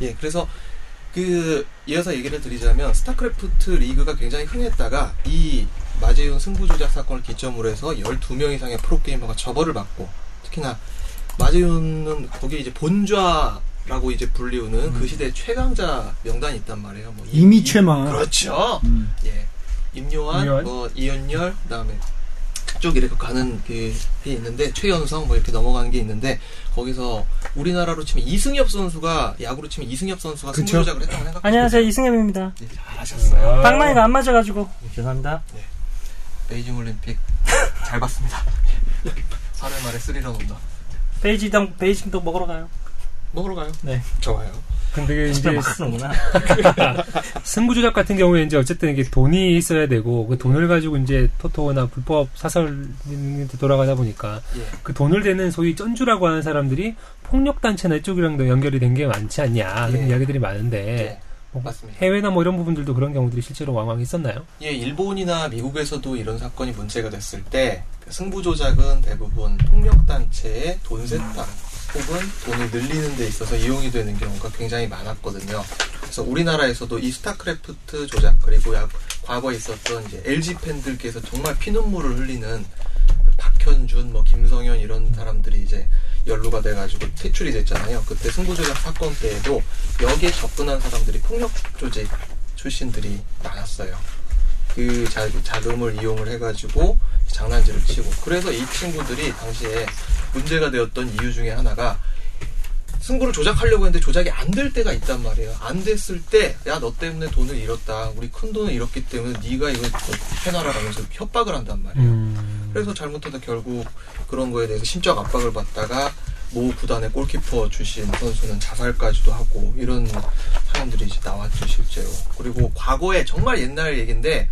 Speaker 3: 예 그래서 그 이어서 얘기를 드리자면 스타크래프트 리그가 굉장히 흥했다가 이 마재윤 승부 조작 사건을 기점으로 해서 12명 이상의 프로게이머가 처벌을 받고 특히나 마재윤은 거기 이제 본좌라고 이제 불리우는 그 시대 최강자 명단이 있단 말이에요. 뭐 이-
Speaker 7: 음. 이미 최마.
Speaker 3: 그렇죠.
Speaker 7: 음.
Speaker 3: 예. 임요한,
Speaker 1: 임요한?
Speaker 3: 뭐 이윤열, 그다음에 쭉 이렇게 가는 그게 있는데 최연성 뭐 이렇게 넘어가는 게 있는데 거기서 우리나라로 치면 이승엽 선수가 야구로 치면 이승엽 선수가 승부
Speaker 4: 그쵸.
Speaker 3: 조작을 했다고 생각.
Speaker 8: 안녕하세요 이승엽입니다.
Speaker 3: 네, 잘하셨어요.
Speaker 1: 아,
Speaker 8: 방망이가 안 맞아가지고
Speaker 2: 죄송합니다
Speaker 3: 베이징 올림픽 잘 봤습니다. 4월 말에 쓰리런 온다.
Speaker 8: 베이징동 베이징동 먹으러 가요.
Speaker 3: 먹으러 가요?
Speaker 2: 네.
Speaker 3: 좋아요.
Speaker 1: 근데 이제
Speaker 2: 막 쓰는구나
Speaker 1: 승부조작 같은 경우에 이제 어쨌든 이게 돈이 있어야 되고 그 돈을 가지고 이제 토토나 불법 사설한테 돌아가다 보니까
Speaker 3: 예.
Speaker 1: 그 돈을 대는 소위 쩐주라고 하는 사람들이 폭력 단체나 이쪽이랑도 연결이 된 게 많지 않냐 이런
Speaker 3: 예.
Speaker 1: 이야기들이 많은데
Speaker 3: 예.
Speaker 1: 뭐
Speaker 3: 맞습니다.
Speaker 1: 해외나 뭐 이런 부분들도 그런 경우들이 실제로 왕왕 있었나요?
Speaker 3: 예, 일본이나 미국에서도 이런 사건이 문제가 됐을 때그 승부 조작은 대부분 폭력 단체의 돈 세탁 혹은 돈을 늘리는 데 있어서 이용이 되는 경우가 굉장히 많았거든요. 그래서 우리나라에서도 이 스타크래프트 조작 그리고 야- 과거에 있었던 이제 LG 팬들께서 정말 피눈물을 흘리는 그 박현준, 뭐 김성현 이런 사람들이 이제 연루가 돼가지고 퇴출이 됐잖아요. 그때 승부 조작 사건 때에도 여기에 접근한 사람들이 폭력 조직 출신들이 많았어요. 그 자, 자금을 이용을 해가지고 장난질을 치고 그래서 이 친구들이 당시에 문제가 되었던 이유 중에 하나가 승부를 조작하려고 했는데 조작이 안 될 때가 있단 말이에요. 안 됐을 때 야 너 때문에 돈을 잃었다. 우리 큰 돈을 잃었기 때문에 네가 이거 해놔라라면서 협박을 한단 말이에요.
Speaker 1: 음.
Speaker 3: 그래서 잘못하다 결국 그런 거에 대해서 심적 압박을 받다가 모 구단의 골키퍼 출신 선수는 자살까지도 하고 이런 사람들이 이제 나왔죠 실제로 그리고 과거에 정말 옛날 얘기인데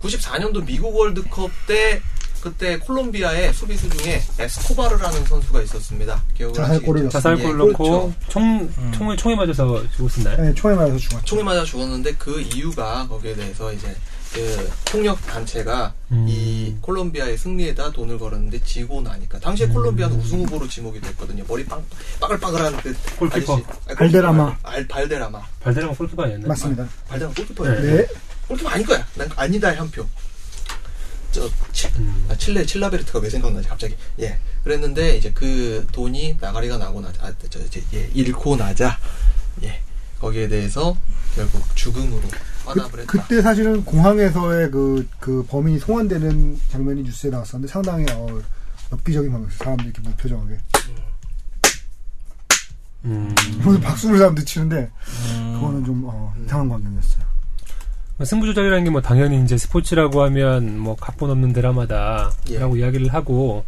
Speaker 3: 94년도 미국 월드컵 때 그때 콜롬비아의 수비수 중에 에스코바르라는 선수가 있었습니다 기억을
Speaker 7: 자살골을
Speaker 3: 하시겠죠?
Speaker 1: 자살골
Speaker 3: 예,
Speaker 1: 넣고
Speaker 3: 그렇죠. 예,
Speaker 1: 총 총을 총에 맞아서 죽었었나요?
Speaker 7: 네, 총에 맞아서 죽었죠.
Speaker 3: 총에 맞아 죽었는데 그 이유가 거기에 대해서 이제 그 폭력 단체가
Speaker 1: 음.
Speaker 3: 이 콜롬비아의 승리에다 돈을 걸었는데 지고 나니까 당시에
Speaker 7: 음.
Speaker 3: 콜롬비아는 우승 후보로 지목이 됐거든요. 머리 빵 빠글빠글한 그
Speaker 1: 골키퍼.
Speaker 3: 아저씨. 아, 골키퍼
Speaker 7: 발데라마.
Speaker 3: 말- 알 발데라마.
Speaker 1: 발데라가 골키퍼 아니었나요?
Speaker 7: 맞습니다.
Speaker 3: 발데라마 골키퍼예요.
Speaker 7: 네.
Speaker 3: 골키퍼 아닐 거야. 난 아니다 한 표. 저 치,
Speaker 1: 음.
Speaker 3: 아, 칠레 칠라베르트가 왜 생각나지 갑자기 예 그랬는데 이제 그 돈이 나가리가 나고 나자 아, 저 이제 예, 잃고 나자 예 거기에 대해서 결국 죽음으로 화답을 했다.
Speaker 7: 그때 사실은 공항에서의 그, 그 범인이 송환되는 장면이 뉴스에 나왔었는데 상당히 어, 엽기적인 방식 사람들이 이렇게 무표정하게
Speaker 1: 음.
Speaker 7: 무슨 박수를 사람들 이 치는데 그거는 좀 어, 이상한 광경이었어요.
Speaker 1: 승부조작이라는 게 뭐 당연히 이제 스포츠라고 하면 뭐 각본 없는
Speaker 3: 예.
Speaker 1: 드라마다라고 이야기를 하고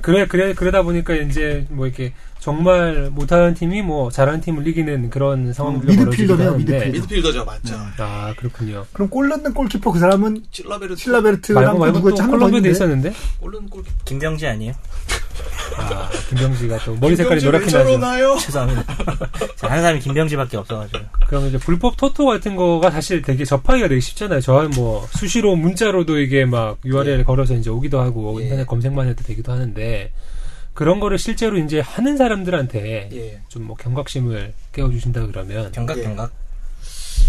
Speaker 1: 그래 그래 그러다 보니까 이제 뭐 이렇게 정말 못하는 팀이 뭐 잘하는 팀을 이기는 그런 상황들이 벌어지기도
Speaker 7: 미드필더네요,
Speaker 1: 하는데
Speaker 7: 미드필더.
Speaker 3: 미드필더죠 맞죠.
Speaker 1: 아 그렇군요.
Speaker 7: 그럼 골 넣는 골키퍼 그 사람은
Speaker 3: 칠라베르
Speaker 7: 실라베르트랑
Speaker 1: 말고
Speaker 7: 또
Speaker 1: 말고 또
Speaker 7: 누구였지 한번
Speaker 1: 콜롬비아도
Speaker 7: 있는데
Speaker 1: 있었는데
Speaker 3: 얼른 골키
Speaker 2: 김병지 아니에요?
Speaker 1: 아 김병지가 또 머리 색깔이 노랗게 나죠.
Speaker 3: 저러나요?
Speaker 2: 죄송합니다 제가 아는 사람이 김병지밖에 없어가지고
Speaker 1: 그럼 이제 불법 토토 같은 거가 사실 되게 접하기가 되게 쉽잖아요. 저한 뭐 수시로 문자로도 이게 막 URL
Speaker 3: 예.
Speaker 1: 걸어서 이제 오기도 하고
Speaker 3: 예.
Speaker 1: 인터넷 검색만 해도 되기도 하는데 그런 거를 실제로 이제 하는 사람들한테
Speaker 3: 예.
Speaker 1: 좀 뭐 경각심을 깨워주신다 그러면
Speaker 2: 경각
Speaker 3: 예.
Speaker 2: 경각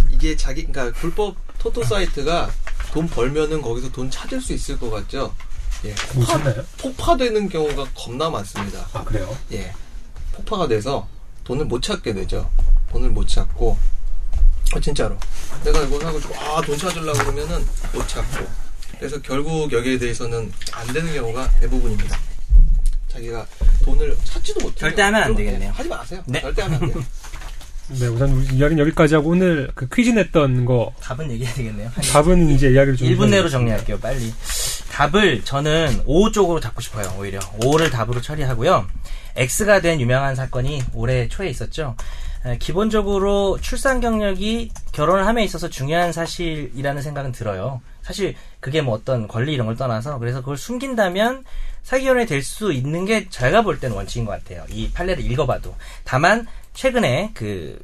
Speaker 3: 이게 자기 그러니까 불법 토토 사이트가 돈 벌면은 거기서 돈 찾을 수 있을 것 같죠. 예.
Speaker 1: 못 찾나요?
Speaker 3: 폭파, 되는 경우가 겁나 많습니다.
Speaker 1: 아 그래요?
Speaker 3: 예. 폭파가 돼서 돈을 못 찾게 되죠. 돈을 못 찾고 어, 진짜로. 내가 이거 사가지고 아 돈 찾으려고 그러면은 못 찾고. 그래서 결국 여기에 대해서는 안 되는 경우가 대부분입니다. 자기가 돈을 찾지도 못해요.
Speaker 2: 절대 하면 안
Speaker 3: 그럼
Speaker 2: 되겠네요.
Speaker 3: 하지 마세요.
Speaker 2: 네.
Speaker 3: 절대 하면 안 돼요.
Speaker 1: 네, 우선 우리 이야기는 여기까지 하고 오늘 그 퀴즈 냈던 거
Speaker 2: 답은 얘기해야 되겠네요.
Speaker 1: 답은 이제 이야기를 좀
Speaker 2: 1분 예. 내로
Speaker 1: 해주세요.
Speaker 2: 정리할게요, 빨리. 답을 저는 O 쪽으로 잡고 싶어요, 오히려. O를 답으로 처리하고요. X가 된 유명한 사건이 올해 초에 있었죠. 에, 기본적으로 출산 경력이 결혼을 함에 있어서 중요한 사실이라는 생각은 들어요. 사실 그게 뭐 어떤 권리 이런 걸 떠나서 그래서 그걸 숨긴다면 사기연애 될 수 있는 게 제가 볼 때는 원칙인 것 같아요. 이 판례를 읽어봐도. 다만 최근에 그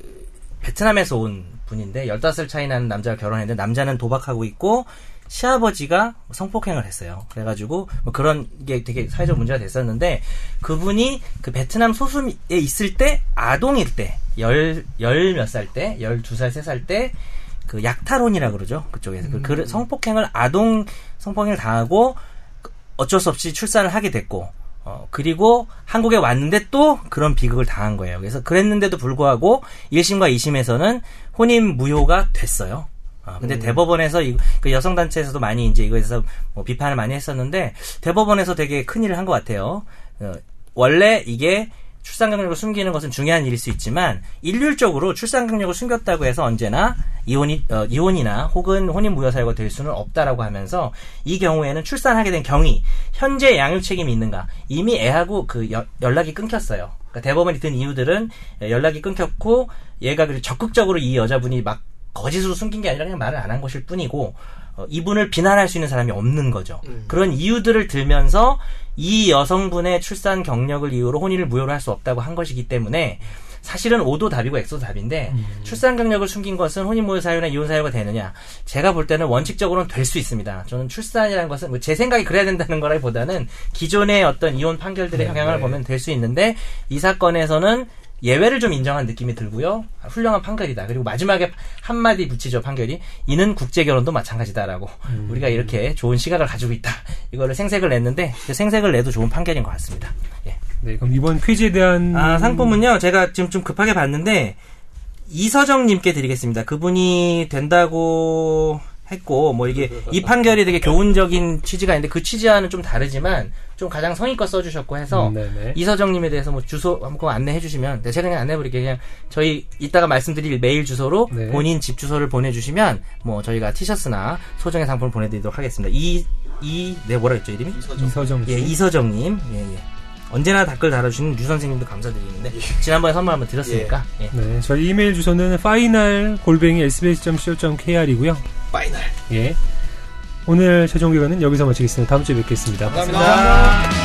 Speaker 2: 베트남에서 온 분인데 15살 차이 나는 남자와 결혼했는데 남자는 도박하고 있고 시아버지가 성폭행을 했어요. 그래가지고 뭐 그런 게 되게 사회적 문제가 됐었는데 그분이 그 베트남 소수에 있을 때 아동일 때열열몇살때 12살 3살 때 그 약탈혼이라 그러죠. 그쪽에서 그- 그 성폭행을 아동 성폭행을 당하고 어쩔 수 없이 출산을 하게 됐고, 어, 그리고 한국에 왔는데 또 그런 비극을 당한 거예요. 그래서 그랬는데도 불구하고 1심과 2심에서는 혼인 무효가 됐어요. 아, 근데 대법원에서 이- 그 여성 단체에서도 많이 이제 이거에서 뭐 비판을 많이 했었는데 대법원에서 되게 큰 일을 한 것 같아요. 어, 원래 이게 출산 경력을 숨기는 것은 중요한 일일 수 있지만 일률적으로 출산 경력을 숨겼다고 해서 언제나 이혼이 어, 이혼이나 혹은 혼인 무효 사유가 될 수는 없다라고 하면서 이 경우에는 출산하게 된 경위 현재 양육 책임이 있는가 이미 애하고 그 여- 연락이 끊겼어요. 그러니까 대법원이 든 이유들은 연락이 끊겼고 얘가 그 적극적으로 이 여자분이 막 거짓으로 숨긴 게 아니라 그냥 말을 안 한 것일 뿐이고 어, 이분을 비난할 수 있는 사람이 없는 거죠. 그런 이유들을 들면서 이 여성분의 출산 경력을 이유로 혼인을 무효로 할 수 없다고 한 것이기 때문에 사실은 오도 답이고 엑소 답인데 출산 경력을 숨긴 것은 혼인 무효 사유나 이혼 사유가 되느냐? 제가 볼 때는 원칙적으로는 될 수 있습니다. 저는 출산이라는 것은 뭐제 생각이 그래야 된다는 거라기보다는 기존의 어떤 이혼 판결들의 영향을 보면 될 수 있는데 이 사건에서는 예외를 좀 인정한 느낌이 들고요. 훌륭한 판결이다. 그리고 마지막에 한마디 붙이죠, 판결이. 이는 국제결혼도 마찬가지다라고. 우리가 이렇게 좋은 시각을 가지고 있다. 이거를 생색을 냈는데, 그 생색을 내도 좋은 판결인 것 같습니다. 예.
Speaker 1: 네, 그럼 이번 퀴즈에 대한
Speaker 2: 아, 상품은요, 제가 지금 좀 급하게 봤는데, 이서정님께 드리겠습니다. 그분이 된다고 했고, 뭐 이게, 이 판결이 되게 교훈적인 취지가 있는데, 그 취지와는 좀 다르지만, 좀 가장 성의껏 써주셨고 해서,
Speaker 1: 음, 네네.
Speaker 2: 이서정님에 대해서 뭐 주소 한번 안내해 주시면 네, 제가 그냥 안내해버릴게요. 그냥 저희 이따가 말씀드릴 메일 주소로
Speaker 1: 네.
Speaker 2: 본인 집 주소를 보내주시면 뭐 저희가 티셔츠나 소정의 상품을 보내드리도록 하겠습니다. 이 이네 뭐라 그랬죠 이름이?
Speaker 1: 이서정 씨.
Speaker 2: 예 이서정님 예 예. 언제나 댓글 달아주시는 유 선생님도 감사드리는데
Speaker 1: 예.
Speaker 2: 지난번에 선물 한번 드렸으니까 예.
Speaker 1: 네, 저희 이메일 주소는 final 골뱅이 sbs.co.kr이고요.
Speaker 3: 파이널.
Speaker 1: 예. 오늘 최종 기간은 여기서 마치겠습니다. 다음 주에 뵙겠습니다.
Speaker 3: 감사합니다.